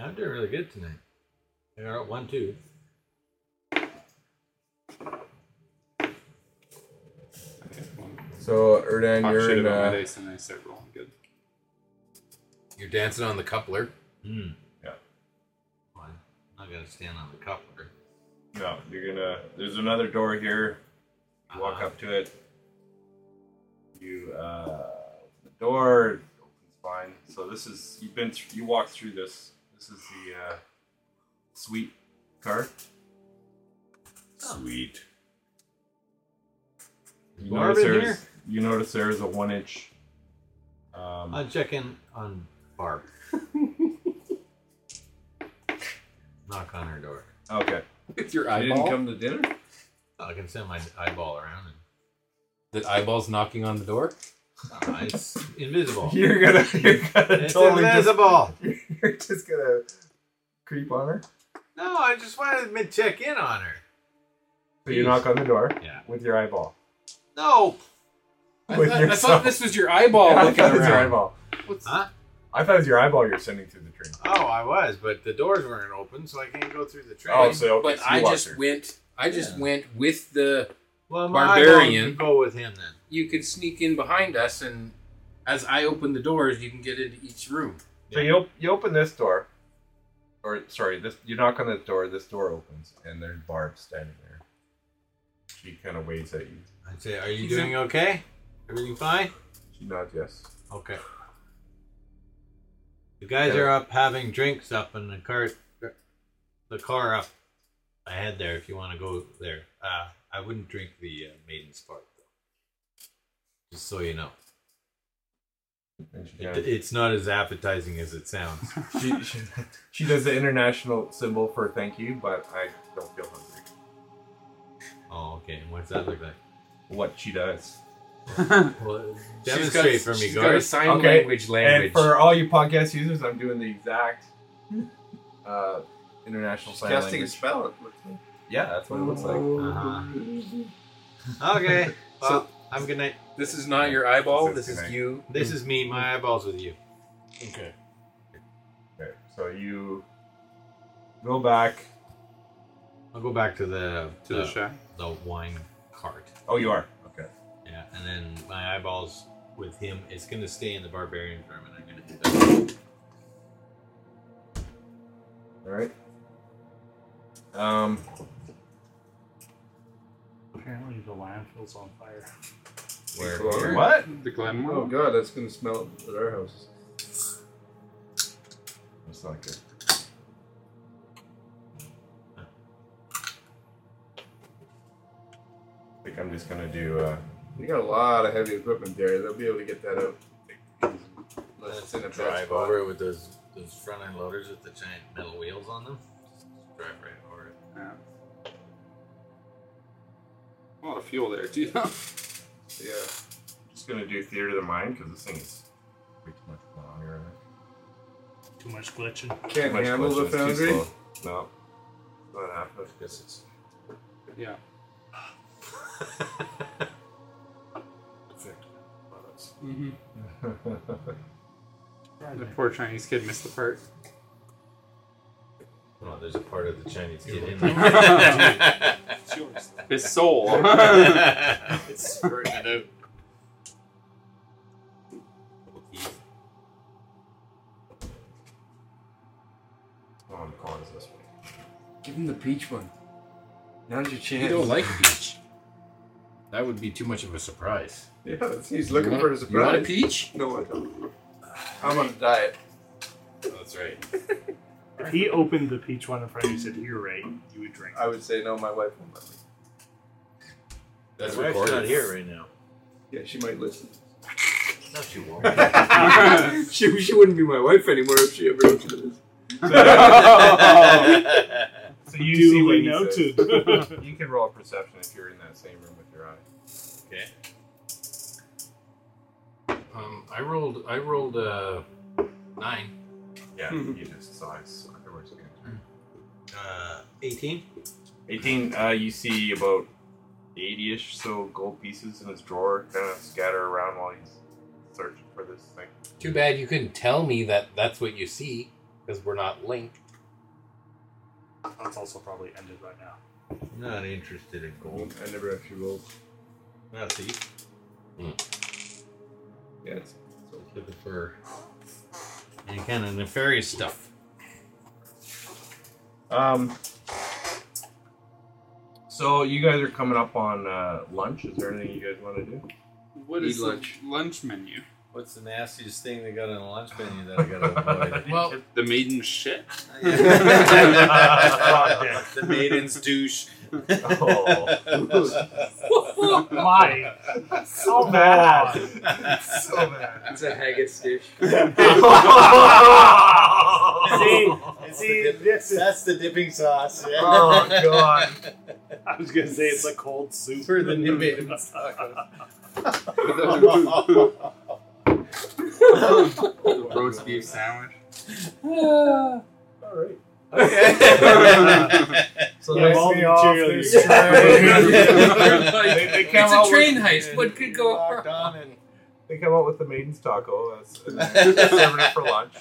Speaker 7: I'm doing really good tonight. You're at one, two.
Speaker 8: So Erdan,
Speaker 14: Talk
Speaker 8: you're
Speaker 14: shit
Speaker 8: in,
Speaker 14: about my
Speaker 8: uh,
Speaker 14: dice, and I start rolling good.
Speaker 8: You're dancing on the coupler.
Speaker 7: Hmm.
Speaker 2: Yeah.
Speaker 7: Well, I'm not gonna stand on the coupler.
Speaker 2: No, you're gonna. There's another door here. You walk
Speaker 11: Uh-huh.
Speaker 2: up to it. You uh, the door it opens fine. So this is you've been thr- you walked through this. This is the uh, sweet car.
Speaker 11: Oh.
Speaker 2: Sweet. You
Speaker 7: Door
Speaker 2: notice
Speaker 7: in
Speaker 2: there's you notice there is a one inch. Um,
Speaker 7: I'll check in on Barb. Knock on her door.
Speaker 2: okay.
Speaker 14: It's your
Speaker 11: You didn't come to dinner?
Speaker 7: I can send my eyeball around.
Speaker 8: That eyeball's knocking on the door.
Speaker 7: And, uh, it's invisible.
Speaker 2: You're gonna, you're gonna
Speaker 7: it's
Speaker 2: totally
Speaker 7: invisible.
Speaker 2: Just, you're just gonna creep on her.
Speaker 7: No, I just wanted to check in on her.
Speaker 2: So you knock on the door
Speaker 7: Yeah.
Speaker 2: with your eyeball.
Speaker 7: No.
Speaker 8: I
Speaker 2: With
Speaker 8: thought, I
Speaker 2: your
Speaker 8: thought
Speaker 2: son.
Speaker 8: this was your eyeball
Speaker 2: Yeah, I
Speaker 8: looking
Speaker 2: thought it was your
Speaker 8: around.
Speaker 2: eyeball.
Speaker 7: Huh?
Speaker 2: I thought it was your eyeball you're sending through the train.
Speaker 7: Oh, I was, but the doors weren't open, so I can't go through the train.
Speaker 2: Oh, so okay,
Speaker 8: But
Speaker 2: so you
Speaker 8: I
Speaker 2: walked
Speaker 8: just
Speaker 2: her.
Speaker 8: went. I just
Speaker 7: Yeah.
Speaker 8: went with the
Speaker 7: well, my eyeball
Speaker 8: barbarian.
Speaker 7: can Go with him then.
Speaker 8: You could sneak in behind us, and as I open the doors, you can get into each room.
Speaker 2: So you op- you open this door, or sorry, this you knock on this door. This door opens, and there's Barb standing there. She kind of waves at you.
Speaker 7: I'd say, are you
Speaker 8: He's
Speaker 7: doing okay? Everything fine?
Speaker 2: She nods yes.
Speaker 7: Okay. You guys
Speaker 2: Yeah.
Speaker 7: are up having drinks up in the car, the car up ahead there. If you want to go there, uh, I wouldn't drink the uh, maiden's part though. Just so you know,
Speaker 2: And she,
Speaker 7: It-
Speaker 2: kind of-
Speaker 7: it's not as appetizing as it sounds.
Speaker 2: she, she she does the international symbol for thank you, but I don't feel hungry.
Speaker 7: oh, okay. And what's that look like?
Speaker 2: What she does.
Speaker 7: Well,
Speaker 8: She's
Speaker 7: demonstrate
Speaker 8: got-
Speaker 7: for me,
Speaker 8: she's got a
Speaker 7: Garth.
Speaker 8: sign language language.
Speaker 2: And for all you podcast users, I'm doing the exact uh, international sign
Speaker 11: Casting a
Speaker 2: language.
Speaker 11: spell.
Speaker 2: Yeah, that's what it looks like.
Speaker 7: Okay.
Speaker 8: So-
Speaker 7: Well, have a good night.
Speaker 8: This is not your eyeball.
Speaker 2: This
Speaker 8: This
Speaker 2: is
Speaker 8: is
Speaker 2: good night.
Speaker 8: you.
Speaker 7: This is me. My eyeballs with you.
Speaker 6: Okay.
Speaker 2: Okay, so you go back.
Speaker 7: I'll go back to the
Speaker 14: To the shack.
Speaker 7: the wine cart.
Speaker 2: Oh, you are. Okay.
Speaker 7: Yeah, and then my eyeballs with him. It's going to stay in the barbarian farm, and I'm going to hit that.
Speaker 2: All right. Um,
Speaker 3: Apparently the landfill's on fire.
Speaker 7: Where?
Speaker 2: What?
Speaker 14: The Glenmore?
Speaker 5: Oh god, that's gonna smell at our houses.
Speaker 2: That's not good. I think I'm just gonna do. Uh,
Speaker 5: We got a lot of heavy equipment there. They'll be able to get that out. Unless it's in a bad
Speaker 7: drive
Speaker 5: spot.
Speaker 7: over it with those those front end loaders with the giant metal wheels on them. Just drive right over it.
Speaker 8: Oh.
Speaker 14: Yeah. A lot of fuel there, too.
Speaker 2: yeah. I'm just gonna do theater of the mind because this thing is way too much going on here.
Speaker 3: Too much glitching.
Speaker 5: Can't handle the foundry?
Speaker 2: No. Not happening. Guess it's
Speaker 14: yeah.
Speaker 16: Perfect. Products.
Speaker 14: Mm-hmm. The poor Chinese kid missed the part.
Speaker 7: Oh, there's a part of the Chinese kid in there.
Speaker 14: It's yours. His soul.
Speaker 7: it's spurting it out.
Speaker 2: on the corners this way.
Speaker 5: Give him the peach one. Now's your chance.
Speaker 8: You don't like peach. That would be too much of a surprise.
Speaker 5: Yeah, that's- he's looking
Speaker 8: You
Speaker 5: for a
Speaker 8: want- You want a
Speaker 5: surprise.
Speaker 8: peach?
Speaker 5: No, I don't. I'm on a diet.
Speaker 8: Oh, That's right.
Speaker 3: If he opened the peach one in front of you and said, Here, Ray, you would drink.
Speaker 5: I would say no, my wife won't let me.
Speaker 7: That's
Speaker 8: My wife's
Speaker 7: recorded.
Speaker 8: not
Speaker 7: here right now.
Speaker 5: Yeah, she might listen.
Speaker 7: No, she won't.
Speaker 5: she, she wouldn't be my wife anymore if she ever listened to this.
Speaker 3: So you see what he says.
Speaker 2: you can roll a perception if you're in that same room with your eye.
Speaker 7: Okay.
Speaker 8: Um, I rolled. I rolled uh, nine.
Speaker 2: Yeah, you just saw his otherwise again.
Speaker 7: Uh, 18.
Speaker 2: 18, uh, you see about 80 ish so gold pieces in his drawer kind of scatter around while he's searching for this thing.
Speaker 8: Too bad you couldn't tell me that that's what you see because we're not linked.
Speaker 3: That's also probably ended right now.
Speaker 7: Not interested in gold.
Speaker 5: I never actually rolled.
Speaker 7: Not thief.
Speaker 5: Yeah, it's
Speaker 7: Looking for any kind of nefarious stuff.
Speaker 2: Um, so you guys are coming up on uh, lunch. Is there anything you guys want to do?
Speaker 14: What
Speaker 5: Eat
Speaker 14: is the
Speaker 5: lunch.
Speaker 14: lunch menu?
Speaker 7: What's the nastiest thing they got on the lunch menu that I gotta avoid?
Speaker 8: Well,
Speaker 14: The maiden shit?
Speaker 7: the maiden's douche. Oh.
Speaker 3: Why? So bad.
Speaker 5: so bad. It's a haggis dish.
Speaker 3: see,
Speaker 7: That's the
Speaker 3: see,
Speaker 7: dip-
Speaker 3: this is.
Speaker 7: That's the dipping sauce. yeah.
Speaker 5: Oh, God.
Speaker 3: I was gonna say it's a cold soup
Speaker 7: For the nibbins.
Speaker 14: Roast beef sandwich.
Speaker 5: Alright.
Speaker 3: So
Speaker 5: nice
Speaker 3: all the
Speaker 5: being off
Speaker 3: material
Speaker 5: this
Speaker 3: you-
Speaker 2: They- they come
Speaker 8: it's
Speaker 2: out
Speaker 8: a train
Speaker 2: with-
Speaker 8: heist. What could go
Speaker 7: Locked
Speaker 8: wrong?
Speaker 7: on and
Speaker 2: They come out with the maiden's taco. That's uh, serving it for lunch.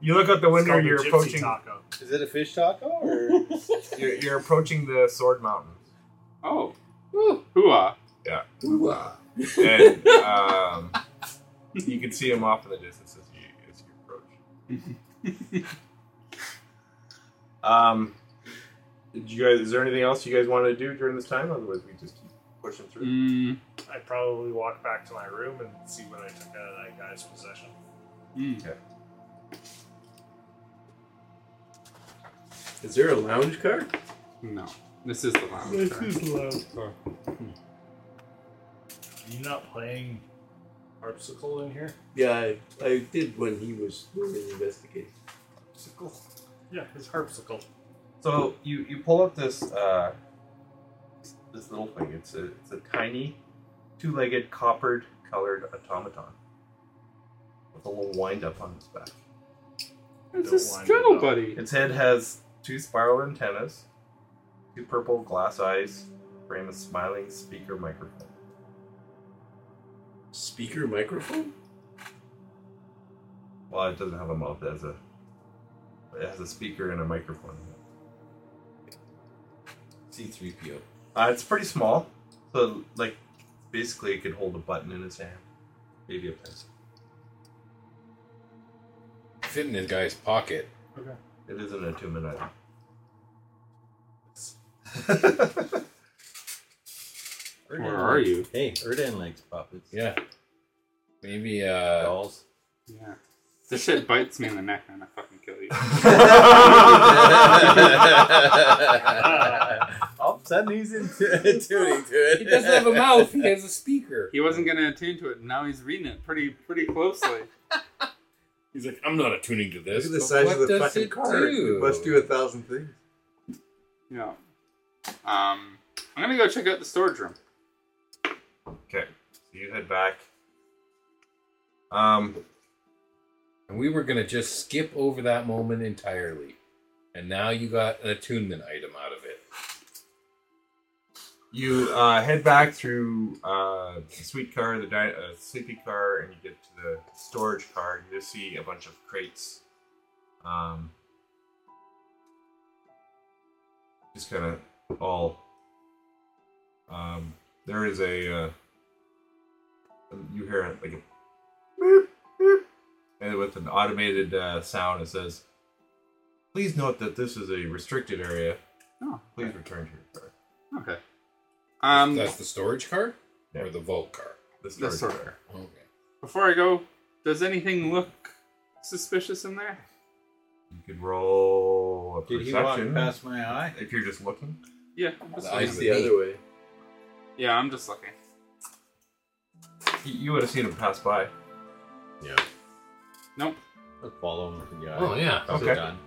Speaker 2: You look out the
Speaker 3: It's
Speaker 2: window.
Speaker 3: called the
Speaker 2: You're
Speaker 3: gypsy
Speaker 2: approaching.
Speaker 3: taco.
Speaker 7: Is it a fish taco or
Speaker 2: You're, you're approaching the Sword Mountain.
Speaker 14: Oh. Hooah.
Speaker 11: ah.
Speaker 2: and um, you can see him off in the distance as you as you approach. um, did you guys? Is there anything else you guys want to do during this time? Otherwise, we just keep pushing through.
Speaker 14: Mm,
Speaker 3: I probably walk back to my room and see what I took out of that guy's possession.
Speaker 14: mm.
Speaker 11: Mm. Is there a lounge car?
Speaker 14: No. This is the lounge. car.
Speaker 3: Are you not playing harpsichord in here?
Speaker 11: Yeah, I, I did when he was doing the investigation.
Speaker 3: Yeah, it's harpsichord.
Speaker 2: So you you pull up this uh, this little thing. It's a it's a tiny two legged coppered colored automaton with a little wind up on its back.
Speaker 14: It's a
Speaker 3: Don't wind it
Speaker 14: scuttle
Speaker 3: up.
Speaker 14: buddy.
Speaker 2: Its head has two spiral antennas, two purple glass eyes, frame a smiling speaker microphone.
Speaker 11: Speaker microphone?
Speaker 2: Well, it doesn't have a mouth. It has a it has a speaker and a microphone. In it.
Speaker 7: C3PO?
Speaker 2: Uh, it's pretty small, so like basically it could hold a button in its hand.
Speaker 7: Maybe a pencil.
Speaker 8: Fit in this guy's pocket.
Speaker 3: Okay.
Speaker 2: It isn't a two minute.
Speaker 8: Erdan
Speaker 14: Where are
Speaker 8: likes-
Speaker 14: you?
Speaker 7: Hey, Erdan likes puppets.
Speaker 8: Yeah. Maybe uh
Speaker 7: dolls.
Speaker 14: Yeah. This shit bites me in the neck and I fucking kill you.
Speaker 7: All of a sudden he's into attuning to it.
Speaker 14: He doesn't have a mouth, he
Speaker 8: has a speaker.
Speaker 14: He wasn't gonna attune to it, now he's reading it pretty pretty closely.
Speaker 8: He's like, I'm not attuning to
Speaker 11: Look
Speaker 8: this.
Speaker 11: at the
Speaker 8: but
Speaker 11: size
Speaker 8: what
Speaker 11: of the
Speaker 8: does
Speaker 11: fucking
Speaker 8: it
Speaker 11: card.
Speaker 8: do?
Speaker 11: It must do a thousand things.
Speaker 14: Yeah. Um I'm gonna go check out the storage room.
Speaker 2: Okay. So you head back. Um
Speaker 8: And we were gonna just skip over that moment entirely. And now you got an attunement item out of it.
Speaker 2: You uh, head back through uh, the sweet car, the di- uh, sleepy car, and you get to the storage car. You just see a bunch of crates. Um, just kind of all. Um, there is a. Uh, you hear like a. And with an automated uh, sound, it says, "Please note that this is a restricted area.
Speaker 14: Oh,
Speaker 2: Please return to your car."
Speaker 14: Okay. Um
Speaker 8: That's the storage car? Or the vault car?
Speaker 2: The
Speaker 14: storage storage
Speaker 2: car.
Speaker 8: Okay.
Speaker 14: Before I go, does anything look suspicious in there?
Speaker 2: You could roll a
Speaker 7: Did he walk
Speaker 2: perception.
Speaker 7: past my eye?
Speaker 2: If you're just looking.
Speaker 14: Yeah, I'm just
Speaker 7: The eye's
Speaker 14: looking.
Speaker 7: the other
Speaker 11: way.
Speaker 14: Yeah, I'm just looking.
Speaker 2: You, you would have seen him pass by.
Speaker 7: Yeah.
Speaker 14: Nope.
Speaker 7: Let's follow him with the eye.
Speaker 8: Oh, yeah.
Speaker 7: How's it
Speaker 2: Okay.
Speaker 7: done?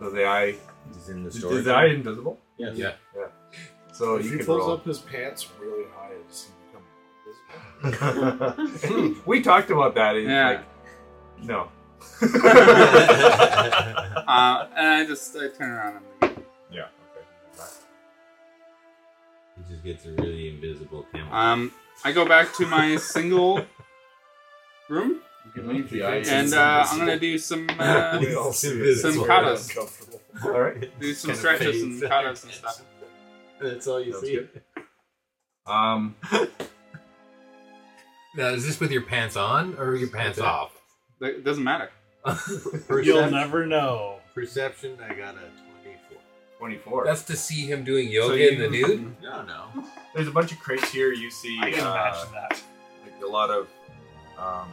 Speaker 2: So the eye
Speaker 7: He's in the
Speaker 2: is
Speaker 7: storage.
Speaker 2: the eye invisible?
Speaker 7: Yes.
Speaker 8: Yeah.
Speaker 2: Yeah. So
Speaker 16: if
Speaker 2: oh, you
Speaker 16: he
Speaker 2: can
Speaker 16: pulls
Speaker 2: roll.
Speaker 16: up his pants really high, does he become invisible?
Speaker 2: we talked about that. and,
Speaker 14: Yeah.
Speaker 2: Like, no.
Speaker 14: Uh, and I just I turn around and
Speaker 2: yeah. Okay.
Speaker 7: He just gets a really invisible camera.
Speaker 14: Um, I go back to my single room,
Speaker 8: You can leave the eyes
Speaker 14: and uh, I'm gonna do some uh,
Speaker 16: We all see it.
Speaker 14: some
Speaker 16: It's
Speaker 14: katas,
Speaker 16: uncomfortable.
Speaker 2: All right.
Speaker 14: do some
Speaker 7: Kinda
Speaker 14: stretches
Speaker 7: fades.
Speaker 14: and katas and stuff.
Speaker 7: That's all you
Speaker 2: Sounds
Speaker 7: see.
Speaker 2: good. Um.
Speaker 8: Now is this with your pants on or your pants off?
Speaker 14: It doesn't matter.
Speaker 19: You'll
Speaker 7: Percep-
Speaker 19: never know.
Speaker 7: Perception, I got a 24.
Speaker 2: Twenty-four.
Speaker 8: That's to see him doing yoga
Speaker 7: So you-
Speaker 8: in the nude?
Speaker 7: No, no.
Speaker 2: There's a bunch of crates here. You see
Speaker 19: I can
Speaker 2: uh,
Speaker 19: imagine that.
Speaker 2: like a lot of um,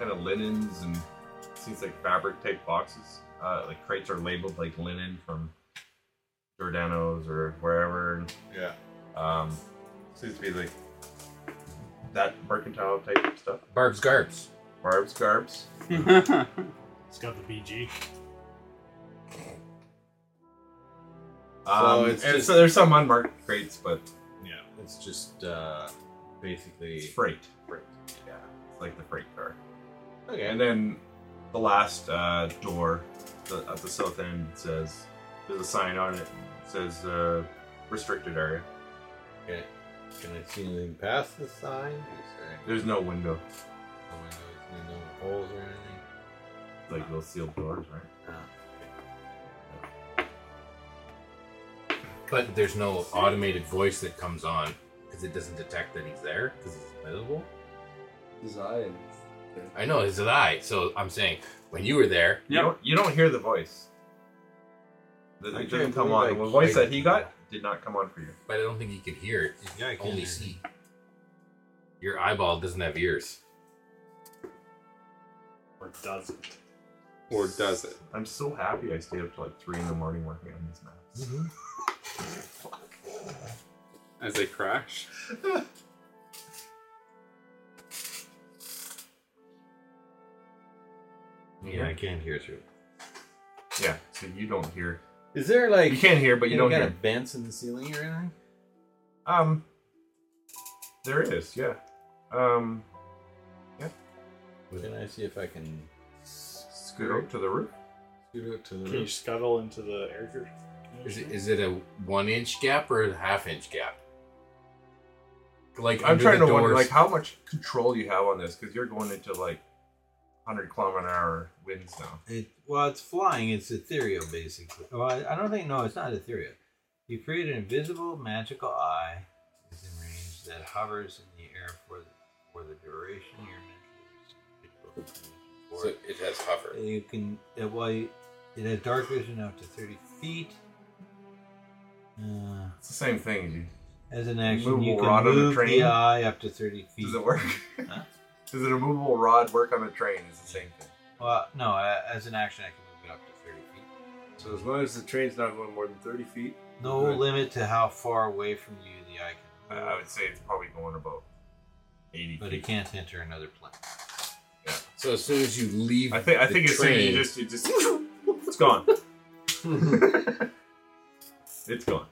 Speaker 2: kind of linens and seems like fabric type boxes. Uh, like crates are labeled like linen from Giordano's or wherever. and
Speaker 16: Yeah.
Speaker 2: Um, seems to be like that mercantile type stuff.
Speaker 8: Barb's garbs.
Speaker 2: Barbs, garbs.
Speaker 19: It's got the BG.
Speaker 2: Um,
Speaker 7: it's
Speaker 2: and
Speaker 7: just-
Speaker 2: so there's some unmarked crates, but
Speaker 7: Yeah. It's just uh, basically.
Speaker 2: it's freight. Freight. Yeah, it's like the freight car.
Speaker 7: Okay.
Speaker 2: And then the last uh, door the, at the south end says there's a sign on it that says uh, restricted area.
Speaker 7: okay. Can I see anything past the sign? Is there
Speaker 2: There's no window,
Speaker 7: any- no windows, any no holes or anything?
Speaker 2: like those sealed doors, right?
Speaker 8: But there's no automated voice that comes on because it doesn't detect that he's there because he's invisible.
Speaker 11: Design.
Speaker 8: I know his eye, so I'm saying when you were there,
Speaker 2: You don't you don't hear the voice. The,
Speaker 7: I
Speaker 2: it doesn't
Speaker 7: can't
Speaker 2: come
Speaker 7: believe
Speaker 2: on.
Speaker 7: I-
Speaker 2: the voice
Speaker 7: I-
Speaker 2: that he got did not come on for you.
Speaker 8: but I don't think you could hear it. You
Speaker 7: Yeah, I
Speaker 8: can only
Speaker 7: can.
Speaker 8: see. Your eyeball doesn't have ears.
Speaker 19: Or does it?
Speaker 14: Or does it?
Speaker 2: I'm so happy I stayed up till like three in the morning working on these maps.
Speaker 14: As they crash.
Speaker 7: Yeah, I can't hear through.
Speaker 2: Yeah, so you don't hear.
Speaker 7: Is there like.
Speaker 2: You can hear, but you don't
Speaker 7: got
Speaker 2: hear.
Speaker 7: vents in the ceiling or anything?
Speaker 2: Um, there is, yeah. Um,
Speaker 7: Can I see if I can
Speaker 2: scoot out to the roof.
Speaker 7: scoot up to
Speaker 2: Uh,
Speaker 7: the
Speaker 19: Can you scuttle into the air grid?
Speaker 8: Is it, is it a one inch gap or a half inch gap? Like
Speaker 2: I'm
Speaker 8: under
Speaker 2: trying
Speaker 8: the
Speaker 2: to wonder,
Speaker 8: doors-
Speaker 2: like, how much control you have on this because you're going into like 100 kilometer an hour winds now.
Speaker 7: It, well, it's flying. It's ethereal, basically. Well, I, I don't think. No, it's not ethereal. You create an invisible magical eye within range that hovers in the air for the, for the duration you're meant
Speaker 8: So it has hover.
Speaker 7: You can it well you- it has dark vision up to thirty feet. Uh,
Speaker 2: It's the same thing. You
Speaker 7: As an action,
Speaker 2: movable
Speaker 7: you can
Speaker 2: rod on a
Speaker 7: move
Speaker 2: train?
Speaker 7: the eye up to thirty feet.
Speaker 2: Does it work? Does it a movable rod work on a train? Is the same thing.
Speaker 7: Well, no. a- As an action, I can move it up to thirty feet.
Speaker 11: So as long as the train's not going more than thirty feet.
Speaker 7: No
Speaker 11: good.
Speaker 7: limit to how far away from you the eye can.
Speaker 2: I I would say it's probably going about eighty.
Speaker 7: But it can't enter another plane.
Speaker 8: So as soon as you leave,
Speaker 2: I think. I
Speaker 8: the
Speaker 2: think it's
Speaker 8: train,
Speaker 2: just. It just. It's gone. it's gone.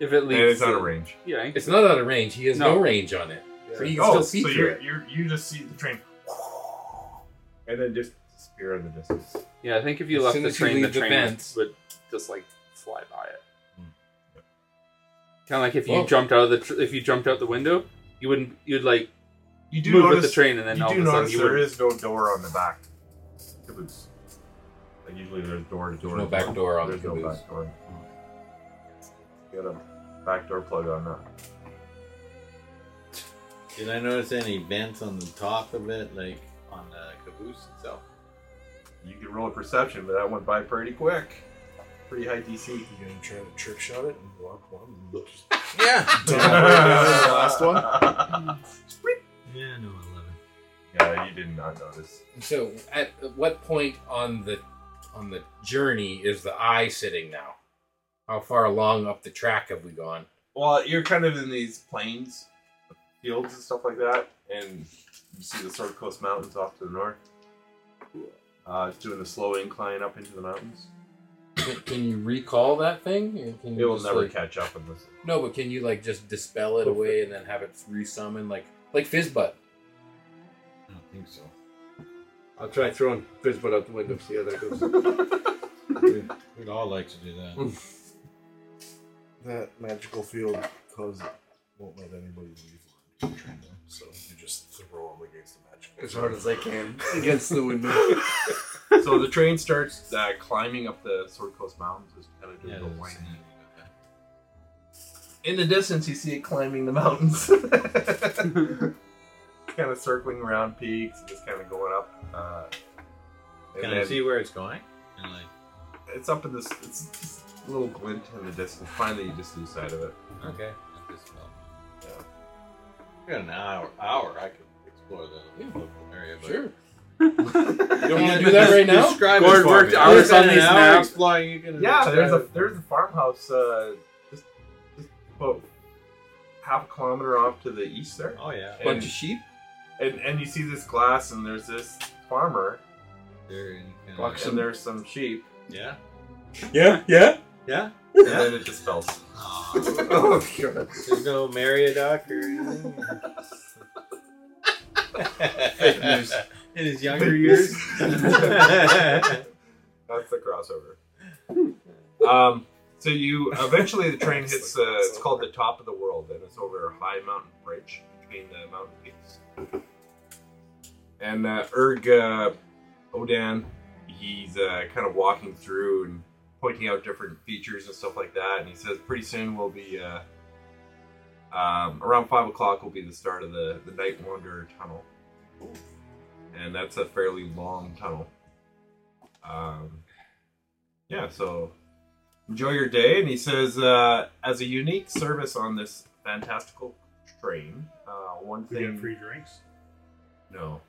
Speaker 14: If it
Speaker 2: And
Speaker 14: leaves,
Speaker 2: it's out of range.
Speaker 14: Yeah,
Speaker 8: It's not out of range. He has no,
Speaker 14: No.
Speaker 8: range on it. So you can
Speaker 2: oh,
Speaker 8: still see
Speaker 2: so
Speaker 8: through
Speaker 2: you
Speaker 8: it.
Speaker 2: you you just see the train, and then just disappear in the distance.
Speaker 14: Yeah, I think if you
Speaker 8: As
Speaker 14: left
Speaker 8: soon
Speaker 14: the
Speaker 8: as you
Speaker 14: train, the
Speaker 8: leave the
Speaker 14: train
Speaker 8: vents-
Speaker 14: would just like fly by it. Kind of like if you
Speaker 8: Well-
Speaker 14: jumped out of the tr- if you jumped out the window, you wouldn't you'd like
Speaker 2: You do
Speaker 14: move
Speaker 2: notice
Speaker 14: with the train, and then
Speaker 2: you
Speaker 14: all
Speaker 2: do
Speaker 14: of a sudden
Speaker 2: notice
Speaker 14: you
Speaker 2: there
Speaker 14: would.
Speaker 2: is no door on the back. Caboose. Like usually there's door to door.
Speaker 8: There's no
Speaker 2: to
Speaker 8: back door on the
Speaker 2: There's no
Speaker 8: caboose.
Speaker 2: back door. You got a back door plug on that.
Speaker 7: Did I notice any vents on the top of it, like on the caboose itself?
Speaker 2: You can roll a perception, but that went by pretty quick. Pretty high DC. You
Speaker 16: gonna try to trick shot it and block one? And just
Speaker 8: Yeah.
Speaker 16: last one.
Speaker 7: Yeah, no, eleven.
Speaker 2: Yeah, you did not notice.
Speaker 8: So at what point on the on the journey is the eye sitting now? How far along up the track have we gone?
Speaker 2: Well, you're kind of in these plains, fields and stuff like that, and you see the Sword Coast Mountains off to the north. Uh, it's doing a slow incline up into the mountains.
Speaker 8: Can, can you recall that thing? Or Can
Speaker 2: It
Speaker 8: you
Speaker 2: will
Speaker 8: just,
Speaker 2: never
Speaker 8: like-
Speaker 2: catch up unless
Speaker 8: No, but can you like just dispel it away and then have it resummon like like Fizzbutt?
Speaker 7: I don't think so.
Speaker 11: I'll try throwing Bisbut out the window. See how that goes.
Speaker 7: We'd all like to do that.
Speaker 16: Hmm. That magical field cause it won't let anybody leave. line. So you just throw them against the magical.
Speaker 11: As
Speaker 16: field.
Speaker 11: hard as I can against the window.
Speaker 2: so the train starts uh, climbing up the Sword Coast Mountains, just kind of doing
Speaker 7: Yeah,
Speaker 2: the
Speaker 7: that's-
Speaker 2: winding. In the distance, you see it climbing the mountains, kind of circling around peaks, just kind of going up. Uh, and
Speaker 7: Can I
Speaker 2: then
Speaker 7: see where it's going? And like,
Speaker 2: It's up in this it's this little glint in the distance. Finally, you just lose sight of it.
Speaker 7: okay, I just felt. We got an hour. Hour, I could explore the local area. But
Speaker 8: Sure.
Speaker 7: you
Speaker 8: don't wanna do that right now?
Speaker 7: Describe
Speaker 14: Gord
Speaker 7: it for
Speaker 14: worked
Speaker 7: me.
Speaker 14: hours
Speaker 7: You spent
Speaker 14: on
Speaker 7: an
Speaker 14: these
Speaker 7: hour
Speaker 14: maps.
Speaker 7: Exploring, you can
Speaker 2: Yeah,
Speaker 7: describe
Speaker 2: there's a
Speaker 7: it.
Speaker 2: there's a farmhouse uh, just, just about half a kilometer off to the east there.
Speaker 7: Oh yeah,
Speaker 8: Bunch of sheep.
Speaker 2: and and you see this glass, and there's this farmer,
Speaker 7: They're in kinda-
Speaker 2: and there's some sheep,
Speaker 7: Yeah,
Speaker 14: Yeah, yeah.
Speaker 7: yeah.
Speaker 2: and then it just fell.
Speaker 11: oh god.
Speaker 7: There's no Marriott or anything.
Speaker 2: news.
Speaker 7: In his younger years. That's
Speaker 2: That's the crossover. Um, so you eventually the train hits. Uh, it's called the top of the world, and it's over a high mountain bridge between the mountain peaks. And uh, Erg uh, Odan, he's uh, kind of walking through and pointing out different features and stuff like that. And he says, pretty soon we'll be uh, um, around five o'clock. Will be the start of the the Night Wanderer Tunnel, and that's a fairly long tunnel. Um, yeah, so enjoy your day. And he says, uh, as a unique service on this fantastical train, uh, one
Speaker 3: We get
Speaker 2: thing.
Speaker 3: free drinks.
Speaker 2: No.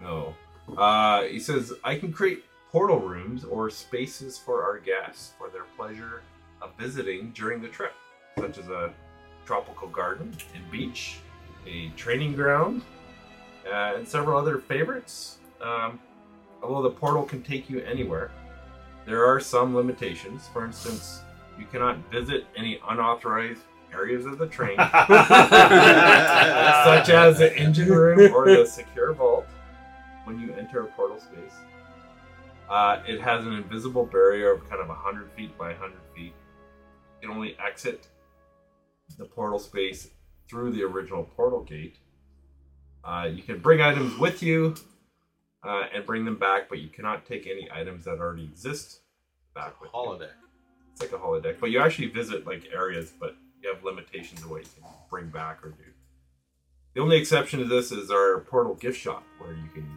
Speaker 2: No. Uh, he says, I can create portal rooms or spaces for our guests for their pleasure of visiting during the trip, such as a tropical garden and beach, a training ground, uh, and several other favorites. Um, although the portal can take you anywhere, there are some limitations. For instance, you cannot visit any unauthorized areas of the train such as the engine room or the secure vault when you enter a portal space. Uh, it has an invisible barrier of kind of 100 feet by 100 feet. You can only exit the portal space through the original portal gate. Uh, you can bring items with you uh, and bring them back, but you cannot take any items that already exist back with you.
Speaker 7: holodeck.
Speaker 2: It's like a holodeck, but you actually visit like areas, but you have limitations of what you can bring back or do. The only exception to this is our portal gift shop, where you can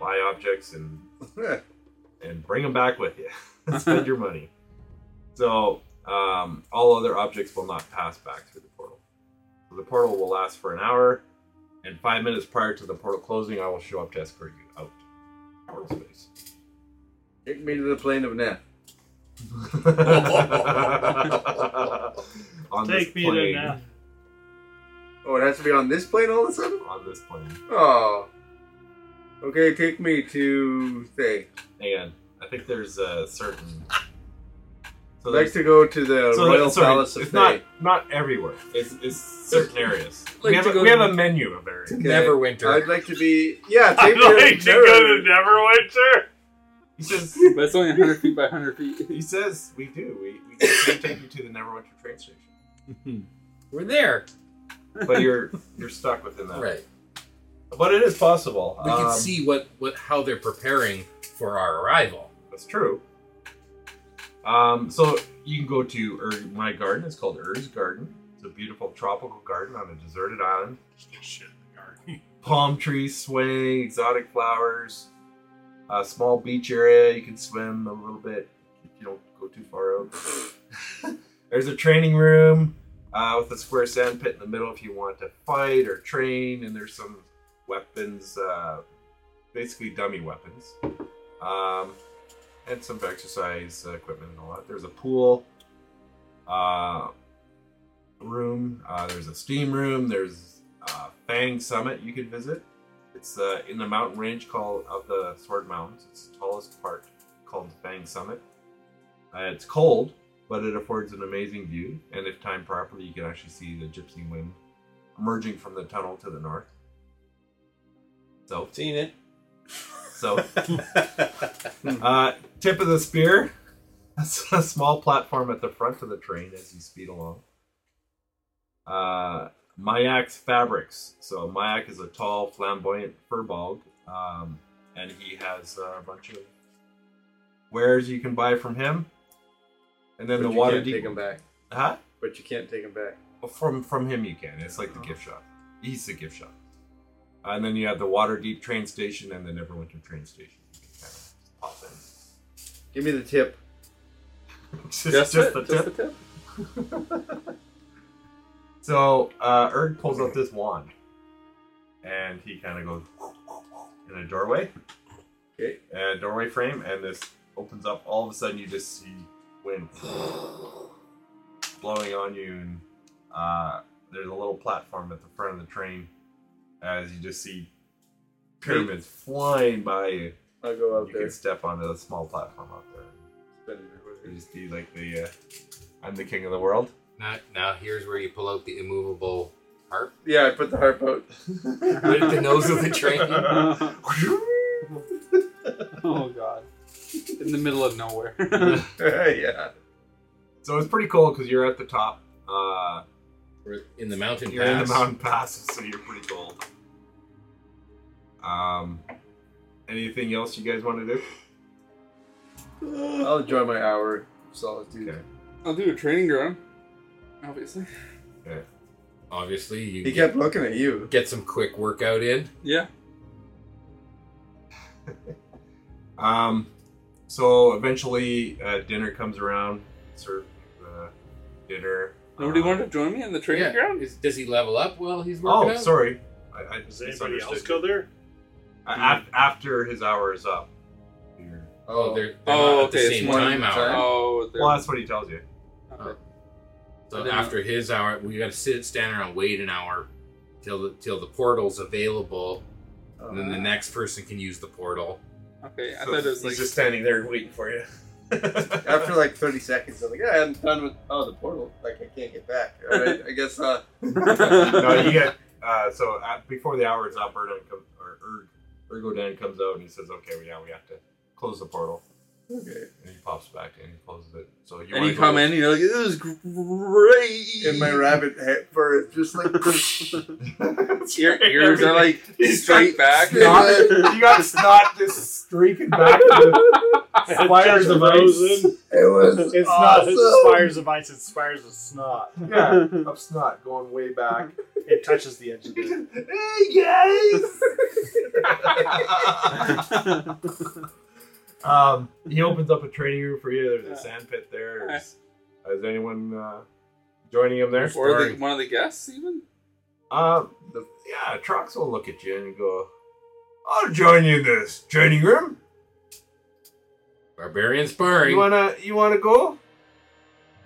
Speaker 2: buy objects and and bring them back with you. Spend your money. So um, all other objects will not pass back through the portal. So the portal will last for an hour, and five minutes prior to the portal closing, I will show up to escort you out. Portal space.
Speaker 11: Take me to the plane of Neth.
Speaker 2: On this
Speaker 11: Take me to
Speaker 2: plane.
Speaker 11: Neth. Oh, it has to be on this plane all of a sudden?
Speaker 2: On this plane.
Speaker 11: Oh. Okay, take me to say.
Speaker 2: And I think there's a certain.
Speaker 11: I'd
Speaker 2: there's-
Speaker 11: like to go to the
Speaker 2: So,
Speaker 11: Royal
Speaker 2: sorry,
Speaker 11: Palace of
Speaker 2: It's not
Speaker 11: Fae.
Speaker 2: not everywhere. It's, it's certain areas.
Speaker 11: Like
Speaker 2: we have,
Speaker 11: to
Speaker 2: a,
Speaker 11: go
Speaker 2: we have
Speaker 11: to-
Speaker 2: a menu of areas.
Speaker 11: Okay. I'd like to be yeah.
Speaker 20: I'd
Speaker 11: Take me
Speaker 20: like to go to Neverwinter.
Speaker 2: He says,
Speaker 14: but it's only 100 feet by 100 feet.
Speaker 2: He says we do. We, we can take you to the Neverwinter train station.
Speaker 8: We're there.
Speaker 2: But you're you're stuck within that.
Speaker 8: Right.
Speaker 2: But it is possible.
Speaker 8: We can
Speaker 2: Um,
Speaker 8: see what, what how they're preparing for our arrival.
Speaker 2: That's true. Um, so you can go to Ur- my garden. It's called Ur's Garden. It's a beautiful tropical garden on a deserted island.
Speaker 3: Shit, the garden.
Speaker 2: Palm trees swaying, exotic flowers, a small beach area. You can swim a little bit if you don't go too far out. There's a training room uh, with a square sand pit in the middle if you want to fight or train. And there's some weapons, uh, basically dummy weapons. Um, and some exercise uh, equipment and all that. There's a pool uh, room. Uh, there's a steam room. There's uh, Fang Summit you can visit. It's uh, in the mountain range called of the Sword Mountains. It's the tallest part called Fang Summit. Uh, it's cold, but it affords an amazing view. And if timed properly, you can actually see the Gypsy Wind emerging from the tunnel to the north. So
Speaker 7: seen it.
Speaker 2: So uh, tip of the spear. That's a small platform at the front of the train as you speed along. Uh, Mayak's fabrics. So Mayak is a tall, flamboyant furball, um, and he has uh, a bunch of wares you can buy from him. And then
Speaker 11: But
Speaker 2: the
Speaker 11: you
Speaker 2: water
Speaker 11: can't
Speaker 2: deep-
Speaker 11: take 'em back.
Speaker 2: Huh?
Speaker 11: But you can't take him back.
Speaker 2: From from him you can. It's like the gift shop. He's the gift shop. And then you have the Waterdeep train station and the Neverwinter train station. You can kind of pop in.
Speaker 11: Give me the tip.
Speaker 2: Just, just the tip. So uh, Erg pulls out this wand, and he kind of goes in a doorway,
Speaker 11: okay,
Speaker 2: a doorway frame, and this opens up. All of a sudden, you just see wind blowing on you, and uh, there's a little platform at the front of the train. As you just see pyramids flying by you,
Speaker 11: I'll go out
Speaker 2: you
Speaker 11: there.
Speaker 2: can step onto the small platform out there. You just be like the uh, I'm the king of the world.
Speaker 8: Now, now here's where you pull out the immovable harp.
Speaker 11: Yeah, I put the harp out.
Speaker 8: Right at the nose of the train.
Speaker 14: oh god. In the middle of nowhere.
Speaker 11: yeah.
Speaker 2: So it's pretty cool because you're at the top. Uh,
Speaker 8: in the mountain
Speaker 2: You're in the
Speaker 8: pass.
Speaker 2: mountain passes, so you're pretty cold. Um, anything else you guys want to do?
Speaker 11: I'll enjoy my hour of solitude.
Speaker 14: I'll do a training ground. Obviously.
Speaker 2: Yeah.
Speaker 8: Obviously, you
Speaker 11: He
Speaker 8: get-
Speaker 11: kept looking at you.
Speaker 8: Get some quick workout in.
Speaker 14: Yeah.
Speaker 2: Um, so eventually, uh, dinner comes around. Serve uh, dinner.
Speaker 14: Nobody
Speaker 2: Um,
Speaker 14: wanted to join me in the training
Speaker 8: Yeah.
Speaker 14: ground?
Speaker 8: Is, does he level up while he's
Speaker 2: Oh,
Speaker 8: working out?
Speaker 2: sorry. I, I
Speaker 3: Does anybody
Speaker 2: misunderstood
Speaker 3: else
Speaker 2: you.
Speaker 3: go there?
Speaker 2: A- af- after his hour is up.
Speaker 8: Oh, they're, they're not
Speaker 14: Oh,
Speaker 8: at
Speaker 14: okay,
Speaker 8: the
Speaker 14: it's
Speaker 8: same
Speaker 14: one
Speaker 8: time
Speaker 14: time.
Speaker 8: hour.
Speaker 14: Oh, they're-
Speaker 2: Well, that's what he tells you.
Speaker 14: Okay. I
Speaker 8: So
Speaker 14: didn't
Speaker 8: after his hour, we got to sit, stand around, wait an hour till the, till the portal's available.
Speaker 11: Oh.
Speaker 8: and then the next person can use the portal.
Speaker 14: Okay, I
Speaker 2: So
Speaker 14: thought it was
Speaker 2: he's
Speaker 14: like
Speaker 2: just standing there waiting for you.
Speaker 11: After like 30 seconds, I'm like, yeah, I'm done with oh the portal. Like I can't get back. All right, I guess. Uh,
Speaker 2: no, you get uh, so uh, before the hour is up, Erdan comes, or Erg, Ergodan comes out and he says, "Okay, well, yeah, we have to close the portal."
Speaker 11: okay.
Speaker 2: And he pops back and he closes it. So you
Speaker 14: and
Speaker 2: wanna
Speaker 14: you
Speaker 2: go
Speaker 14: come
Speaker 2: with-
Speaker 14: in, you're like, this is great.
Speaker 11: And my rabbit head fur is just like
Speaker 14: Your ears are like
Speaker 2: He's
Speaker 14: straight back.
Speaker 2: Snot- you got snot just streaking back to the spires
Speaker 3: Just
Speaker 2: of ice.
Speaker 3: frozen.
Speaker 11: It was
Speaker 3: It's not it's
Speaker 11: awesome.
Speaker 3: spires of ice, it's spires of snot.
Speaker 2: Yeah, of snot going way back.
Speaker 3: It touches the edge of it.
Speaker 2: hey guys! um, he opens up a training room for you. There's a sand pit there. Is, is anyone uh, joining him there?
Speaker 14: Or the, one of the guests, even?
Speaker 2: Uh, the, yeah, Trox will look at you and go, I'll join you in this training room.
Speaker 8: Barbarian sparring.
Speaker 2: You wanna you wanna go?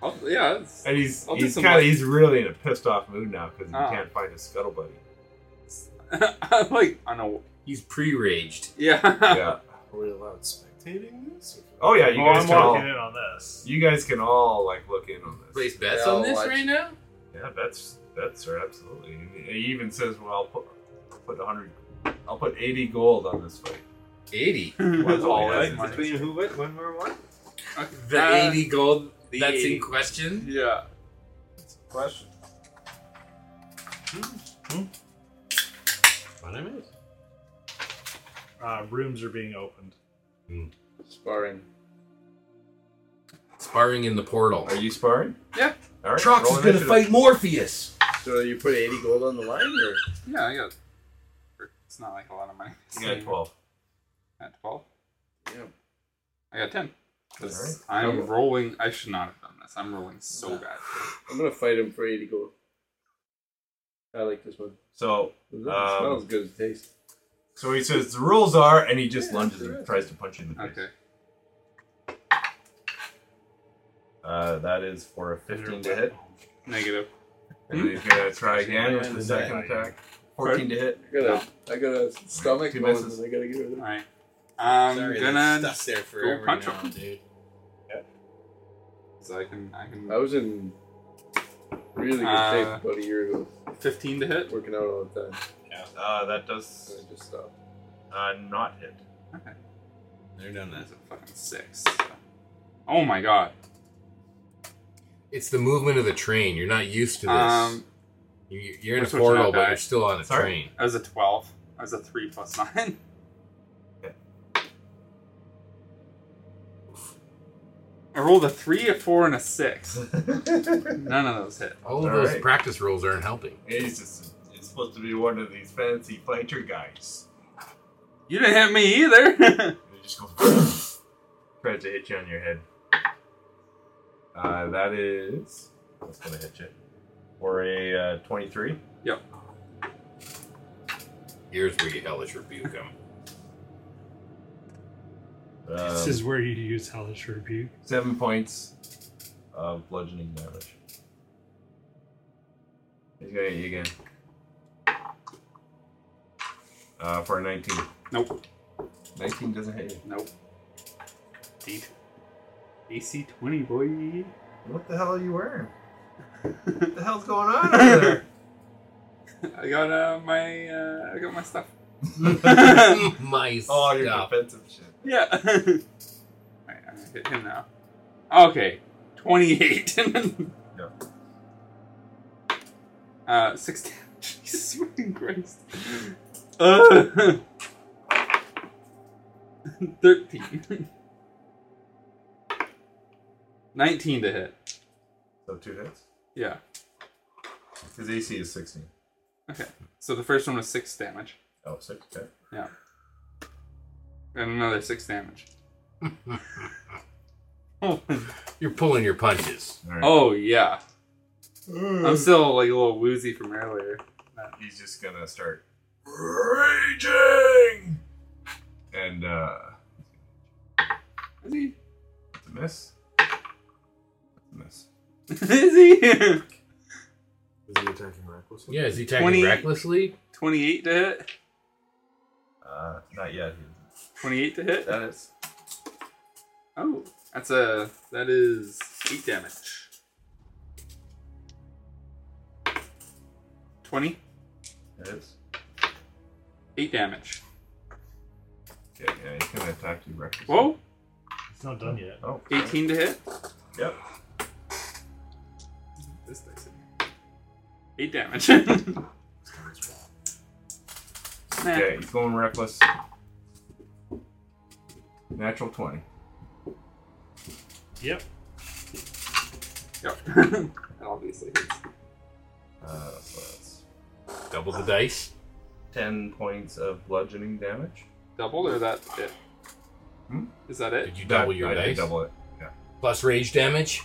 Speaker 14: I'll, Oh, yeah. it's-
Speaker 2: And he's
Speaker 14: I'll do
Speaker 2: he's
Speaker 14: some
Speaker 2: kind of
Speaker 14: work.
Speaker 2: he's really in a pissed off mood now because he
Speaker 14: Ah.
Speaker 2: can't find his scuttle buddy.
Speaker 14: I'm like, I know.
Speaker 8: He's pre-raged.
Speaker 14: Yeah.
Speaker 2: yeah.
Speaker 6: Are we allowed spectating this?
Speaker 2: Oh yeah, you
Speaker 3: Oh,
Speaker 2: guys
Speaker 3: I'm
Speaker 2: can all,
Speaker 3: walking in on this.
Speaker 2: You guys can all like look in on this.
Speaker 8: Place bets on this right now?
Speaker 2: Yeah, that's that's right, absolutely. He even says, "Well, I'll put I'll put 100, I'll put 80 gold on this fight."
Speaker 8: 80?
Speaker 2: That's all.
Speaker 19: Alright,
Speaker 2: it is.
Speaker 19: between who what when we're what?
Speaker 8: The
Speaker 14: Uh,
Speaker 8: 80 gold
Speaker 14: the
Speaker 8: that's
Speaker 14: 80.
Speaker 8: in question?
Speaker 14: Yeah.
Speaker 6: Question.
Speaker 7: What I miss?
Speaker 3: Uh, rooms are being opened.
Speaker 14: Sparring.
Speaker 8: Sparring in the portal.
Speaker 2: Are you sparring?
Speaker 14: Yeah.
Speaker 2: All right.
Speaker 8: Trox
Speaker 2: roll
Speaker 8: is going to
Speaker 2: initiative.
Speaker 8: fight Morpheus.
Speaker 5: So you put 80 gold on the line, or
Speaker 14: Yeah, I got. It's not like a lot of money.
Speaker 2: You got 12.
Speaker 14: At 12?
Speaker 5: yeah,
Speaker 14: I got 10. 'Cause
Speaker 2: Alright.
Speaker 14: I'm
Speaker 5: Okay.
Speaker 14: rolling. I should not have done this. I'm rolling so bad.
Speaker 5: I'm gonna fight him for 80 gold. I like this one.
Speaker 2: So,
Speaker 5: It smells
Speaker 2: um,
Speaker 5: good as it tastes.
Speaker 2: so he says the rules are, and he just lunges and tries to punch you in the face.
Speaker 14: Okay.
Speaker 2: Uh, that is for a 15 to hit.
Speaker 14: Negative.
Speaker 2: And he's gonna try again with the second attack. 14 to hit.
Speaker 5: I got a, I got a stomach
Speaker 2: Two
Speaker 5: moment
Speaker 2: misses.
Speaker 5: that I gotta get rid of.
Speaker 14: Alright. I'm
Speaker 8: Sorry,
Speaker 14: gonna
Speaker 8: that's stuck there
Speaker 14: go
Speaker 8: forever
Speaker 14: punch
Speaker 8: now,
Speaker 14: him.
Speaker 8: dude.
Speaker 14: So I can. I can
Speaker 8: Oh.
Speaker 5: I was in really good
Speaker 14: Uh,
Speaker 5: shape about a year ago,
Speaker 14: 15 to hit.
Speaker 5: working out all the time.
Speaker 2: Uh, that
Speaker 5: And
Speaker 2: does
Speaker 5: I just stopped.
Speaker 2: uh, not hit.
Speaker 7: They're done that.
Speaker 14: That's a fucking 6. Oh my god.
Speaker 8: It's the movement of the train. You're not used to this.
Speaker 14: Um,
Speaker 8: you, you're in a
Speaker 14: we're switching
Speaker 8: portal,
Speaker 14: out
Speaker 8: but
Speaker 14: die.
Speaker 8: you're still on a
Speaker 2: Sorry?
Speaker 8: train.
Speaker 14: I was a 12. I was a 3 plus 9. I rolled a 3, a 4, and a 6. None of those hit.
Speaker 8: All of
Speaker 2: All
Speaker 8: those
Speaker 2: right.
Speaker 8: practice rolls aren't helping.
Speaker 2: He's just it's supposed to be one of these fancy fighter guys.
Speaker 14: You didn't hit me either.
Speaker 2: And he just goes tries to hit you on your head. Uh, that is that's gonna hit you for a uh, 23.
Speaker 8: Here's where you hellish rebuke him.
Speaker 2: Um, Uh,
Speaker 19: This is where you use hellish rebuke.
Speaker 2: seven points of bludgeoning damage. He's gonna hit you again. Uh, for a 19.
Speaker 14: nope.
Speaker 2: 19 doesn't hit you.
Speaker 14: Nope. Eight. AC 20, boy.
Speaker 2: What the hell are you wearing? what the hell's going on over there?
Speaker 14: I got uh, my uh, I got my stuff.
Speaker 8: My
Speaker 2: Oh, your
Speaker 8: stuff.
Speaker 2: defensive shit.
Speaker 14: Yeah. Alright, I'm gonna hit him now. Okay. 28. Uh, 6 damage. Jesus fucking Christ. Uh, 13. 19 to hit.
Speaker 2: So two hits.
Speaker 14: Yeah.
Speaker 2: His AC is 16.
Speaker 14: So the first one was 6 damage.
Speaker 2: Oh, six. Okay.
Speaker 14: Yeah. And another 6 damage.
Speaker 8: You're pulling your punches.
Speaker 2: All right.
Speaker 14: Oh, yeah. I'm still like a little woozy from earlier.
Speaker 2: He's just gonna start raging, and uh,
Speaker 14: Is he?
Speaker 2: that's a miss. That's a miss.
Speaker 14: Is he?
Speaker 6: Is he attacking recklessly?
Speaker 8: Yeah, is he attacking
Speaker 14: 20
Speaker 8: recklessly?
Speaker 14: 28 to hit.
Speaker 2: Uh, not yet.
Speaker 14: 28 to hit.
Speaker 2: That is.
Speaker 14: Oh, that's a that is eight damage. 20,
Speaker 2: That is.
Speaker 14: eight damage.
Speaker 2: Okay. Yeah, he's gonna attack you recklessly.
Speaker 14: Whoa,
Speaker 19: It's not done yet.
Speaker 2: Oh.
Speaker 14: 18 to hit.
Speaker 2: Yep.
Speaker 14: This dice in Eight damage. nah,
Speaker 2: Okay, he's going reckless. Natural twenty.
Speaker 19: Yep.
Speaker 14: Yep. that obviously hits.
Speaker 2: Uh, so that's
Speaker 8: Double the dice.
Speaker 2: ten points of bludgeoning damage.
Speaker 14: doubled or that it?
Speaker 3: Hmm?
Speaker 14: Is that it?
Speaker 8: Did you double your
Speaker 2: I did
Speaker 8: dice?
Speaker 2: double it. Yeah.
Speaker 8: Plus rage damage.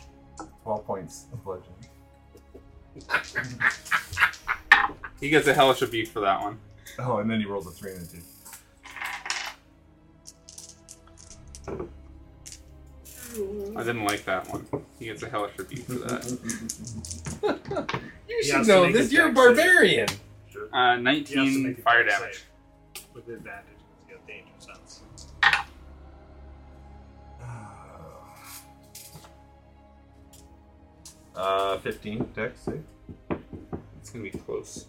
Speaker 2: Twelve points of bludgeoning.
Speaker 14: He gets a hellish rebuke for that one.
Speaker 2: Oh, and then you rolled a three and a two.
Speaker 14: I didn't like that one. He gets a hellish rebuke for that.
Speaker 8: You
Speaker 3: He
Speaker 8: should
Speaker 3: has to
Speaker 8: know
Speaker 3: make a
Speaker 8: this. You're a
Speaker 3: dex save.
Speaker 8: barbarian.
Speaker 14: Uh,
Speaker 3: He has to make
Speaker 14: 19
Speaker 3: a
Speaker 14: fire
Speaker 3: dex
Speaker 14: damage.
Speaker 3: save With advantage, because he has danger sense.
Speaker 2: Uh, fifteen dex save.
Speaker 14: It's gonna be close.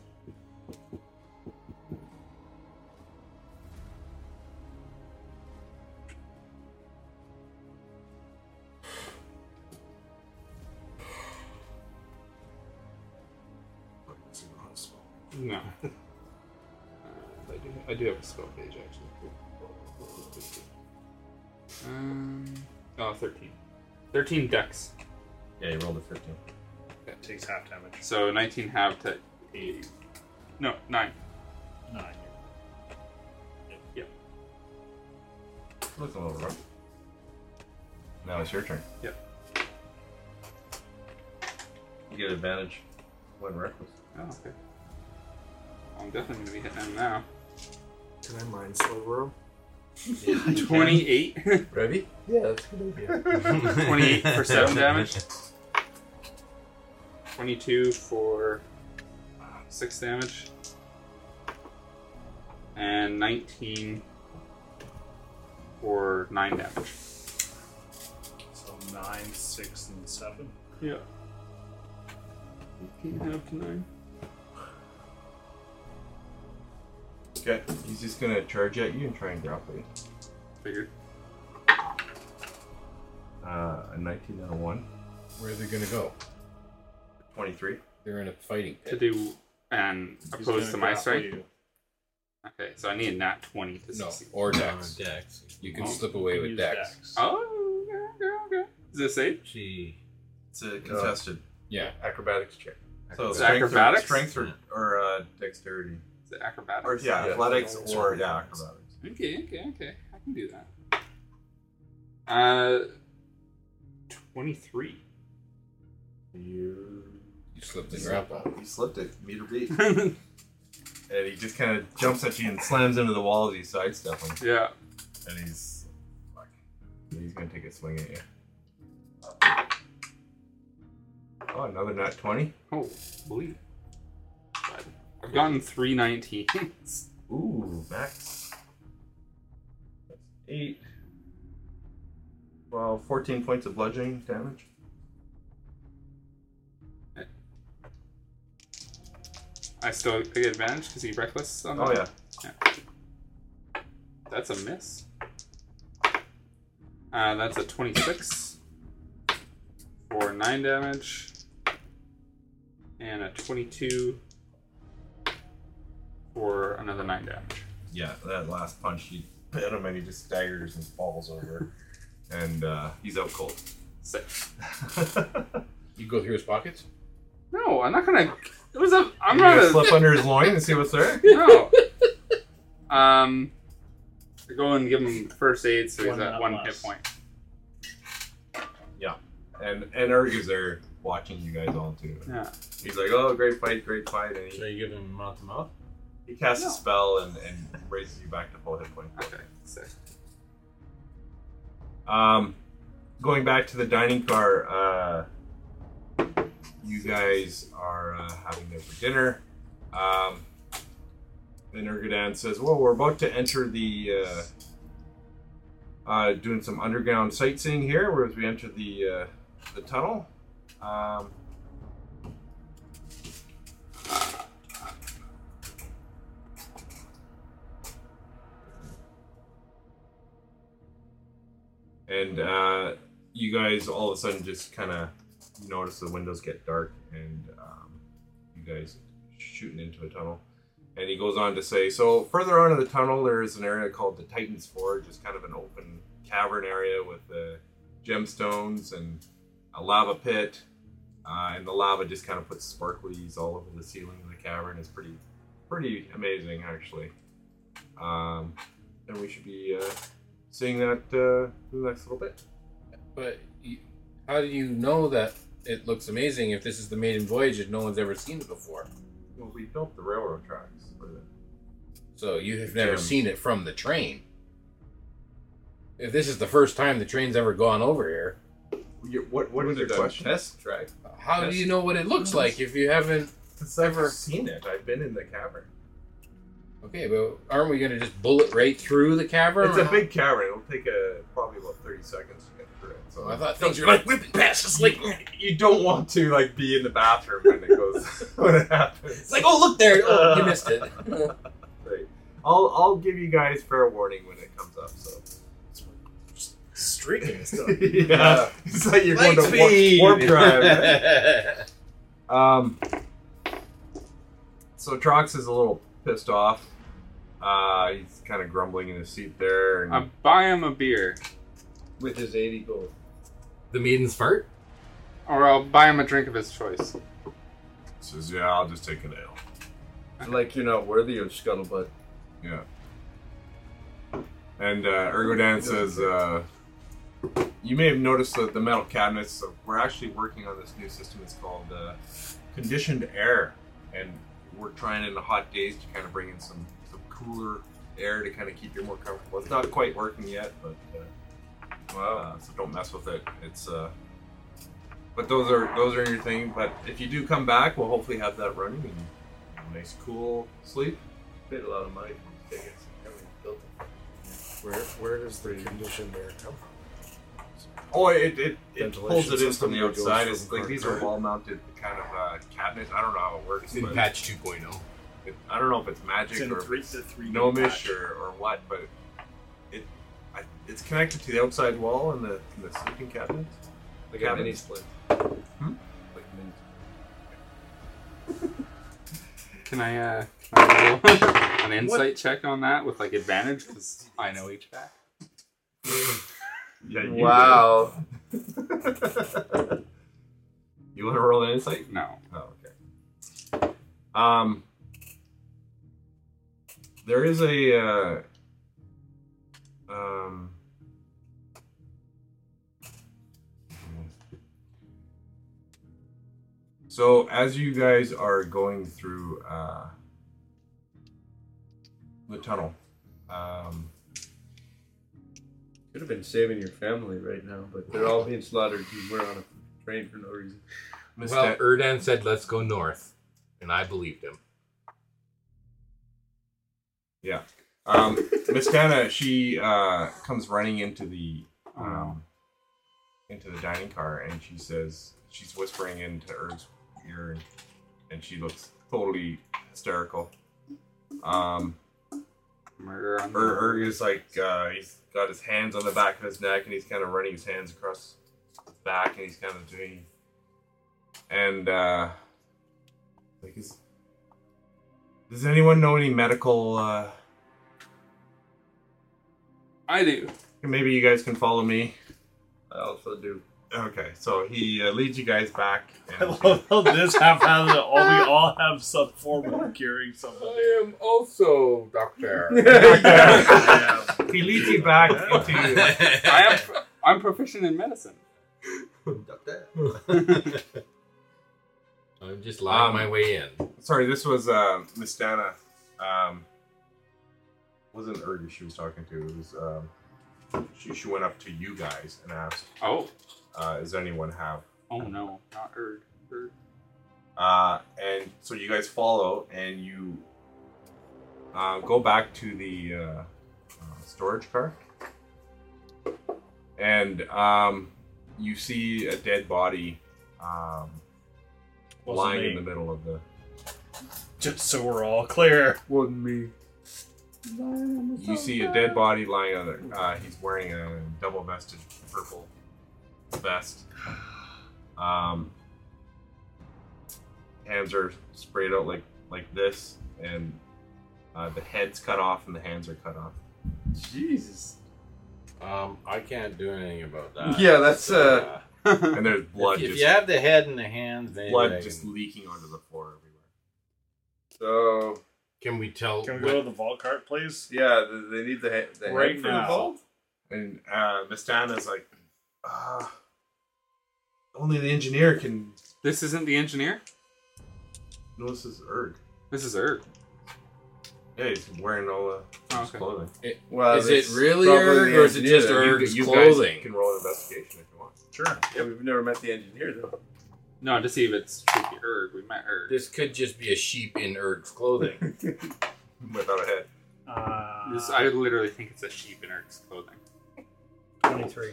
Speaker 14: No. Uh, I, do, I do have a spell page actually. Um, oh, 13. 13 decks.
Speaker 2: Yeah, you rolled a fifteen.
Speaker 3: It takes half damage.
Speaker 14: So 19 half to 8. No, 9.
Speaker 3: Nine.
Speaker 14: Yeah.
Speaker 2: Looks a little rough. Now it's your turn.
Speaker 14: Yep.
Speaker 2: You get advantage when reckless.
Speaker 14: Oh, okay. I'm definitely gonna be hitting him now.
Speaker 6: Can I mind slow roll?
Speaker 14: 28.
Speaker 8: Ready? Yeah, that's a good idea.
Speaker 14: 28 for 7 damage. 22 for 6 damage. And 19 for 9 damage.
Speaker 3: So nine, six, and seven.
Speaker 14: Yeah. Up to 9.
Speaker 2: Okay. He's just gonna charge at you and try and grapple you.
Speaker 14: Figured.
Speaker 2: Uh, a nineteen and a one.
Speaker 8: Where are they gonna go?
Speaker 2: Twenty-three.
Speaker 8: They're in a fighting
Speaker 14: To
Speaker 8: pit.
Speaker 14: do and
Speaker 8: He's
Speaker 14: opposed
Speaker 8: gonna
Speaker 14: to my
Speaker 8: grapple
Speaker 14: strike?
Speaker 8: you.
Speaker 14: Okay, so I need a nat 20 to
Speaker 8: No,
Speaker 14: succeed.
Speaker 8: or Dex.
Speaker 7: Or Dex.
Speaker 8: You can
Speaker 14: Oh,
Speaker 8: slip away with Dex.
Speaker 14: Oh, okay, okay, okay. Is this eight?
Speaker 7: She.
Speaker 2: It's a contested.
Speaker 8: Yeah.
Speaker 2: Acrobatics check. So
Speaker 8: Uh,
Speaker 14: It's
Speaker 2: strength
Speaker 14: acrobatics?
Speaker 2: or strength or, or uh, dexterity.
Speaker 14: Is it acrobatics?
Speaker 2: Or yeah,
Speaker 8: Yeah.
Speaker 2: athletics
Speaker 8: Yeah.
Speaker 2: or yeah, acrobatics.
Speaker 14: Okay, okay, okay. I can do that. Uh, 23.
Speaker 2: You
Speaker 8: You slipped and grapple.
Speaker 2: You slipped it, meter beat. and he just kind of jumps at you and slams into the wall as you sidestep him.
Speaker 14: Yeah.
Speaker 2: And he's fuck. And he's gonna take a swing at you. Oh, another nat twenty.
Speaker 14: Oh, believe. it. I've gotten three 19s.
Speaker 2: Ooh, max. That's eight. Well, 14 points of bludgeoning damage.
Speaker 14: I still get advantage because he reckless on
Speaker 2: Oh, yeah.
Speaker 14: that? yeah. That's a miss. Uh, that's a 26 for 9 damage. And a 22 for another 9 damage.
Speaker 2: Yeah, that last punch, you hit him and he just staggers and falls over. and uh, he's out cold.
Speaker 14: Six.
Speaker 8: You go through his pockets?
Speaker 14: No, I'm not gonna. It was a. I'm
Speaker 2: You
Speaker 14: not
Speaker 2: gonna
Speaker 14: a.
Speaker 2: slip under his loin and see what's there?
Speaker 14: No. Um, I go and give him first aid, so he's
Speaker 3: One
Speaker 14: at
Speaker 3: not
Speaker 14: one
Speaker 3: less.
Speaker 14: hit point.
Speaker 2: Yeah. And and Erg is there watching you guys all too.
Speaker 14: Yeah.
Speaker 2: He's like, oh, great fight, great fight. And
Speaker 7: So
Speaker 2: he,
Speaker 7: you give him mouth to mouth?
Speaker 2: he casts
Speaker 14: No.
Speaker 2: a spell and, and raises you back to full hit point.
Speaker 14: Okay. Sick.
Speaker 2: Um, going back to the dining car, uh, you guys are uh, having them for dinner. Um, then Ergodan says, "Well, we're about to enter the uh, uh, doing some underground sightseeing here, whereas we enter the uh, the tunnel." Um, and uh, you guys all of a sudden just kind of notice the windows get dark and um, you guys shooting into a tunnel and he goes on to say so further on in the tunnel there is an area called the titan's forge it's kind of an open cavern area with uh, gemstones and a lava pit uh, and the lava just kind of puts sparklies all over the ceiling of the cavern it's pretty pretty amazing actually um, then we should be uh, seeing that uh, in the next little bit.
Speaker 8: But you, how do you know that it looks amazing if this is the maiden voyage and no one's ever seen it before?
Speaker 2: Well, we built the railroad tracks for the
Speaker 8: So you have never
Speaker 2: Jim.
Speaker 8: seen it from the train. If this is the first time the train's ever gone over here,
Speaker 2: You- What, what is
Speaker 8: Would've
Speaker 2: your
Speaker 8: done
Speaker 2: question?
Speaker 8: test
Speaker 2: track.
Speaker 8: how do you know what it looks like if you haven't
Speaker 2: Since I've ever seen it, I've been in the cavern.
Speaker 8: Okay, but aren't we gonna just bullet right through the cavern?
Speaker 2: It's a big cavern. It'll take a, probably about thirty seconds to get through it. So
Speaker 8: I thought
Speaker 2: Don't
Speaker 8: things were like whipping past us, like
Speaker 2: you don't want to like be in the bathroom when it goes when it happens. Uh,
Speaker 8: It's like, oh, look there.
Speaker 7: Uh.
Speaker 8: Oh, you missed it.
Speaker 2: right. I'll I'll give you guys fair warning when it comes up. So
Speaker 16: Streaking stuff.
Speaker 2: yeah, it's like you're
Speaker 16: Light
Speaker 2: going to
Speaker 16: speed.
Speaker 2: warp, warp drive. um, so Trox is a little pissed off. Uh, he's kind of grumbling in his seat there, and
Speaker 14: I buy him a beer.
Speaker 2: with his eighty gold.
Speaker 8: The maiden's fart?
Speaker 14: Or I'll buy him a drink of his choice.
Speaker 2: Says, "Yeah, I'll just take an ale."
Speaker 5: like you're not worthy of scuttlebutt.
Speaker 2: Yeah. And uh, Ergodan says, uh, "You may have noticed that the metal cabinets. So we're actually working on this new system. It's called uh, conditioned air, and we're trying in the hot days to kind of bring in some some cooler air to kind of keep you more comfortable. It's not quite working yet, but uh, uh, so don't mess with it. It's uh, but those are those are your thing. But if you do come back, we'll hopefully have that running and a nice cool sleep. Paid a lot of money for tickets. and everything built it.
Speaker 16: Where where does the condition there come from?
Speaker 2: Oh, it it, it
Speaker 16: Ventilation
Speaker 2: pulls it in
Speaker 16: system
Speaker 2: from the
Speaker 16: that goes
Speaker 2: outside.
Speaker 16: from
Speaker 2: It's like
Speaker 16: cart
Speaker 2: these
Speaker 16: to
Speaker 2: are
Speaker 16: cart.
Speaker 2: wall mounted kind of uh, cabinets. I don't know how it works.
Speaker 8: In
Speaker 2: but
Speaker 8: patch
Speaker 2: oh.
Speaker 8: 2.0.
Speaker 2: it- I don't know if it's magic
Speaker 19: It's in
Speaker 2: or
Speaker 19: three-
Speaker 2: if
Speaker 19: the
Speaker 2: it's
Speaker 19: three-D
Speaker 2: gnomish
Speaker 19: patch.
Speaker 2: or, or what, but it I, it's connected to the outside wall and the and the sleeping cabinet.
Speaker 5: Like a mini
Speaker 2: Cabinets.
Speaker 5: split.
Speaker 2: Hmm?
Speaker 5: Like mini.
Speaker 14: Can I, uh, can I roll an insight check on that with like advantage because I know HVAC?
Speaker 2: Yeah,
Speaker 14: Wow.
Speaker 2: do. you want to roll an insight?
Speaker 14: No.
Speaker 2: Oh, okay. Um, there is a uh, um. So as you guys are going through uh, the tunnel, um,
Speaker 5: Could have been saving your family right now, but they're all being slaughtered because we're on a train for no reason.
Speaker 8: Well, Erdan said, let's go north. And I believed him.
Speaker 2: Yeah. Um, Miss Dana, she uh, comes running into the um, into the dining car, and she says she's whispering into Erg's ear, and, and she looks totally hysterical. Um,
Speaker 14: Murder on the-
Speaker 2: Er- Erg is like uh, he's got his hands on the back of his neck, and he's kind of running his hands across his back, and he's kind of doing and uh, like is does anyone know any medical? Uh,
Speaker 14: I do.
Speaker 2: Maybe you guys can follow me.
Speaker 5: I also do.
Speaker 2: Okay, so he uh, leads you guys back.
Speaker 19: I
Speaker 2: And
Speaker 19: love how this half has it all. We all have some form of curing something.
Speaker 8: I am also doctor.
Speaker 2: he leads you back into.
Speaker 14: I am, I'm proficient in medicine.
Speaker 8: I'm just lying
Speaker 2: Um,
Speaker 8: my way in.
Speaker 2: Sorry, this was uh, Miss Dana. Um, wasn't Ergy she was talking to. It was um, she. She went up to you guys and asked,
Speaker 14: Oh.
Speaker 2: uh, "Does anyone have?"
Speaker 14: Oh no, not Erg. Erg.
Speaker 2: Uh, and so you guys follow and you uh, go back to the uh, uh, storage car, and um, you see a dead body um,
Speaker 19: Wasn't
Speaker 2: lying
Speaker 19: me.
Speaker 2: in the middle of the.
Speaker 19: Just so we're all clear.
Speaker 5: Wasn't me.
Speaker 2: You see a dead body lying on there. Uh, he's wearing a double vested purple vest. Um, hands are sprayed out like like this, and uh, the head's cut off and the hands are cut off.
Speaker 5: Jesus.
Speaker 7: Um, I can't do anything about that.
Speaker 5: Yeah, that's, uh,
Speaker 2: And there's blood
Speaker 7: If, if
Speaker 2: just
Speaker 7: you have the head and the hands, then
Speaker 2: blood
Speaker 7: I
Speaker 2: just leaking onto the floor everywhere.
Speaker 5: So
Speaker 7: Can we tell?
Speaker 19: Can we go to the vault cart, please?
Speaker 2: Yeah, th- they need the, he- the
Speaker 19: Right
Speaker 2: head for
Speaker 19: now.
Speaker 2: the vault. And uh, Mistana's like, uh, only the engineer can.
Speaker 14: This isn't the engineer?
Speaker 2: No, this is Erg.
Speaker 14: This is Erg.
Speaker 2: Yeah, he's wearing all uh,
Speaker 14: Oh,
Speaker 2: his
Speaker 14: okay.
Speaker 2: clothing.
Speaker 14: It-
Speaker 8: Well, is it
Speaker 2: it's
Speaker 8: really
Speaker 2: probably
Speaker 8: Erg,
Speaker 2: the
Speaker 8: or is it
Speaker 2: engineer
Speaker 8: just
Speaker 2: that- you-
Speaker 8: Erg's
Speaker 2: you guys
Speaker 8: clothing?
Speaker 2: can roll an investigation if you want.
Speaker 19: Sure.
Speaker 5: Yeah, we've never met the engineer though.
Speaker 14: No, to see if it's should be Erg. We met Erg.
Speaker 8: This could just be a sheep in Erg's clothing.
Speaker 2: Without a head.
Speaker 19: Uh,
Speaker 14: This, I literally think it's a sheep in Erg's clothing.
Speaker 19: 23.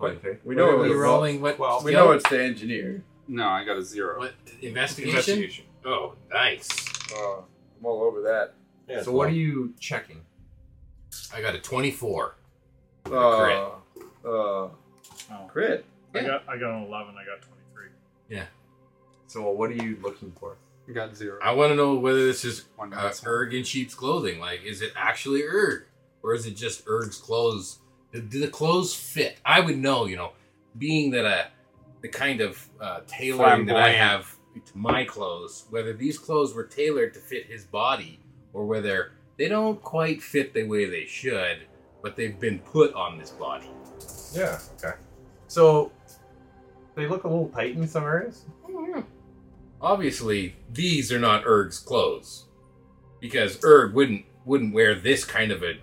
Speaker 2: Okay.
Speaker 5: We know
Speaker 8: What are
Speaker 5: it
Speaker 8: we
Speaker 5: was
Speaker 8: rolling? What-
Speaker 5: Well, we
Speaker 8: skill?
Speaker 5: know it's the engineer.
Speaker 14: No, I got a zero.
Speaker 8: What investigation?
Speaker 2: Investigation.
Speaker 8: Oh, nice.
Speaker 5: Uh, I'm all over that.
Speaker 2: Yeah,
Speaker 8: so what are you checking? I got a twenty-four.
Speaker 5: Uh, uh,
Speaker 19: Oh.
Speaker 5: crit.
Speaker 19: I got I got an 11. I got 23.
Speaker 2: So what are you looking for?
Speaker 14: I got zero.
Speaker 8: I want to know whether this is
Speaker 14: One
Speaker 8: uh, Erg in sheep's clothing. Like, is it actually Erg, or is it just Erg's clothes? Do- Do the clothes fit? I would know, you know, being that uh, the kind of uh, tailoring that I
Speaker 14: Flamboyant.
Speaker 8: have to my clothes, whether these clothes were tailored to fit his body, or whether they don't quite fit the way they should, but they've been put on this body.
Speaker 2: Yeah. Okay. So they look a little tight in some areas.
Speaker 8: obviously these are not Erg's clothes because Erg wouldn't wouldn't wear this kind of a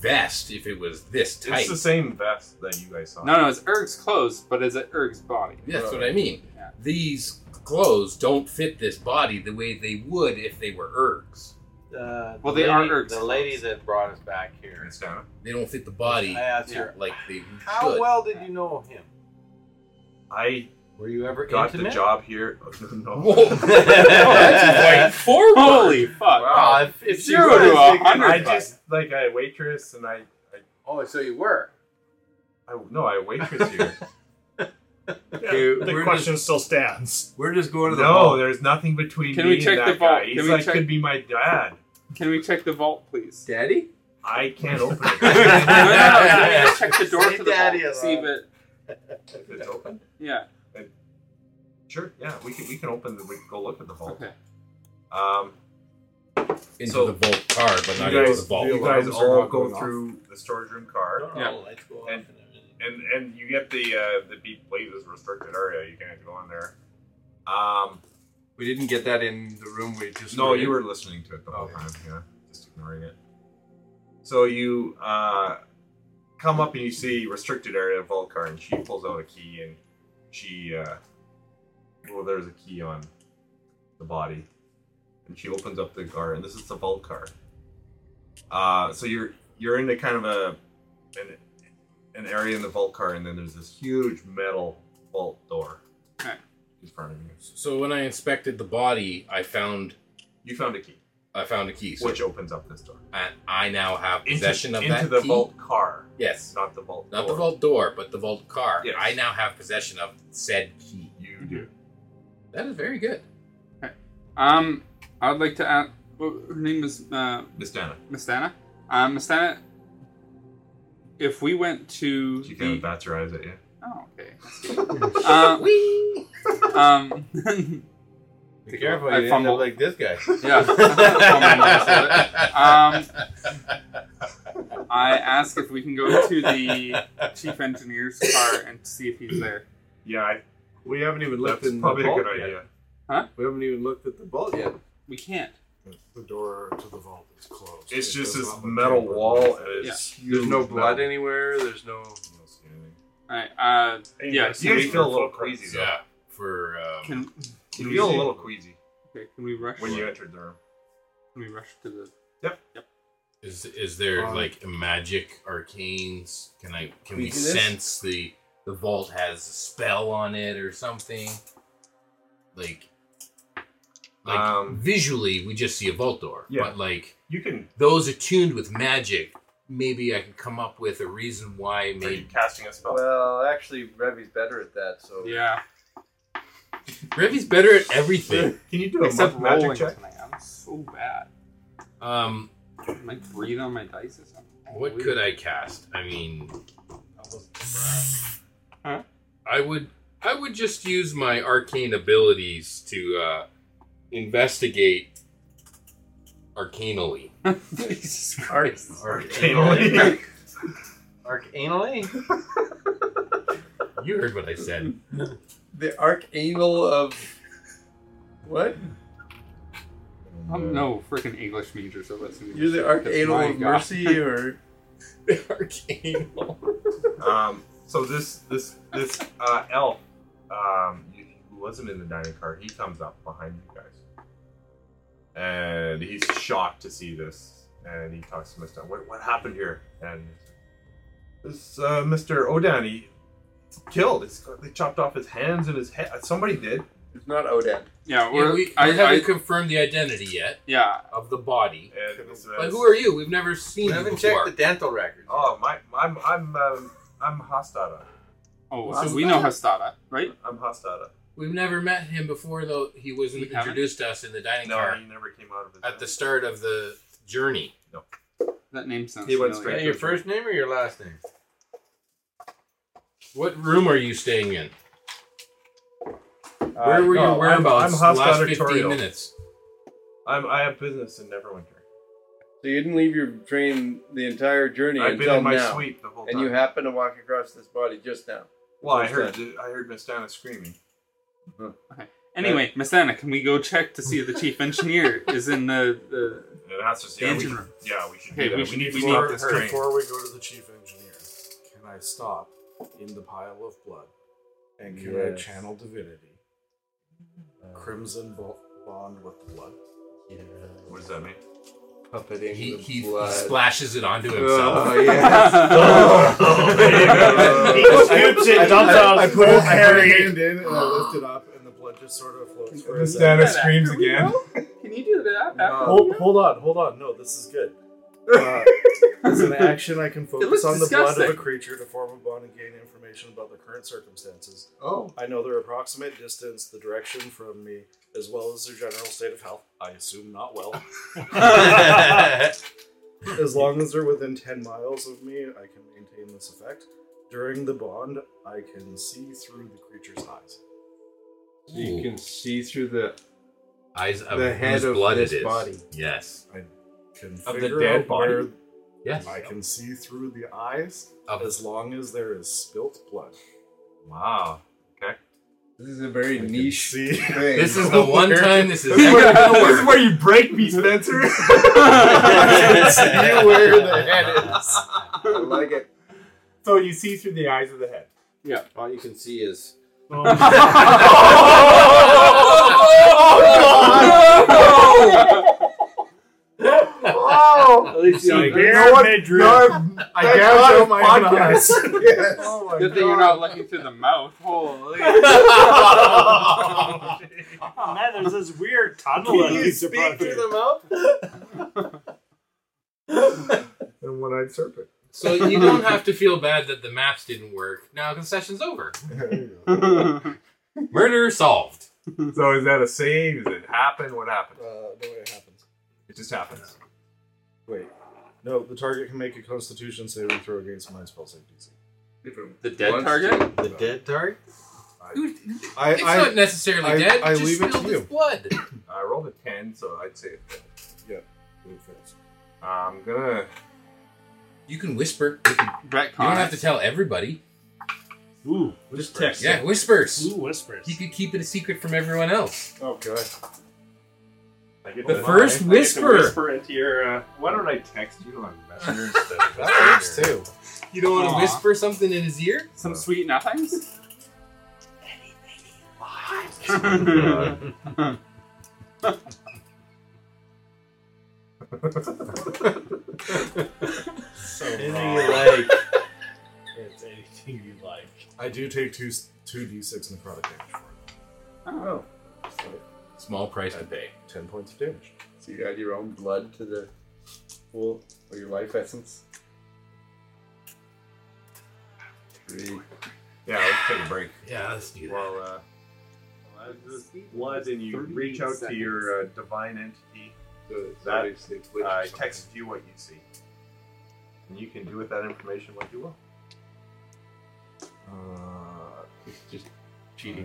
Speaker 8: vest if it was this tight.
Speaker 2: It's the same vest that you guys saw.
Speaker 14: No, no, it's Erg's clothes, but is it Erg's body?
Speaker 8: That's what I mean.
Speaker 14: Yeah.
Speaker 8: These clothes don't fit this body the way they would if they were Erg's.
Speaker 21: Uh,
Speaker 14: Well,
Speaker 21: the
Speaker 14: they are
Speaker 21: lady-
Speaker 14: Erg's
Speaker 21: The lady that brought us back here.
Speaker 2: Mistana.
Speaker 8: They don't fit the body
Speaker 21: I asked her,
Speaker 8: like they
Speaker 21: How
Speaker 8: should.
Speaker 21: well did you know him?
Speaker 2: I
Speaker 21: Were you ever
Speaker 2: got
Speaker 21: intimate?
Speaker 2: the job here. no.
Speaker 21: that's
Speaker 8: forward.
Speaker 14: Holy fuck!
Speaker 2: Wow.
Speaker 21: if, if she
Speaker 14: Zero to
Speaker 21: was,
Speaker 14: a
Speaker 2: I
Speaker 14: hundred.
Speaker 2: just like I waitress and I,
Speaker 21: Oh, so you were.
Speaker 2: I no I waitress here.
Speaker 11: Okay,
Speaker 19: the
Speaker 11: we're
Speaker 19: question still stands.
Speaker 11: We're just going to the
Speaker 2: no,
Speaker 11: vault.
Speaker 2: there's nothing between
Speaker 14: Can
Speaker 2: me
Speaker 14: we
Speaker 2: and
Speaker 14: check the
Speaker 2: that
Speaker 14: vault?
Speaker 2: guy. He's
Speaker 14: Can we
Speaker 2: like
Speaker 14: check-
Speaker 2: could be my dad.
Speaker 14: Can we check the vault, please?
Speaker 11: Daddy?
Speaker 2: I can't open
Speaker 14: no, no,
Speaker 2: it.
Speaker 14: no, can we check the door
Speaker 21: Say
Speaker 14: to the
Speaker 21: daddy
Speaker 14: vault. See if it.
Speaker 2: if it's open.
Speaker 14: Yeah.
Speaker 2: Sure. Yeah, we can we can open the we can go look at the vault.
Speaker 14: Okay.
Speaker 2: Um,
Speaker 8: Into
Speaker 2: So-
Speaker 8: the vault car, but
Speaker 2: you
Speaker 8: not into
Speaker 2: guys,
Speaker 8: the vault.
Speaker 2: you guys
Speaker 11: Alarms are
Speaker 2: all
Speaker 11: not
Speaker 2: go
Speaker 11: going off.
Speaker 2: through the storage room car.
Speaker 14: Yeah.
Speaker 21: lights go
Speaker 2: And- and and you get the uh, the beat blazes restricted area. You can't go in there. Um,
Speaker 11: We didn't get that in the room. We just
Speaker 2: no, you were listening to it the whole time. Yeah, just ignoring it. So you uh, come up and you see restricted area Volcar, and she pulls out a key and she uh, well, there's a key on the body, and she opens up the car, and this is the Volcar. Uh, so you're you're in the kind of a an, an area in the vault car, and then there's this huge metal vault door
Speaker 14: Okay.
Speaker 2: in front of you.
Speaker 8: So when I inspected the body, I found
Speaker 2: You found a key,
Speaker 8: I found a key, so
Speaker 2: which opens up this door
Speaker 8: and I now have
Speaker 2: Into-
Speaker 8: possession of
Speaker 2: into
Speaker 8: that
Speaker 2: the
Speaker 8: key.
Speaker 2: vault car,
Speaker 8: Yes,
Speaker 2: not the vault.
Speaker 8: not
Speaker 2: door.
Speaker 8: the vault door, but the vault car.
Speaker 2: Yes.
Speaker 8: I now have possession of said key.
Speaker 2: You do.
Speaker 8: That is very good.
Speaker 14: Um, I would like to add. Well, her name is uh,
Speaker 2: Miss Dana,
Speaker 14: Mistana. Um, Mistana. If we went to
Speaker 2: she kind
Speaker 14: the
Speaker 2: of bats her eyes at you.
Speaker 14: oh okay, um, um,
Speaker 21: Be careful,
Speaker 14: I
Speaker 21: you end
Speaker 14: fumbled.
Speaker 21: up like this guy.
Speaker 14: yeah. um, I ask if we can go to the chief engineer's car and see if he's there.
Speaker 2: Yeah, I,
Speaker 11: We haven't even looked
Speaker 2: that's
Speaker 11: in
Speaker 2: probably
Speaker 11: the
Speaker 2: a
Speaker 11: vault
Speaker 2: good
Speaker 11: yet.
Speaker 2: idea.
Speaker 11: We haven't even looked at the vault yet.
Speaker 14: We can't.
Speaker 16: The door to the vault is closed.
Speaker 2: It's
Speaker 16: It
Speaker 2: just
Speaker 16: does
Speaker 2: this
Speaker 16: not look
Speaker 2: metal
Speaker 16: chambered.
Speaker 2: wall. And it's
Speaker 11: There's no
Speaker 2: huge
Speaker 11: blood
Speaker 2: metal.
Speaker 11: anywhere. There's no.
Speaker 2: You don't see anything.
Speaker 14: All right. Uh,
Speaker 19: And
Speaker 14: yeah.
Speaker 19: that's
Speaker 14: so
Speaker 2: You
Speaker 14: we-
Speaker 2: guys feel a little queasy though.
Speaker 8: Yeah, for um,
Speaker 14: Can,
Speaker 2: You feel a little queasy
Speaker 14: okay, can we rush?
Speaker 2: when you entered the room.
Speaker 14: can we rush to the
Speaker 8: Is is there
Speaker 11: Um,
Speaker 8: like magic arcanes? Can I can we
Speaker 11: Queasiness?
Speaker 8: sense the the vault has a spell on it or something? Like like
Speaker 2: Um,
Speaker 8: visually we just see a vault door.
Speaker 2: Yeah.
Speaker 8: But like
Speaker 2: You can.
Speaker 8: those attuned with magic, maybe I can come up with a reason why
Speaker 2: Are you
Speaker 8: maybe
Speaker 2: casting a spell?
Speaker 5: Well, actually, Revy's better at that. So
Speaker 14: yeah.
Speaker 8: Revy's better at everything.
Speaker 2: Can you do a
Speaker 14: Except
Speaker 2: ma- magic
Speaker 14: rolling
Speaker 2: check?
Speaker 14: tonight, I'm so bad.
Speaker 8: um
Speaker 14: I might breathe on my dice or something.
Speaker 8: What could I cast? I mean,
Speaker 14: Huh?
Speaker 8: I would I would just use my arcane abilities to uh, investigate arcanally.
Speaker 7: Jesus
Speaker 8: Christ.
Speaker 7: Arcanally. Arcanally?
Speaker 8: you heard what I said.
Speaker 11: The arcanal of what?
Speaker 14: I'm no freaking English major, so that's gonna be-
Speaker 11: You're the
Speaker 14: My
Speaker 11: arcanal of
Speaker 14: God.
Speaker 11: mercy, or
Speaker 8: Arcanal.
Speaker 2: um, so this this this uh, elf um, who wasn't in the dining car, he comes up behind you guys, and he's shocked to see this, and he talks to Mister. What what happened here? And this uh, Mister Odan, he killed. It's, they chopped off his hands and his head. Somebody did.
Speaker 11: It's not Odan.
Speaker 14: Yeah,
Speaker 8: Yeah,
Speaker 14: we're,
Speaker 8: we, we
Speaker 14: I,
Speaker 8: haven't
Speaker 14: I,
Speaker 8: confirmed the identity yet
Speaker 14: yeah,
Speaker 8: of the body.
Speaker 2: And this, uh,
Speaker 8: But who are you? We've never seen
Speaker 7: We
Speaker 8: you
Speaker 7: haven't
Speaker 8: before.
Speaker 7: checked the dental records.
Speaker 2: Oh my! I'm I'm um, I'm Hastada.
Speaker 14: oh,
Speaker 8: What's
Speaker 14: so
Speaker 8: his
Speaker 14: we know
Speaker 8: name?
Speaker 14: Hastada, right?
Speaker 2: I'm Hastada.
Speaker 8: We've never met him before, though he wasn't
Speaker 14: We haven't?
Speaker 8: introduced to us in the dining
Speaker 2: No,
Speaker 8: car
Speaker 2: he never came out of his.
Speaker 8: at the start of the journey.
Speaker 14: That name sounds
Speaker 2: He went
Speaker 14: familiar.
Speaker 2: straight-
Speaker 7: your first name or your last name?
Speaker 8: What room are you staying in?
Speaker 2: Uh,
Speaker 8: Where were
Speaker 2: no,
Speaker 8: your whereabouts
Speaker 2: I'm, I'm
Speaker 8: the last
Speaker 2: Hastada
Speaker 8: 15
Speaker 2: Toriel.
Speaker 8: minutes?
Speaker 2: I'm, I have business in Neverwinter.
Speaker 11: So you didn't leave your train the entire journey
Speaker 2: I've been
Speaker 11: until
Speaker 2: in my
Speaker 11: now,
Speaker 2: suite the whole
Speaker 11: and
Speaker 2: time.
Speaker 11: you happened to walk across this body just now.
Speaker 2: Well, I
Speaker 11: Just
Speaker 2: heard
Speaker 11: then.
Speaker 2: the, I heard Miss Donna screaming.
Speaker 14: Anyway, Miss Anna, can we go check to see if the chief engineer is in the, the
Speaker 2: It has to,
Speaker 14: The
Speaker 2: yeah, we
Speaker 14: engine
Speaker 2: should,
Speaker 14: room.
Speaker 2: yeah, we should.
Speaker 14: Okay,
Speaker 2: do that.
Speaker 14: we
Speaker 2: We,
Speaker 14: should
Speaker 2: need to
Speaker 14: we
Speaker 2: stop
Speaker 14: need
Speaker 2: this
Speaker 14: her.
Speaker 2: train.
Speaker 6: Before we go to the chief engineer, can I stop in the pile of blood and can I
Speaker 16: Yes.
Speaker 6: channel divinity? Uh, Crimson bo- bond with the blood.
Speaker 2: What does that mean?
Speaker 11: Puppeting
Speaker 8: He,
Speaker 11: the
Speaker 8: he, he
Speaker 11: blood.
Speaker 8: splashes it onto himself.
Speaker 11: Oh yes.
Speaker 3: He scoops it, dumps out
Speaker 6: I
Speaker 3: his
Speaker 6: put,
Speaker 3: whole
Speaker 6: it, I put
Speaker 3: hairy-
Speaker 6: my hand in and I lift it up, and the blood just sort of flows. for a
Speaker 16: Miss
Speaker 6: second.
Speaker 16: Dana screams again.
Speaker 14: Can you do that?
Speaker 8: Oh.
Speaker 6: Hold, hold on, hold on. No, this is good. Uh, as an action, I can
Speaker 14: looks
Speaker 6: focus on the blood of a
Speaker 14: disgusting.
Speaker 6: creature to form a bond and gain information about the current circumstances.
Speaker 11: Oh.
Speaker 6: I know their approximate distance, the direction from me, as well as their general state of health. I assume not well. as long as they're within 10 miles of me, I can maintain this effect. During the bond, I can see through the creature's eyes.
Speaker 8: So
Speaker 11: you can see through the
Speaker 8: Eyes of
Speaker 11: The head
Speaker 8: whose
Speaker 11: of
Speaker 8: blood
Speaker 11: this
Speaker 8: it is.
Speaker 11: body.
Speaker 8: Yes.
Speaker 6: I can
Speaker 2: the
Speaker 6: figure
Speaker 2: dead
Speaker 6: out
Speaker 2: body?
Speaker 6: where
Speaker 8: Yes.
Speaker 6: I can see through the eyes
Speaker 8: Of-
Speaker 6: as long as there is spilt blood.
Speaker 2: Wow. Okay.
Speaker 11: This is a very
Speaker 6: I can
Speaker 11: niche
Speaker 6: see.
Speaker 11: thing.
Speaker 8: This is the one time this is
Speaker 16: This is, where,
Speaker 8: ever gonna
Speaker 16: this is
Speaker 8: work.
Speaker 16: where you break me, Spencer.
Speaker 11: you where the head is. I like it.
Speaker 16: so you see through the eyes of the head.
Speaker 7: All you can see is.
Speaker 8: Oh
Speaker 16: Oh!
Speaker 14: At least you
Speaker 3: See,
Speaker 14: don't-
Speaker 3: here,
Speaker 16: No one-
Speaker 3: Midriff.
Speaker 16: No, I gouged out my podcast.
Speaker 11: Yes.
Speaker 14: Good thing you're not looking through the mouth. Holy.
Speaker 3: Oh man, there's this weird tunnel.
Speaker 7: Can
Speaker 3: that
Speaker 7: you
Speaker 3: leads
Speaker 7: speak
Speaker 3: above
Speaker 7: through
Speaker 3: here.
Speaker 7: the mouth?
Speaker 16: And one-eyed serpent.
Speaker 8: So you don't have to feel bad that the maps didn't work. Now the session's over.
Speaker 6: Uh,
Speaker 8: Murder solved.
Speaker 2: So is that a save? Does it happen? What happened?
Speaker 6: Uh, no way it happens.
Speaker 2: It just happens.
Speaker 6: Wait. No, the target can make a constitution saving throw against my spell save DC.
Speaker 14: the dead
Speaker 11: Once-
Speaker 14: target?
Speaker 7: The dead target?
Speaker 8: Dude,
Speaker 6: I,
Speaker 8: it's
Speaker 6: I,
Speaker 8: not necessarily
Speaker 6: I-
Speaker 8: dead.
Speaker 6: I
Speaker 8: just
Speaker 6: leave it to
Speaker 8: spilled his
Speaker 6: you.
Speaker 8: blood.
Speaker 2: I rolled a ten, so I'd say it failed.
Speaker 6: Yeah,
Speaker 2: I'm gonna.
Speaker 8: You can whisper.
Speaker 14: Retcon.
Speaker 8: You don't have to tell everybody.
Speaker 3: Ooh,
Speaker 2: Just
Speaker 3: text.
Speaker 8: Yeah, whispers.
Speaker 3: ooh, whispers.
Speaker 8: He could keep it a secret from everyone else.
Speaker 6: Oh god.
Speaker 2: I get
Speaker 8: The
Speaker 2: to
Speaker 8: first
Speaker 2: lie. I get to
Speaker 8: whisper.
Speaker 2: Whisper into your. Uh, why don't I text you on Messenger instead? of- That's weird.
Speaker 6: too.
Speaker 8: You don't want to
Speaker 14: Aw.
Speaker 8: whisper something in his ear?
Speaker 14: Some sweet nothings?
Speaker 2: uh,
Speaker 6: Oh,
Speaker 19: Anything you like. it's anything you like.
Speaker 6: I do take two two d six necrotic damage for
Speaker 11: Oh.
Speaker 6: it.
Speaker 8: Small price to pay.
Speaker 6: Ten points of damage.
Speaker 11: So you add your own blood to the pool or your life essence. Three.
Speaker 2: Yeah, let's take a break.
Speaker 8: Yeah, let's do that.
Speaker 2: While uh, blood and you
Speaker 14: Three
Speaker 2: reach out to
Speaker 14: seconds.
Speaker 2: your uh, divine entity.
Speaker 11: So
Speaker 2: That-
Speaker 11: it's
Speaker 2: Uh, I text you what you see, and you can do with that information what you will.
Speaker 6: Uh,
Speaker 11: just
Speaker 6: I,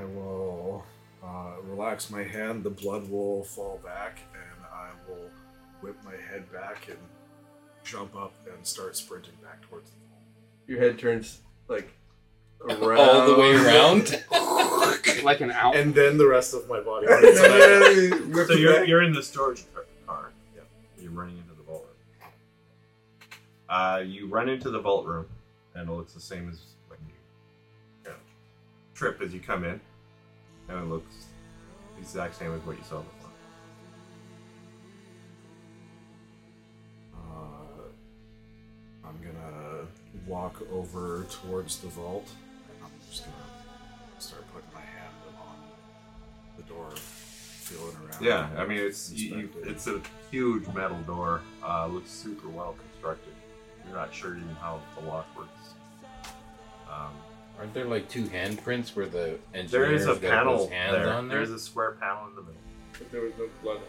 Speaker 6: I will uh, relax my hand. The blood will fall back, and I will whip my head back and jump up and start sprinting back towards the wall.
Speaker 11: Your head turns like around.
Speaker 6: All the
Speaker 8: uh,
Speaker 6: way around?
Speaker 14: like an owl.
Speaker 6: And then the rest of my body.
Speaker 11: So
Speaker 2: so you're, you're in the storage car- car. Yeah. You're running into the vault room. Uh, you run into the vault room, and it looks the same as when you yeah, trip as you come in, and it looks the exact same as what you saw before.
Speaker 6: Uh, I'm gonna walk over towards the vault and I'm just gonna start putting my hand on the door, feeling around.
Speaker 2: Yeah, I mean it's you, you, it's a huge metal door. Uh, looks super well constructed. You're not sure even how the lock works. Um,
Speaker 8: Aren't there like two handprints where the engineer
Speaker 2: there is a
Speaker 8: has got
Speaker 2: panel
Speaker 8: his hands
Speaker 2: there.
Speaker 8: on there?
Speaker 2: There's a square panel in the middle.
Speaker 11: But there was no blood.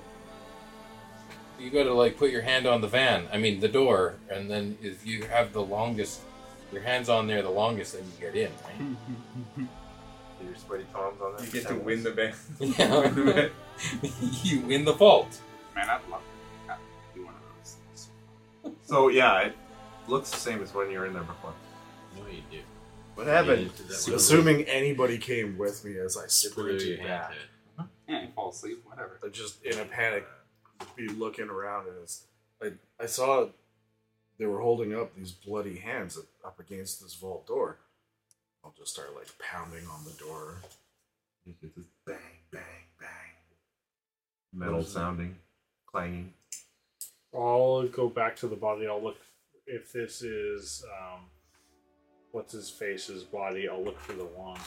Speaker 8: you got to like put your hand on the van. I mean the door, and then if you have the longest, your hands on there the longest, then you get in. Right?
Speaker 2: Your sweaty palms on there.
Speaker 11: You get to win the van.
Speaker 8: Yeah. you win the vault.
Speaker 14: Man, I'd love to do one of those things.
Speaker 2: So yeah, it looks the same as when you were in there before.
Speaker 7: No, you do.
Speaker 6: What happened?
Speaker 7: You did that one.
Speaker 6: Assuming anybody came with me as I sprinted
Speaker 7: your
Speaker 6: back.
Speaker 7: hand to it.
Speaker 14: Yeah, you fall asleep, whatever.
Speaker 6: I uh, just in a panic, be looking around and it's, I I saw they were holding up these bloody hands up, up against this vault door. I'll just start like pounding on the door.
Speaker 2: It's just bang, bang, bang. Metal sounding, clanging.
Speaker 3: I'll go back to the body. I'll look if this is um, what's his face's body. I'll look for the wand.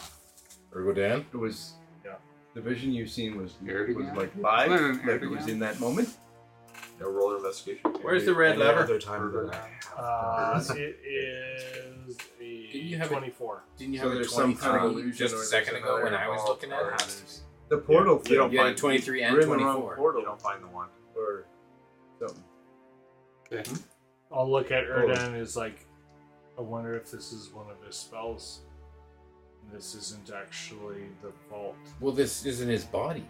Speaker 8: Ergo Dan.
Speaker 11: It was
Speaker 3: Yeah.
Speaker 11: the vision you've seen was
Speaker 14: Erdogan?
Speaker 11: was like live,
Speaker 14: Isn't it an
Speaker 11: like it was
Speaker 14: Erdogan?
Speaker 11: in that moment.
Speaker 2: No roller investigation.
Speaker 7: Where's the red
Speaker 6: Any
Speaker 7: lever?
Speaker 6: Other time than that.
Speaker 3: Uh, it is the
Speaker 8: Didn't you have a-
Speaker 3: twenty-four.
Speaker 8: Didn't you
Speaker 11: So
Speaker 8: have a
Speaker 11: there's some kind of
Speaker 8: 23
Speaker 11: illusion
Speaker 8: just
Speaker 11: or
Speaker 8: a
Speaker 11: there's
Speaker 8: second ago when
Speaker 11: another
Speaker 8: I was
Speaker 11: vault
Speaker 8: looking at
Speaker 11: or
Speaker 8: it?
Speaker 11: there's- The portal thing.
Speaker 2: You don't
Speaker 8: Yeah,
Speaker 2: find
Speaker 8: 23 and
Speaker 11: We're in the wrong
Speaker 8: 24.
Speaker 11: portal
Speaker 2: You don't find the one.
Speaker 11: or something.
Speaker 14: Okay.
Speaker 3: I'll look at
Speaker 11: Oh.
Speaker 3: Erdan as like, I wonder if this is one of his spells. This isn't actually the vault.
Speaker 8: Well, this isn't his body.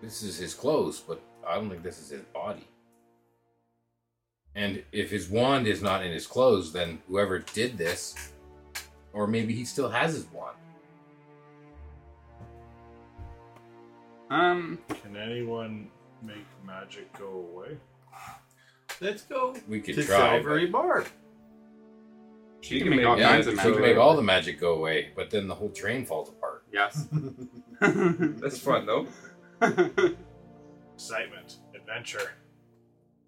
Speaker 8: This is his clothes, but I don't think this is his body. And if his wand is not in his clothes, then whoever did this, or maybe he still has his wand.
Speaker 14: Um,
Speaker 3: Can anyone make magic go away?
Speaker 7: Let's go.
Speaker 8: We could
Speaker 7: to
Speaker 8: try,
Speaker 7: Silvery Bar.
Speaker 14: she can make all
Speaker 8: Yeah,
Speaker 14: kinds
Speaker 8: she
Speaker 14: of
Speaker 8: can
Speaker 14: magic.
Speaker 8: make all the magic go away, but then the whole train falls apart.
Speaker 14: Yes.
Speaker 11: That's fun though.
Speaker 3: Excitement, adventure.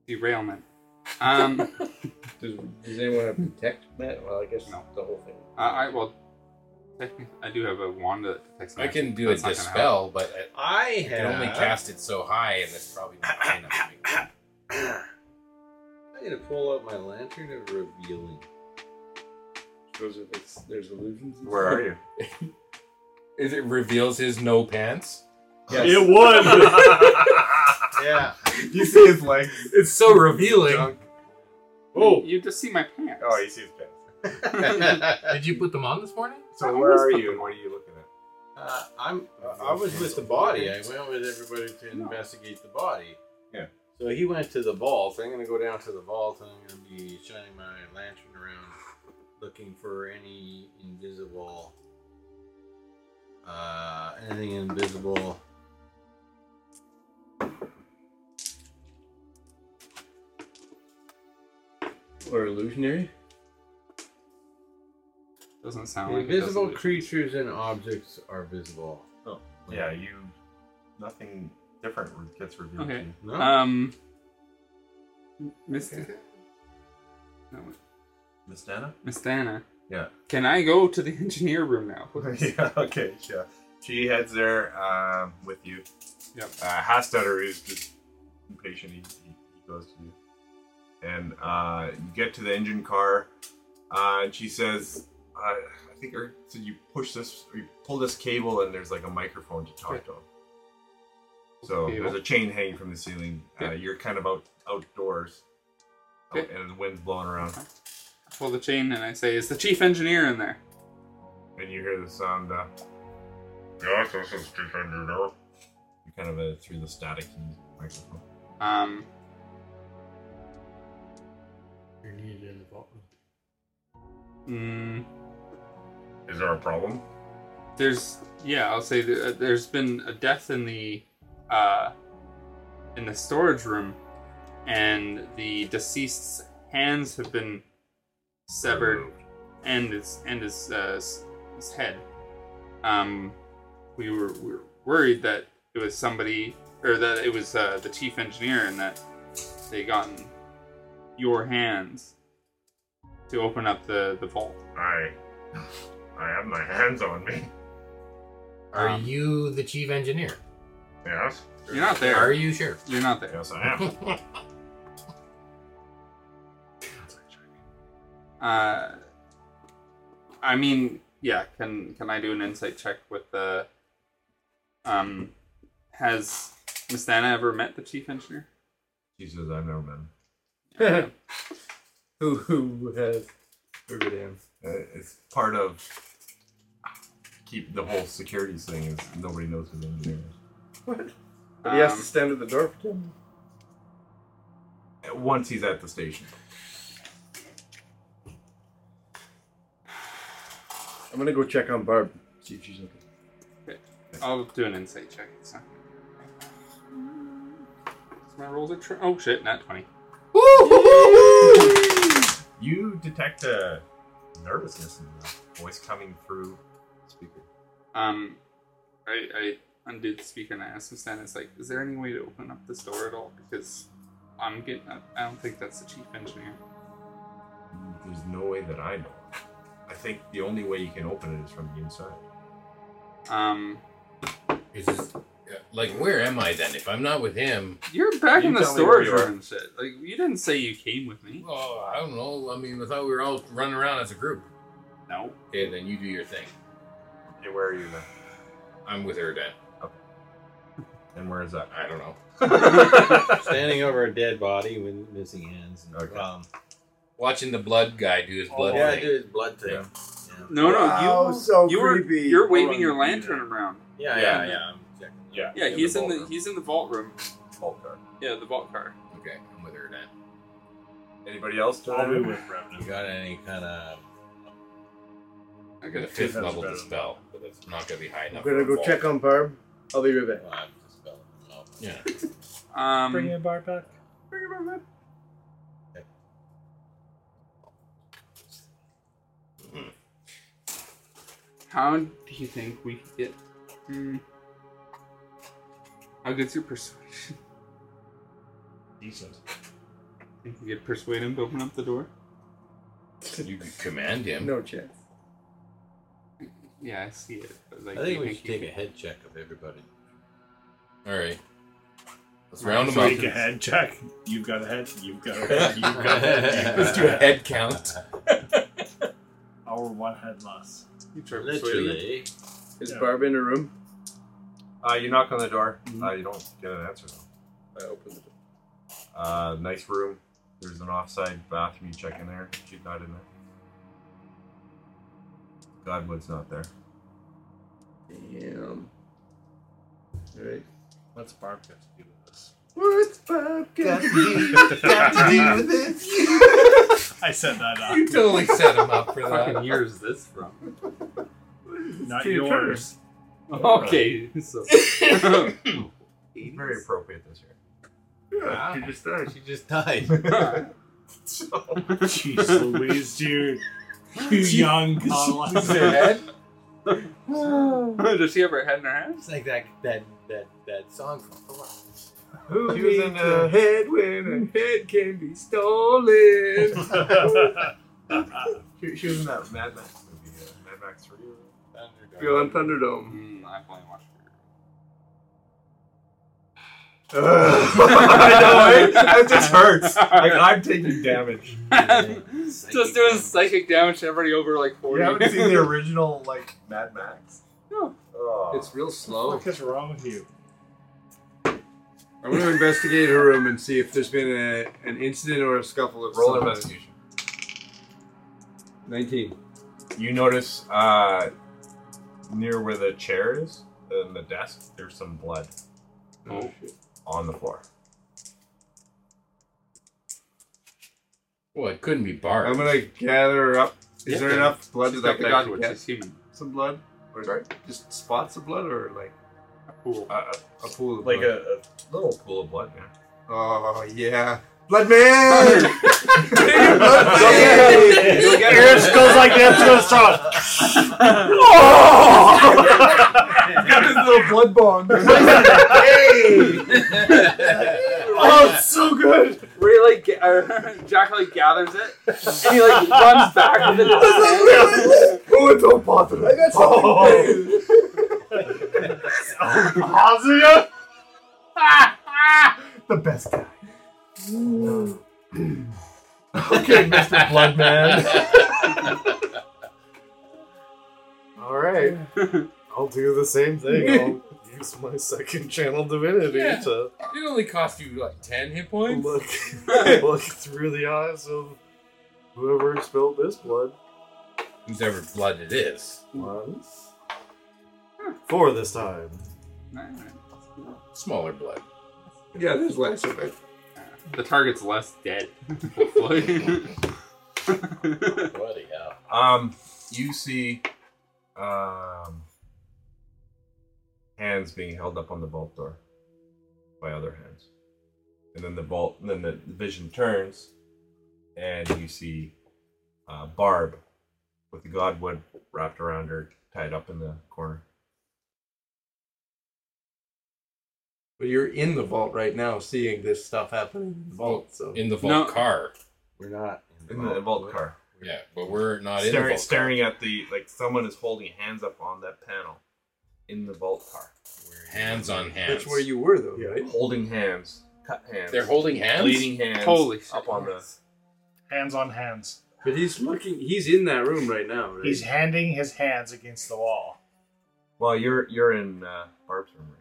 Speaker 14: Derailment. Um,
Speaker 11: Does, does anyone have protect that? Well, I guess
Speaker 14: No.
Speaker 11: the whole thing.
Speaker 14: I, I well, technically, I do have a wand that detects
Speaker 8: I
Speaker 14: magic.
Speaker 8: can do
Speaker 14: That's
Speaker 8: a
Speaker 14: not gonna help.
Speaker 8: dispel, but I-
Speaker 7: I
Speaker 8: I can
Speaker 7: have.
Speaker 8: only cast it so high, and that's probably not high enough. to make it.
Speaker 7: I'm gonna pull out my lantern of revealing.
Speaker 11: Those are the- there's illusions. and
Speaker 2: Where are you?
Speaker 8: Is it reveals his no pants?
Speaker 11: stuff.
Speaker 3: It would.
Speaker 7: Yeah.
Speaker 2: you see his legs.
Speaker 8: It's so revealing.
Speaker 14: Oh, you just see my pants.
Speaker 2: Oh, you see his pants.
Speaker 8: Did you put them on this morning?
Speaker 2: So where are you and what are you looking at?
Speaker 7: Uh, I'm. I was with the body. I went with everybody to
Speaker 14: No.
Speaker 7: investigate the body.
Speaker 2: Yeah.
Speaker 7: So he went to the vault. I'm gonna go down to the vault and I'm gonna be shining my lantern around, looking for any invisible. Uh, anything invisible.
Speaker 11: Or illusionary?
Speaker 14: Doesn't sound like it
Speaker 7: Invisible
Speaker 14: doesn't.
Speaker 7: creatures and objects are visible.
Speaker 2: Yeah, you. Nothing different gets revealed to
Speaker 14: Okay.
Speaker 2: you.
Speaker 11: Uh,
Speaker 7: No.
Speaker 14: Um, Mystica. No, wait.
Speaker 2: Miss Nana?
Speaker 14: Miss Dana.
Speaker 2: Yeah.
Speaker 14: Can I go to the engineer room now?
Speaker 2: yeah, okay, yeah. She heads there um, with you.
Speaker 14: Yep.
Speaker 2: Uh, Hastetter is just impatient. He, he, he goes to you. And uh, you get to the engine car, uh, and she says, uh, I think her, so you push this, or you pull this cable, and there's like a microphone to talk to him. So
Speaker 14: Cable.
Speaker 2: there's a chain hanging from the ceiling. Uh,
Speaker 14: Yeah.
Speaker 2: you're kind of out outdoors,
Speaker 14: Yeah.
Speaker 2: out- and the wind's blowing around.
Speaker 14: I pull the chain and I say, "Is the chief engineer in there?"
Speaker 2: and you hear the sound. Uh, yes, this is Chief Engineer. You kind of uh, through the static in the microphone.
Speaker 14: Um,
Speaker 22: needed in the bottom.
Speaker 14: Mm,
Speaker 2: Is there a problem?
Speaker 14: there's yeah, I'll say th- uh, there's been a death in the uh, in the storage room, and the deceased's hands have been severed, and his and his uh, s- his head. Um, we were, we were worried that it was somebody or that it was uh, the chief engineer, and that they gotten your hands to open up the the vault.
Speaker 2: I I have my hands on me.
Speaker 8: Are you the chief engineer?
Speaker 2: Yes.
Speaker 14: You're not there.
Speaker 8: Are you sure?
Speaker 14: You're not there.
Speaker 2: Yes, I am.
Speaker 14: Uh, I mean, yeah. Can can I do an insight check with the? Um, has Miss Dana ever met the chief engineer?
Speaker 2: She says I've never met him.
Speaker 11: who who has figured him?
Speaker 2: Uh, it's part of keep the whole securities thing is nobody knows who the engineer is.
Speaker 11: But he has
Speaker 2: Um,
Speaker 11: to stand at the door for ten.
Speaker 2: Uh, once he's at the station.
Speaker 11: I'm gonna go check on Barb. See if she's okay.
Speaker 14: Okay. I'll do an insight check. It's not. My rolls are tr- oh shit, not twenty.
Speaker 2: You detect a nervousness in the voice coming through the speaker.
Speaker 14: Um, I, I undid the speaker and I asked Miss Dana, "It's like, is there any way to open up this door at all? Because I'm getting, I don't think that's the chief engineer."
Speaker 2: There's no way that I know. I think the only way you can open it is from the inside.
Speaker 14: Um,
Speaker 8: it's just, uh, like, where am I then? If I'm not with him,
Speaker 14: You're back
Speaker 8: You
Speaker 14: in the
Speaker 8: tell me where
Speaker 14: storage
Speaker 8: you are.
Speaker 14: room and shit. Like you didn't say you came with me.
Speaker 8: oh, I don't know. I mean, I thought we were all running around as a group.
Speaker 14: No.
Speaker 8: Okay, then you do your thing.
Speaker 2: Okay, where are you then?
Speaker 8: I'm with her then.
Speaker 2: And where is that?
Speaker 8: I don't know.
Speaker 7: Standing over a dead body with missing hands. And,
Speaker 2: Okay.
Speaker 7: um,
Speaker 8: Watching the blood guy do his blood
Speaker 7: yeah,
Speaker 8: thing.
Speaker 7: do his blood thing.
Speaker 14: No, no,
Speaker 7: Wow,
Speaker 14: you,
Speaker 7: so
Speaker 14: you were
Speaker 7: creepy.
Speaker 14: you're
Speaker 7: Hold
Speaker 14: waving
Speaker 7: on,
Speaker 14: your
Speaker 7: let me
Speaker 14: lantern around.
Speaker 7: Yeah, yeah, yeah. I'm checking.
Speaker 14: Yeah, he's in the he's in the vault room.
Speaker 2: Vault car.
Speaker 14: Yeah, the vault car.
Speaker 8: Okay, I'm with her then.
Speaker 2: Anybody else?
Speaker 7: I'll be with
Speaker 2: Revenant.
Speaker 7: You got any kind of?
Speaker 8: I got a fifth level dispel, but it's not gonna be high
Speaker 11: I'm
Speaker 8: enough.
Speaker 11: gonna
Speaker 8: for a
Speaker 11: go
Speaker 8: vault.
Speaker 11: check on Barb. I'll be right back.
Speaker 8: Yeah.
Speaker 14: Um,
Speaker 11: Bring in Barb back.
Speaker 14: How do you think we could get? Hmm. How good's your persuasion?
Speaker 2: Decent.
Speaker 14: Think you could persuade him to open up the door?
Speaker 8: You could command him.
Speaker 11: No chance.
Speaker 14: Yeah, I see it. but, like,
Speaker 7: I think
Speaker 14: you
Speaker 7: we should
Speaker 14: you
Speaker 7: take a head check of everybody.
Speaker 8: All right. Let's
Speaker 7: Alright,
Speaker 8: round him
Speaker 7: so
Speaker 8: up.
Speaker 7: you can head
Speaker 19: check. You've got a head. You've got a head. You've got a head.
Speaker 8: Let's do a head count.
Speaker 19: Our one head loss.
Speaker 14: You try
Speaker 7: Literally.
Speaker 11: Is
Speaker 19: Yeah.
Speaker 11: Barb in her room?
Speaker 2: Uh, you knock on the door. Uh, you don't get an answer though. I open the door. Uh, nice room. There's an offside bathroom. You check in there. She's not in there. Godwood's not there.
Speaker 11: Damn. Alright.
Speaker 19: What's Barb got to do with this?
Speaker 11: What's Barb got to
Speaker 19: do- got to do with this? I set that up.
Speaker 3: uh,
Speaker 8: You totally set him up for
Speaker 14: What
Speaker 8: that.
Speaker 14: fucking year is this from?
Speaker 19: Not
Speaker 14: Tina
Speaker 19: yours.
Speaker 14: Turner. Okay. so-
Speaker 2: Very appropriate this year.
Speaker 11: Yeah, she just died.
Speaker 7: She just died.
Speaker 19: Jeez Louise, dude. You young
Speaker 7: Is her head?
Speaker 14: Does she have her head in her hands?
Speaker 7: It's like that that that that song from Thor.
Speaker 11: Who
Speaker 7: She was
Speaker 11: needs
Speaker 7: in
Speaker 2: uh,
Speaker 11: a
Speaker 7: a-
Speaker 11: head when a head can be stolen?
Speaker 2: She, she was in that Mad Max movie. Uh, Mad Max 3.
Speaker 11: Feel on Thunderdome.
Speaker 14: Mm, I've only watched.
Speaker 2: I know, right? It just hurts. Like, I'm taking damage.
Speaker 14: Just doing psychic damage to everybody over like
Speaker 2: You
Speaker 14: forty.
Speaker 2: haven't seen the original, like, Mad Max?
Speaker 14: No.
Speaker 2: Oh.
Speaker 11: It's real slow.
Speaker 19: What is wrong with you?
Speaker 11: I'm gonna investigate her room and see if there's been a, an incident or a scuffle of
Speaker 2: Roll
Speaker 11: some-
Speaker 2: investigation.
Speaker 11: 19.
Speaker 2: You notice uh, near where the chair is and the desk, there's some blood
Speaker 14: Oh,
Speaker 2: on the floor.
Speaker 8: Well, it couldn't be Bard.
Speaker 5: I'm gonna gather up. Is
Speaker 8: Yeah.
Speaker 5: there enough blood
Speaker 8: She's
Speaker 5: that I
Speaker 8: got
Speaker 5: can
Speaker 8: the god,
Speaker 5: actually
Speaker 8: which
Speaker 5: get
Speaker 8: is human.
Speaker 5: some blood, or just spots of blood, or like a
Speaker 19: pool,
Speaker 5: a, a pool of
Speaker 2: Like
Speaker 5: blood.
Speaker 2: a, a little pool of blood, man.
Speaker 5: Oh yeah, blood man.
Speaker 3: Ears goes like this to his throat.
Speaker 5: Got his little blood bond.
Speaker 14: oh,
Speaker 5: it's so good.
Speaker 14: Where he like ga- uh, Jack like gathers it and he like runs back with it.
Speaker 5: oh, it's all positive. I got
Speaker 14: something
Speaker 2: Oh.
Speaker 5: Positive. the best guy. okay, Mr. Bloodman.
Speaker 6: All right. I'll do the same thing. I'll use my second channel divinity
Speaker 8: Yeah.
Speaker 6: to
Speaker 8: It only cost you like ten hit points.
Speaker 6: look look through the eyes of whoever spilled this blood.
Speaker 8: Whose ever blood it is.
Speaker 6: Once. Four this time.
Speaker 8: Smaller blood.
Speaker 11: Yeah, there's less of it.
Speaker 14: The target's less dead. Hopefully.
Speaker 8: Bloody hell.
Speaker 2: Um, you see, um, hands being held up on the vault door by other hands, and then the vault, and then the, the vision turns, and you see uh, Barb with the godwood wrapped around her, tied up in the corner.
Speaker 11: But you're in the vault right now, seeing this stuff happening in the vault. So
Speaker 8: In the vault
Speaker 11: No.
Speaker 8: car.
Speaker 11: we're not
Speaker 2: In the vault car.
Speaker 8: Yeah, but we're not in the
Speaker 2: staring,
Speaker 8: vault car.
Speaker 2: staring at the like someone is holding hands up on that panel in the vault car.
Speaker 8: Hands on hands.
Speaker 11: That's where you were, though, right?
Speaker 2: Holding hands, cut hands.
Speaker 8: They're holding hands?
Speaker 2: bleeding hands.
Speaker 8: Holy
Speaker 2: up on the
Speaker 3: Hands on hands.
Speaker 11: But he's looking. He's in that room right now. Right?
Speaker 3: He's handing his hands against the wall.
Speaker 2: Well, you're you're in uh, Barb's room right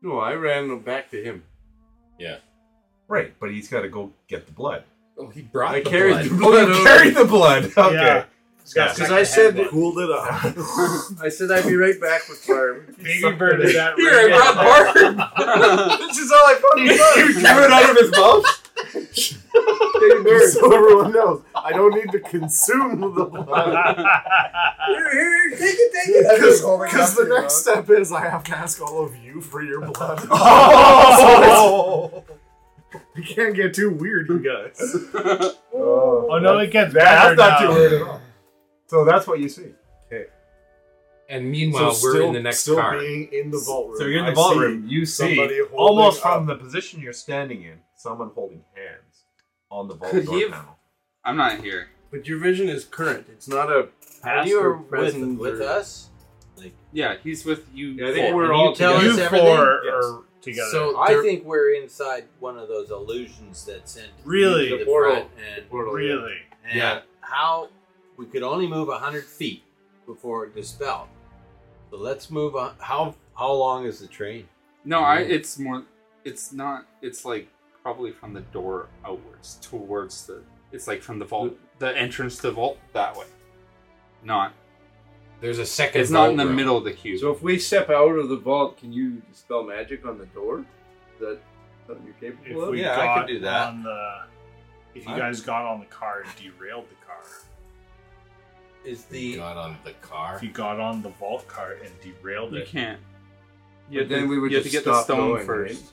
Speaker 11: no. I ran them back to him.
Speaker 8: Yeah.
Speaker 2: Right, but he's got to go get the blood.
Speaker 8: Oh, he brought
Speaker 11: I
Speaker 8: the
Speaker 11: carried
Speaker 8: blood.
Speaker 11: the blood.
Speaker 2: Oh, you carried the blood. Okay.
Speaker 3: Yeah. He's got
Speaker 11: Because
Speaker 3: second
Speaker 11: I
Speaker 3: hand
Speaker 11: said
Speaker 3: blood.
Speaker 11: cooled it off. I said I'd be right back with Barb.
Speaker 3: Baby bird is that
Speaker 11: Here,
Speaker 3: ring.
Speaker 11: I brought Barb. this is all I fucking
Speaker 5: you
Speaker 11: love.
Speaker 5: drew it out of his mouth.
Speaker 6: so everyone knows, I don't need to consume the blood.
Speaker 11: Here, here, take it, take it.
Speaker 6: Because the next step is I have to ask all of you for your blood.
Speaker 5: Oh!
Speaker 6: You can't get too weird, you guys.
Speaker 3: Oh no, it gets
Speaker 5: That's
Speaker 3: better
Speaker 5: not too
Speaker 3: now.
Speaker 5: weird at all. So that's what you see.
Speaker 8: And meanwhile,
Speaker 6: So
Speaker 8: we're
Speaker 6: still-
Speaker 8: in the next
Speaker 6: still
Speaker 8: car.
Speaker 6: being in the vault room.
Speaker 2: So you're in the
Speaker 6: I
Speaker 2: vault
Speaker 6: see
Speaker 2: room. You
Speaker 6: somebody
Speaker 2: see
Speaker 6: holding
Speaker 2: almost
Speaker 6: up-
Speaker 2: from the position you're standing in, someone holding hands on the vault
Speaker 14: Could
Speaker 2: door
Speaker 14: he have-
Speaker 2: panel.
Speaker 14: I'm not here.
Speaker 11: But your vision is current. It's not a
Speaker 7: Are
Speaker 11: past
Speaker 7: you
Speaker 11: or
Speaker 7: were with,
Speaker 11: present.
Speaker 7: with
Speaker 11: or-
Speaker 7: us?
Speaker 14: Yeah, he's with you.
Speaker 11: Yeah, I think
Speaker 14: four.
Speaker 11: we're
Speaker 14: And
Speaker 11: all
Speaker 14: you tell
Speaker 11: together.
Speaker 14: us
Speaker 11: You
Speaker 14: everything?
Speaker 3: four are together.
Speaker 7: So I think we're inside one of those illusions that sent you
Speaker 3: Really?
Speaker 7: to the
Speaker 3: The portal.
Speaker 7: front and
Speaker 3: really,
Speaker 7: and
Speaker 8: Yeah.
Speaker 7: how we could only move hundred feet before it dispelled. So let's move on. How how long is the train?
Speaker 14: No, I. It's more. It's not. It's like probably from the door outwards towards the. It's like from the vault, the entrance to the vault that way. Not.
Speaker 8: There's a second.
Speaker 14: It's not
Speaker 8: vault
Speaker 14: in the
Speaker 8: room.
Speaker 14: middle of the cube.
Speaker 11: So if we step out of the vault, can you dispel magic on the door? Is that something you're
Speaker 3: if
Speaker 11: capable of?
Speaker 3: we
Speaker 7: Yeah, I could
Speaker 3: got
Speaker 7: do that.
Speaker 3: on the, if you
Speaker 7: I-
Speaker 3: guys got on the car and derailed the car,
Speaker 7: Is
Speaker 8: He
Speaker 7: the
Speaker 8: got on the car.
Speaker 3: if you got on the vault car and derailed
Speaker 14: You
Speaker 3: it,
Speaker 14: can't.
Speaker 11: But
Speaker 14: You have
Speaker 11: then
Speaker 14: to,
Speaker 11: we would
Speaker 14: you have to
Speaker 11: just
Speaker 14: get the
Speaker 11: stop
Speaker 14: stone
Speaker 11: going,
Speaker 14: first.
Speaker 11: right?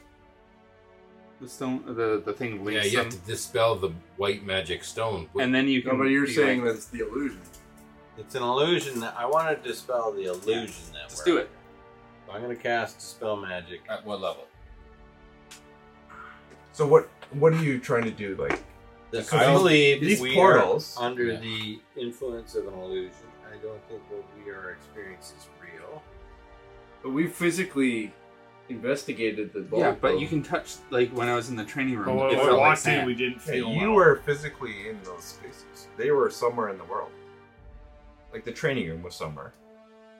Speaker 14: The stone, the the thing
Speaker 8: Yeah,
Speaker 14: links
Speaker 8: you have
Speaker 14: them,
Speaker 8: to dispel the white magic stone.
Speaker 14: and then you can.
Speaker 11: No, but you're
Speaker 14: be
Speaker 11: saying
Speaker 14: like,
Speaker 11: that it's the illusion.
Speaker 7: it's an illusion that I want to dispel the illusion that we're
Speaker 14: Just do it.
Speaker 7: So I'm gonna cast dispel magic.
Speaker 8: At what level?
Speaker 2: So what what are you trying to do? Like
Speaker 7: This-
Speaker 2: Because
Speaker 7: I
Speaker 2: these-
Speaker 7: believe
Speaker 2: these
Speaker 7: we
Speaker 2: portals-
Speaker 7: are under
Speaker 8: Yeah.
Speaker 7: the influence of an illusion. I don't think what we are experiencing is real.
Speaker 11: But we physically investigated the vault.
Speaker 14: Yeah, but
Speaker 11: though.
Speaker 14: you can touch like when I was in the training room.
Speaker 3: but when we
Speaker 14: it felt like
Speaker 3: walked in,
Speaker 14: that.
Speaker 3: we didn't
Speaker 2: Yeah,
Speaker 3: feel
Speaker 2: you
Speaker 3: well.
Speaker 2: were physically in those spaces. They were somewhere in the world. Like the training room was somewhere.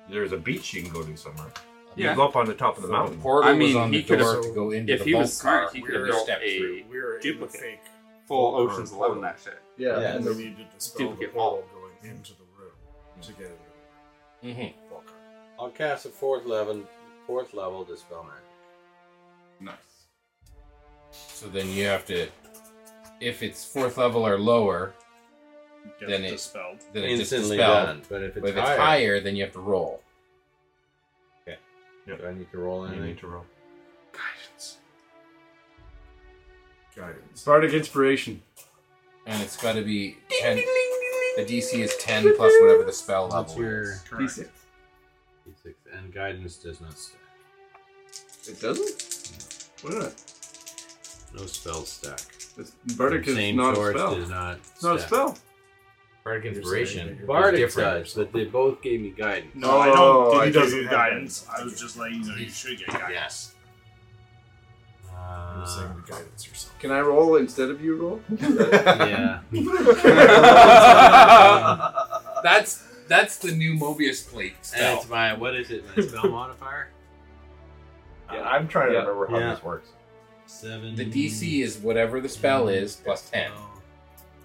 Speaker 2: There's a beach you can go to somewhere. You
Speaker 14: Yeah.
Speaker 2: go up on the top of the
Speaker 8: So
Speaker 2: mountain.
Speaker 8: the portal
Speaker 14: I
Speaker 8: was
Speaker 14: mean,
Speaker 8: on
Speaker 14: he
Speaker 8: the
Speaker 14: could
Speaker 8: door
Speaker 14: have-
Speaker 8: to go into
Speaker 14: if
Speaker 8: the
Speaker 14: he was
Speaker 8: vault
Speaker 14: smart,
Speaker 8: car.
Speaker 14: he
Speaker 8: We
Speaker 14: could
Speaker 8: were
Speaker 14: have
Speaker 8: a
Speaker 14: built
Speaker 8: step
Speaker 14: a
Speaker 8: through.
Speaker 6: We're in the
Speaker 14: duplicate.
Speaker 6: fake.
Speaker 14: full
Speaker 2: Or
Speaker 14: Ocean's
Speaker 2: portal.
Speaker 14: Eleven that shit.
Speaker 11: Yeah.
Speaker 7: Yeah.
Speaker 6: And we need to dispel the
Speaker 14: Duplicate
Speaker 6: portal going into the room to get into
Speaker 8: Mhm.
Speaker 6: the vault car.
Speaker 7: I'll cast a fourth level, fourth level dispel magic.
Speaker 14: Nice.
Speaker 8: So then you have to if it's fourth level or lower,
Speaker 23: Gets
Speaker 8: then it
Speaker 23: dispelled.
Speaker 8: Then it gets
Speaker 7: Instantly
Speaker 8: dispelled.
Speaker 7: done, but if it's
Speaker 8: higher,
Speaker 7: higher-
Speaker 8: then you have to roll.
Speaker 7: Okay. Do I need to roll anything?
Speaker 24: need to roll.
Speaker 6: Guidance. Guidance.
Speaker 11: Bardic Inspiration.
Speaker 8: And it's got to be 10. The DC is 10 plus whatever the spell
Speaker 7: What's
Speaker 8: level
Speaker 7: your-
Speaker 8: is.
Speaker 7: Correct. D6. D6. And guidance does not stack.
Speaker 11: It doesn't? Why not?
Speaker 7: No spells stack.
Speaker 11: Bardic
Speaker 7: From
Speaker 11: is
Speaker 7: same
Speaker 11: not a
Speaker 7: source
Speaker 11: spell.
Speaker 7: does not
Speaker 11: It's not a
Speaker 7: stack.
Speaker 11: spell.
Speaker 8: Bardic Inspiration.
Speaker 7: Bardic
Speaker 8: is different.
Speaker 7: does, but they both gave me guidance.
Speaker 23: No, I don't.
Speaker 7: Oh,
Speaker 23: Diddy
Speaker 7: I
Speaker 23: doesn't
Speaker 7: didn't
Speaker 23: have guidance. I was just letting you know you should get guidance.
Speaker 8: Yes.
Speaker 7: Uh,
Speaker 6: saying the guidance or something.
Speaker 11: Can I roll instead of you roll?
Speaker 7: Yeah. Uh,
Speaker 8: that's that's the new Mobius plate
Speaker 7: and
Speaker 8: spell.
Speaker 7: it's my what is it? My spell modifier.
Speaker 2: Yeah, I'm trying to
Speaker 8: Yeah.
Speaker 2: remember how
Speaker 7: Yeah.
Speaker 2: this works.
Speaker 7: Seven. Oh,
Speaker 8: The DC is whatever the spell is plus 10.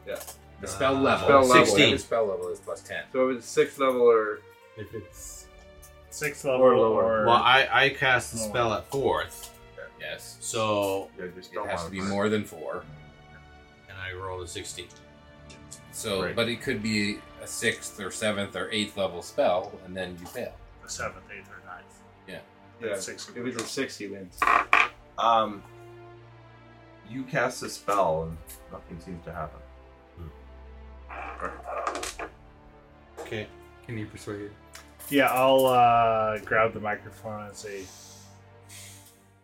Speaker 11: Yeah.
Speaker 8: The spell
Speaker 7: Uh,
Speaker 8: level.
Speaker 11: Spell level.
Speaker 8: Whatever spell level is plus 10.
Speaker 11: So if it's sixth level or
Speaker 7: if it's
Speaker 3: sixth
Speaker 11: level
Speaker 3: or lower.
Speaker 7: Well, I I cast the spell at fourth.
Speaker 8: Yes.
Speaker 7: So
Speaker 8: It has to be more than four.
Speaker 7: And I rolled a sixteen.
Speaker 8: So,
Speaker 7: Right.
Speaker 8: but it could be a sixth or seventh or eighth level spell, and then you fail.
Speaker 3: The seventh, eighth, or ninth.
Speaker 8: Yeah.
Speaker 3: Yeah.
Speaker 8: Yeah.
Speaker 3: Six
Speaker 11: if it's a six, he wins.
Speaker 2: Um, you cast a spell and nothing seems to happen.
Speaker 7: Okay.
Speaker 14: Can you persuade?
Speaker 3: Yeah, I'll uh, grab the microphone and say,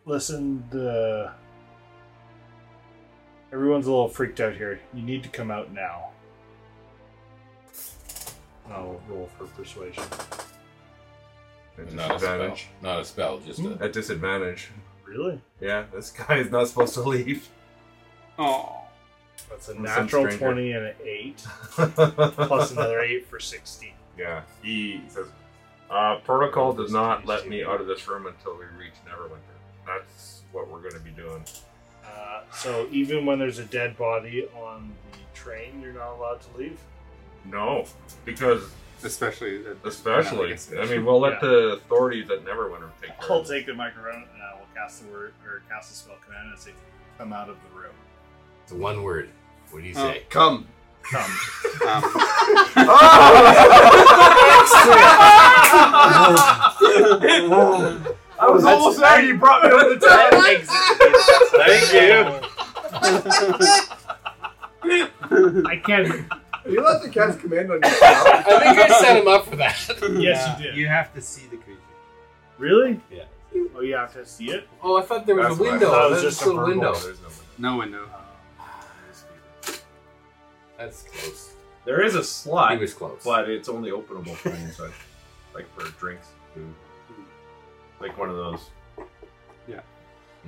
Speaker 3: "Listen, the everyone's a little freaked out here. You need to come out now." I'll roll for persuasion.
Speaker 8: Not a spell.
Speaker 6: disadvantage.
Speaker 8: Not a spell. Just a.
Speaker 6: At disadvantage.
Speaker 3: Really?
Speaker 6: Yeah, this guy is not supposed to leave.
Speaker 14: Oh,
Speaker 3: That's a
Speaker 6: Some
Speaker 3: natural
Speaker 6: stranger.
Speaker 3: twenty and an eight, plus another eight for sixteen.
Speaker 6: Yeah, he says, uh, protocol does not let me out of this room until we reach Neverwinter. That's what we're going to be doing.
Speaker 3: Uh, so even when there's a dead body on the train, you're not allowed to leave.
Speaker 6: No, because
Speaker 14: especially
Speaker 6: especially.
Speaker 14: Yeah,
Speaker 6: I mean, we'll let
Speaker 3: Yeah.
Speaker 6: the authorities at Neverwinter take care
Speaker 3: I'll
Speaker 6: of it.
Speaker 3: take the microphone and I will cast the word or cast the spell command and say, "Come out of the room."
Speaker 8: It's one word. What do you
Speaker 14: Oh.
Speaker 8: say?
Speaker 11: Come.
Speaker 3: Come.
Speaker 14: um,
Speaker 2: I was almost there. You brought me over the top.
Speaker 3: Thank you. I can.
Speaker 11: Are you allowed to cast command on yourself?
Speaker 8: I think I set him up for that.
Speaker 3: Yes, you did.
Speaker 7: You have to see the creature.
Speaker 3: Really?
Speaker 7: Yeah.
Speaker 3: Oh, you have to see it.
Speaker 8: Oh, I thought there was
Speaker 6: That's
Speaker 8: a
Speaker 6: what I
Speaker 8: window.
Speaker 6: thought. It was
Speaker 8: There's
Speaker 6: just a
Speaker 8: still
Speaker 6: verbal.
Speaker 8: window.
Speaker 6: There's no window.
Speaker 14: No window.
Speaker 8: That's close.
Speaker 2: There is a slot,
Speaker 8: He was close.
Speaker 2: but it's only openable for inside, like for drinks, food, like one of those.
Speaker 14: Yeah.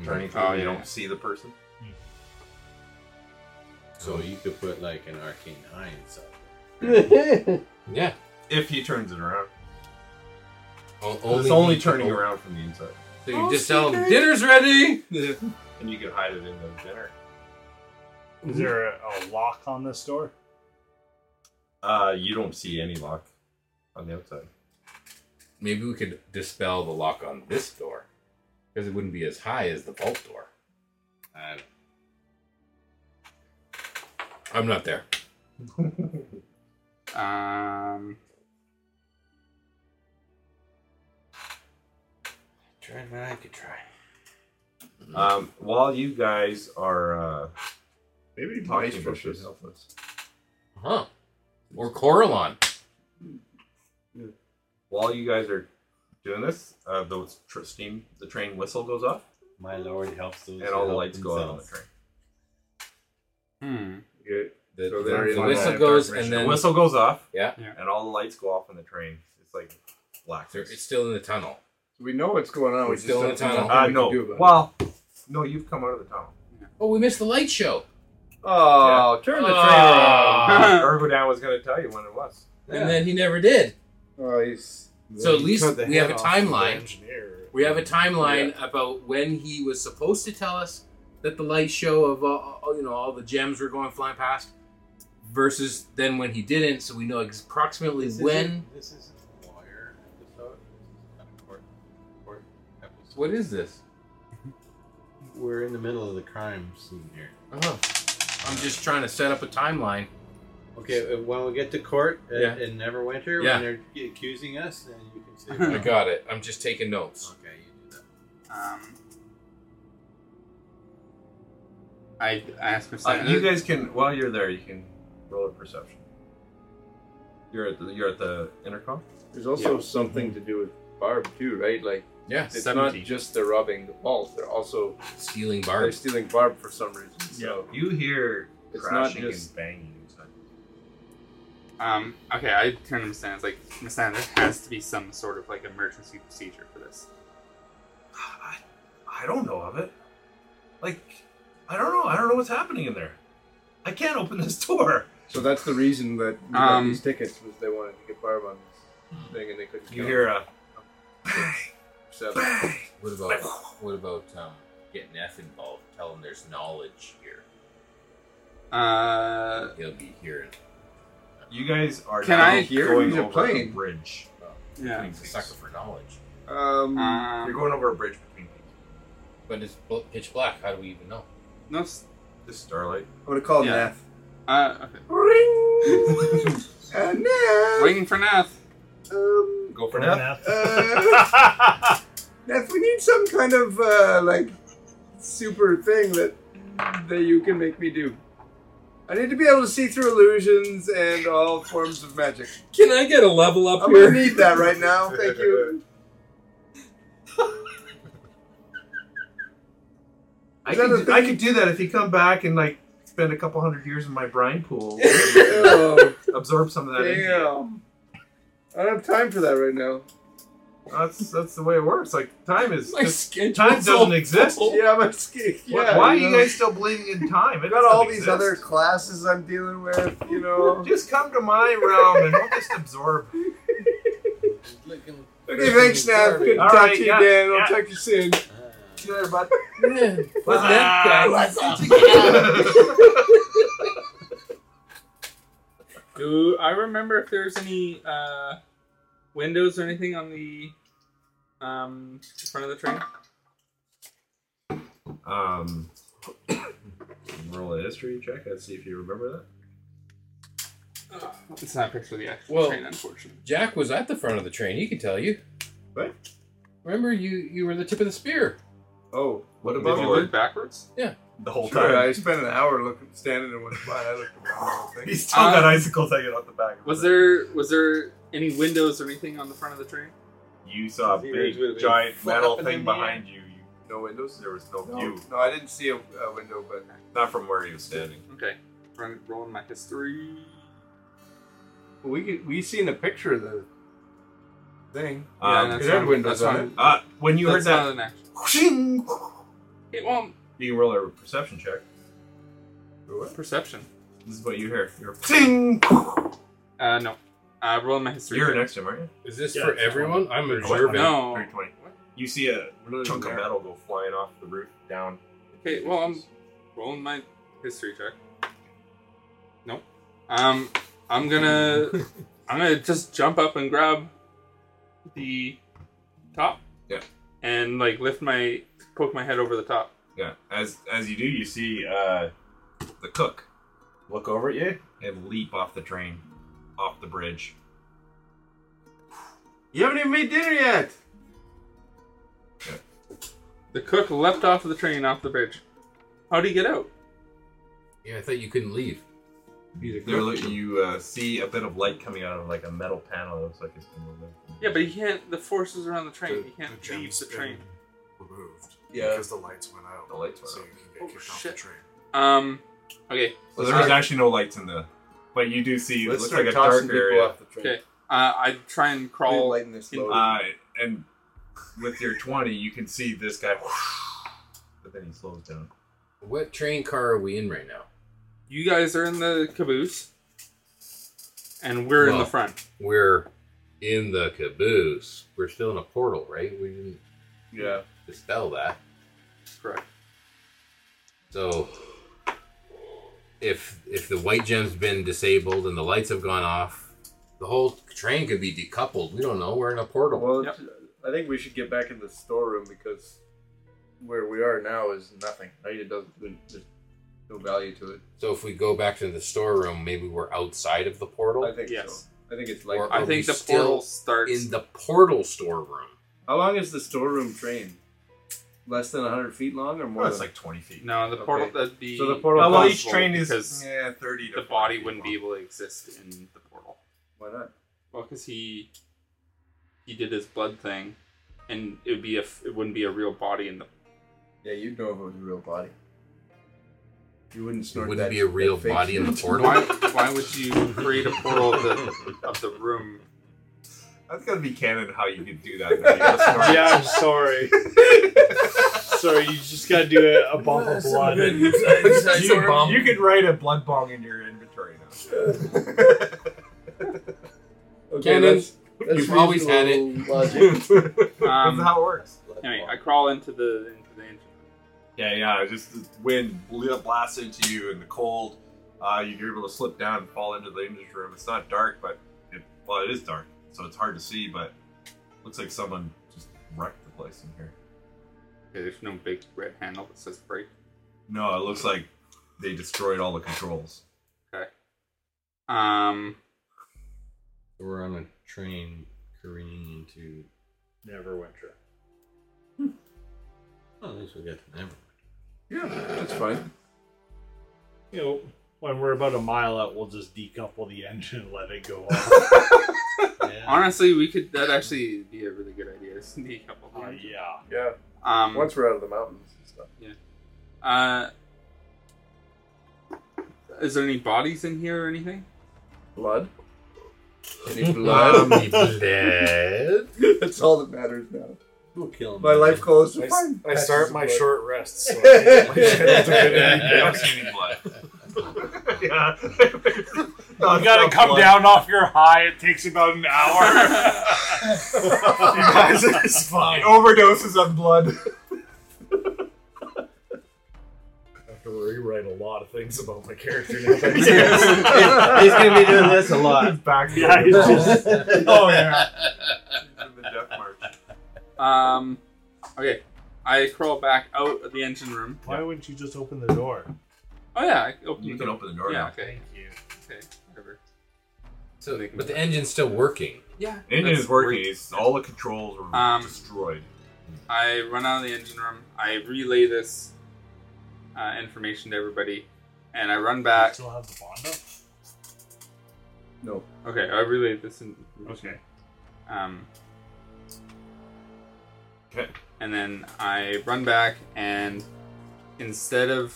Speaker 2: Turning
Speaker 14: Oh,
Speaker 2: oh, you
Speaker 14: yeah.
Speaker 2: don't see the person.
Speaker 7: So you could put like an arcane eye inside.
Speaker 8: Yeah.
Speaker 2: If he turns it around,
Speaker 8: O-
Speaker 2: 'Cause it's only
Speaker 8: he-
Speaker 2: turning around from the inside,
Speaker 8: So you just tell him dinner's ready.
Speaker 2: and you can hide it in the dinner.
Speaker 3: Is there a, a lock on this door?
Speaker 2: Uh, you don't see any lock on the outside.
Speaker 8: Maybe we could dispel the lock on this door because it wouldn't be as high as the vault door. I don't. I'm not there.
Speaker 14: Um,
Speaker 7: Try, man. I could try.
Speaker 2: Um, while you guys are uh,
Speaker 11: Maybe
Speaker 2: talking
Speaker 11: Mice
Speaker 2: about
Speaker 11: Fishes.
Speaker 2: this,
Speaker 8: Huh? Or Coralon.
Speaker 2: while you guys are doing this, uh, the tr- steam, the train whistle goes off,
Speaker 7: My lord helps those.
Speaker 2: and all the lights go out on the train.
Speaker 14: hmm.
Speaker 2: You-
Speaker 8: The,
Speaker 2: So
Speaker 8: the-
Speaker 2: they're
Speaker 8: the
Speaker 2: in
Speaker 8: whistle
Speaker 2: the-
Speaker 8: goes and
Speaker 2: The
Speaker 8: then
Speaker 2: whistle goes off,
Speaker 8: yeah,
Speaker 2: and all the lights go off on the train. It's like black.
Speaker 8: there- it's still in the tunnel.
Speaker 11: We know what's going on.
Speaker 8: We're
Speaker 11: We just
Speaker 8: still in
Speaker 11: don't
Speaker 8: the tunnel.
Speaker 2: Uh,
Speaker 11: know
Speaker 14: Ah,
Speaker 11: what we can do
Speaker 2: no.
Speaker 11: about
Speaker 2: Well, no, you've come out of the tunnel.
Speaker 8: Oh, we missed the light show.
Speaker 11: it. Oh, turn the train around.
Speaker 14: Um,
Speaker 8: Ah.
Speaker 2: Ergodan was going to tell you when it was.
Speaker 8: And then he never did.
Speaker 11: Oh, he's.
Speaker 8: So at
Speaker 6: He
Speaker 8: least
Speaker 6: cut the
Speaker 8: we
Speaker 6: head
Speaker 8: have a
Speaker 6: off of the
Speaker 8: timeline.
Speaker 6: engineer.
Speaker 8: We have a timeline about when he was supposed to tell us that the light show of all, all- you know all the gems were going flying past, versus then when he didn't. So we know ex- approximately when.
Speaker 7: This is a lawyer episode.
Speaker 2: Uh,
Speaker 7: This is not a court, court episode.
Speaker 8: What is this?
Speaker 7: We're in the middle of the crime scene here.
Speaker 8: Oh, I'm just trying to set up a timeline.
Speaker 7: Okay, uh, when we get to court uh,
Speaker 8: Yeah.
Speaker 7: in Neverwinter,
Speaker 8: Yeah.
Speaker 7: when they're accusing us, then you can say,
Speaker 8: I got it. I'm just taking notes.
Speaker 7: Okay, you do that.
Speaker 14: Um, I I ask for
Speaker 2: Uh,
Speaker 14: second.
Speaker 2: you guys can while you're there, you can roll a perception. You're at the you're at the intercom.
Speaker 11: There's also something to do with Barb too, right? Like,
Speaker 2: Yeah,
Speaker 11: it's
Speaker 2: 70.
Speaker 11: not just they're robbing the vault; they're also
Speaker 8: stealing
Speaker 2: Barb.
Speaker 11: They're stealing Barb for some reason. So
Speaker 2: You hear
Speaker 11: It's not
Speaker 2: crashing
Speaker 11: just-
Speaker 2: and banging. inside.
Speaker 14: Um, okay, I turn to Miss Anna. It's like, Miss Anna, there has to be some sort of like emergency procedure for this.
Speaker 2: I don't know of it. Like, I don't know. I don't know what's happening in there. I can't open this door.
Speaker 11: So that's the reason that we got
Speaker 14: Um,
Speaker 11: these tickets was they wanted to get Barb on this thing and they couldn't.
Speaker 2: You hear uh, a
Speaker 11: seven.
Speaker 8: What about what about um, getting F involved? Tell him there's knowledge here.
Speaker 14: Uh,
Speaker 8: He'll be here.
Speaker 2: You guys are
Speaker 14: Can
Speaker 2: now
Speaker 14: I
Speaker 11: hear?
Speaker 2: going
Speaker 11: He's a
Speaker 2: over
Speaker 11: plane.
Speaker 2: a bridge.
Speaker 14: Yeah.
Speaker 8: He's a sucker for knowledge.
Speaker 11: Um,
Speaker 14: Um,
Speaker 2: You're going over a bridge between people.
Speaker 8: But it's bl- pitch black. How do we even know?
Speaker 14: no. s-
Speaker 2: This starlight.
Speaker 11: I'm gonna call
Speaker 14: Yeah.
Speaker 11: Nath.
Speaker 14: Uh, okay.
Speaker 11: Ring. uh, Nath.
Speaker 14: Waiting for Nath.
Speaker 11: Um,
Speaker 2: Go for
Speaker 3: Go
Speaker 2: now.
Speaker 3: Nath.
Speaker 11: uh, Nath, we need some kind of uh, like super thing that that you can make me do. I need to be able to see through illusions and all forms of magic.
Speaker 8: Can I get a level up
Speaker 11: I'm
Speaker 8: here?
Speaker 11: gonna need that right now. Thank you.
Speaker 2: I
Speaker 11: Is that a
Speaker 2: could,
Speaker 11: thing?
Speaker 2: I could do that if you come back and like spend a couple hundred years in my brine pool,
Speaker 11: Oh,
Speaker 2: absorb some of that. energy.
Speaker 11: damn. I don't have time for that right now.
Speaker 2: That's that's the way it works. Like time is
Speaker 8: My
Speaker 2: just-
Speaker 8: schedule
Speaker 2: time doesn't exist.
Speaker 11: Yeah, I'm a ski.
Speaker 2: Why-
Speaker 11: Yeah,
Speaker 2: Oh. Why are
Speaker 11: you
Speaker 2: you
Speaker 11: know.
Speaker 2: guys still believing in time? It
Speaker 11: I got all
Speaker 2: doesn't
Speaker 11: these
Speaker 2: exist.
Speaker 11: other classes I'm dealing with, you know.
Speaker 2: Just come to my realm and we'll just absorb.
Speaker 11: okay, thanks, Snap. Good to
Speaker 2: All
Speaker 11: talk
Speaker 2: right,
Speaker 11: to you
Speaker 2: yeah,
Speaker 11: again. I'll
Speaker 2: yeah.
Speaker 11: talk to you soon.
Speaker 2: See you later, bud.
Speaker 8: What's that guy?
Speaker 14: Do I remember if there's any uh, windows or anything on the um, front of the train?
Speaker 2: Um, roll a history check. Let's see if you remember
Speaker 14: It's not a picture of the actual
Speaker 8: Well-
Speaker 14: train, unfortunately.
Speaker 8: Jack was at the front of the train. He could tell you.
Speaker 2: What?
Speaker 8: Remember, you you were the tip of the spear.
Speaker 11: Oh,
Speaker 2: What
Speaker 14: Did
Speaker 2: about
Speaker 14: you look backwards?
Speaker 2: that the whole
Speaker 11: sure.
Speaker 2: time.
Speaker 11: I spent an hour looking, standing in one spot. I looked around. I think.
Speaker 2: He's still got
Speaker 14: Uh,
Speaker 2: icicles hanging out the back. of
Speaker 14: Was
Speaker 2: it.
Speaker 14: there was there any windows or anything on the front of the train?
Speaker 2: You saw a
Speaker 7: His ears would've
Speaker 2: big
Speaker 7: been
Speaker 2: giant metal
Speaker 7: flapping
Speaker 2: thing
Speaker 7: in the
Speaker 2: behind you. you.
Speaker 11: No windows.
Speaker 2: There was no
Speaker 11: No,
Speaker 2: view,
Speaker 11: no, I didn't see a, a window, but
Speaker 2: not from where you was standing.
Speaker 14: Okay, Run, rolling my history.
Speaker 11: we could, we seen a picture of the thing.
Speaker 2: Um,
Speaker 14: that's
Speaker 11: it had
Speaker 14: fine.
Speaker 11: windows
Speaker 14: That's
Speaker 11: on
Speaker 14: fine.
Speaker 2: Uh, when you
Speaker 14: That's not
Speaker 2: heard
Speaker 14: an action.
Speaker 2: that, you
Speaker 14: It won't.
Speaker 2: can roll a perception check.
Speaker 14: Perception.
Speaker 2: This is what you hear. You're ting.
Speaker 14: Uh, no. Uh, rolling my history.
Speaker 2: You're
Speaker 14: check.
Speaker 2: next to him, aren't you?
Speaker 8: Is this
Speaker 3: Yeah,
Speaker 8: for
Speaker 3: it's fine.
Speaker 8: everyone? I'm
Speaker 3: Pretty
Speaker 8: observing.
Speaker 14: No.
Speaker 2: 320. You see a chunk of metal go flying off the roof down.
Speaker 14: Okay, well, I'm rolling my history check. Nope. Um, I'm gonna, I'm gonna just jump up and grab the top.
Speaker 2: Yeah.
Speaker 14: And like lift my, poke my head over the top.
Speaker 2: Yeah. As as you do, you see uh, the cook look over at you and leap off the train, off the bridge.
Speaker 11: You haven't even made dinner yet.
Speaker 14: The cook leapt off of the train off the bridge. How do you get out?
Speaker 8: Yeah, I thought you couldn't leave.
Speaker 2: There, look- you uh, see a bit of light coming out of like a metal panel that looks like it's been removed.
Speaker 14: Yeah, but you can't. The forces are on the train.
Speaker 6: The-
Speaker 14: you can't
Speaker 6: the
Speaker 14: leave
Speaker 6: gem's
Speaker 14: the
Speaker 6: been
Speaker 14: train.
Speaker 6: Removed.
Speaker 11: Yeah.
Speaker 6: Because the lights went out.
Speaker 2: The lights went
Speaker 6: so
Speaker 2: out.
Speaker 6: you can get
Speaker 14: Oh,
Speaker 6: kicked
Speaker 14: shit.
Speaker 6: off the train.
Speaker 14: Um. Okay.
Speaker 2: So there is actually no lights in the. But you do see it
Speaker 11: Let's
Speaker 2: looks
Speaker 11: start
Speaker 2: like a
Speaker 11: tossing
Speaker 2: dark
Speaker 11: people
Speaker 2: area.
Speaker 11: off the train.
Speaker 14: Okay. Uh, I try and crawl.
Speaker 11: lighten this
Speaker 14: in-
Speaker 11: load.
Speaker 2: Uh, and with your twenty, you can see this guy. But then he slows down.
Speaker 8: What train car are we in right now?
Speaker 14: You guys are in the caboose, and we're in
Speaker 8: Well,
Speaker 14: the front.
Speaker 8: We're in the caboose. We're still in a portal, right? We didn't
Speaker 11: yeah.
Speaker 8: dispel that.
Speaker 14: Correct.
Speaker 8: So if if the white gem's been disabled and the lights have gone off, the whole train could be decoupled. We don't know. We're in a portal.
Speaker 11: Well,
Speaker 14: Yep.
Speaker 11: I think we should get back in the storeroom because where we are now is nothing. Right? It doesn't. There's no value to it.
Speaker 8: So if we go back to the storeroom, maybe we're outside of the portal. I
Speaker 11: think yes. so. I think it's like
Speaker 8: Or
Speaker 11: I
Speaker 8: are
Speaker 11: think
Speaker 8: we
Speaker 11: the
Speaker 8: still
Speaker 11: portal
Speaker 8: in the portal storeroom.
Speaker 11: How long is the storeroom train? Less than 100 feet long or more?
Speaker 14: Well, it's
Speaker 11: than-
Speaker 14: like 20 feet. No, the portal- that'd be-
Speaker 11: So the portal.
Speaker 14: Oh, well,
Speaker 11: costs
Speaker 14: each
Speaker 11: more
Speaker 14: train is-
Speaker 11: because-
Speaker 14: yeah,
Speaker 11: 30
Speaker 14: the body wouldn't be able to exist in the portal.
Speaker 11: Why not?
Speaker 14: Well, because he he did his blood thing, and it would be a f- it wouldn't be a real body in the.
Speaker 11: Yeah, you'd know if it was a real body. You wouldn't snort
Speaker 8: wouldn't
Speaker 11: that-
Speaker 8: be a real
Speaker 11: that fake
Speaker 8: body in the
Speaker 11: shit.
Speaker 8: portal?
Speaker 14: Why, why would you create a portal of the of the room?
Speaker 2: That's gotta be canon how you could do that.
Speaker 3: yeah, I'm sorry. sorry, you just gotta do a, a bump of blood. and-
Speaker 2: you,
Speaker 3: You- you-
Speaker 2: could write a blood bong in your inventory now.
Speaker 8: Canon, you've always had it.
Speaker 14: Um,
Speaker 2: That's how it works.
Speaker 14: Anyway, I crawl into the into the engine.
Speaker 2: Yeah, yeah. Just the wind bl- blasts into you in the cold. Uh, you're able to slip down and fall into the image room. It's not dark, but it, well, it is dark, so it's hard to see. But looks like someone just wrecked the place in here.
Speaker 14: Okay, there's no big red handle that says break.
Speaker 2: No, it looks like they destroyed all the controls.
Speaker 14: Okay. Um.
Speaker 7: We're on a train careening into.
Speaker 3: Neverwinter.
Speaker 7: Oh, at least we got to Neverwinter.
Speaker 11: Yeah, that's fine.
Speaker 3: You know, when we're about a mile out, we'll just decouple the engine and let it go off.
Speaker 14: Honestly, we could. That actually be a really good idea. Just decouple.
Speaker 3: Uh, yeah.
Speaker 11: Yeah.
Speaker 14: Um,
Speaker 11: Once we're out of the mountains and stuff.
Speaker 14: Yeah. Uh, is there any bodies in here or anything?
Speaker 11: Blood? Any blood?
Speaker 14: Any blood?
Speaker 11: That's all that matters now.
Speaker 7: We'll kill him.
Speaker 11: My life goal is to
Speaker 6: I s-
Speaker 11: find
Speaker 6: I start
Speaker 11: patches of
Speaker 6: my
Speaker 11: blood.
Speaker 6: short rest, so I can't get my shit
Speaker 2: yeah.
Speaker 3: you gotta come down off your high. It takes about an hour.
Speaker 2: it's fine. Overdoses on blood.
Speaker 6: I have to rewrite a lot of things about my character now.
Speaker 7: Yes. He's gonna be doing this a lot.
Speaker 6: Back to
Speaker 7: Yeah,
Speaker 6: the-
Speaker 7: he's just-
Speaker 6: oh yeah.
Speaker 14: Um, okay. I crawl back out of the engine room.
Speaker 3: Why wouldn't you just open the door?
Speaker 14: Oh yeah, I open
Speaker 2: You
Speaker 14: the
Speaker 2: can
Speaker 14: door.
Speaker 2: open the door
Speaker 14: Yeah.
Speaker 2: now.
Speaker 14: Okay. Thank you. Okay. Whatever.
Speaker 8: So, but the engine's still working.
Speaker 14: Yeah.
Speaker 2: Engine
Speaker 14: that's
Speaker 2: is working.
Speaker 14: great.
Speaker 2: It's- all the controls were
Speaker 14: Um,
Speaker 2: destroyed.
Speaker 14: I run out of the engine room. I relay this uh, information to everybody, and I run back.
Speaker 3: Still have the bond up?
Speaker 11: No.
Speaker 14: Okay, I relay this in.
Speaker 3: Okay.
Speaker 14: Um.
Speaker 2: Okay.
Speaker 14: And then I run back, and instead of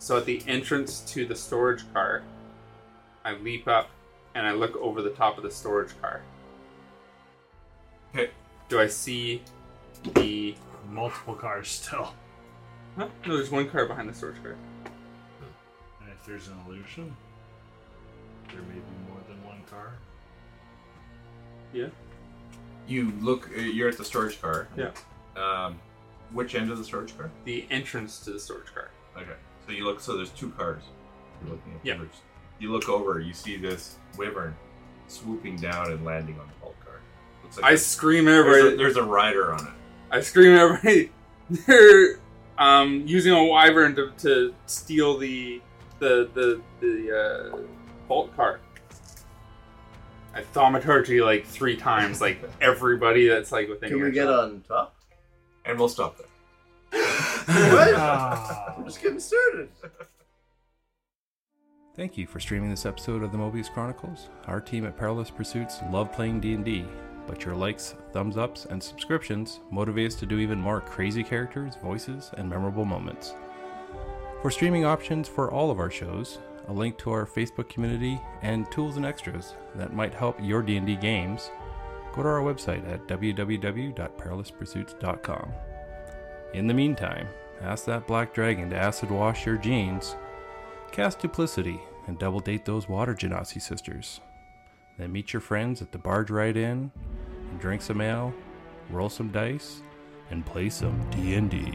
Speaker 14: so at the entrance to the storage car, I leap up and I look over the top of the storage car.
Speaker 2: Okay.
Speaker 14: Do I see the?
Speaker 3: Multiple cars still.
Speaker 14: Huh? No, there's one car behind the storage car.
Speaker 3: And if there's an illusion, there may be more than one car.
Speaker 14: Yeah.
Speaker 2: You look. uh, You're at the storage car.
Speaker 14: Yeah.
Speaker 2: Um, which end of the storage car?
Speaker 14: The entrance to the storage car.
Speaker 2: Okay. So you look. So there's two cars. You're looking at.
Speaker 14: Yeah.
Speaker 2: There's- You look over. You see this wyvern swooping down and landing on the Hulk car. Looks
Speaker 14: I
Speaker 2: there's-
Speaker 14: scream at
Speaker 2: there's a-
Speaker 14: everybody.
Speaker 2: There's a, rider on it.
Speaker 14: I scream at everybody. They're um, using a wyvern to, to steal the the the the uh, vault cart. I thaumaturgy like three times, like everybody that's like within.
Speaker 11: Can we
Speaker 14: earshot.
Speaker 11: get on top?
Speaker 2: And we'll stop there.
Speaker 11: What?
Speaker 3: Uh, Ah.
Speaker 11: We're just getting started.
Speaker 1: Thank you for streaming this episode of the Mobius Chronicles. Our team at Perilous Pursuits love playing D&D, but your likes, thumbs ups, and subscriptions motivate us to do even more crazy characters, voices, and memorable moments. For streaming options for all of our shows, a link to our Facebook community, and tools and extras that might help your D&D games, go to our website at www.perilouspursuits.com. In the meantime, ask that black dragon to acid wash your jeans Cast duplicity and double date those water genasi sisters. Then meet your friends at the barge ride inn and drink some ale, roll some dice, and play some D&D.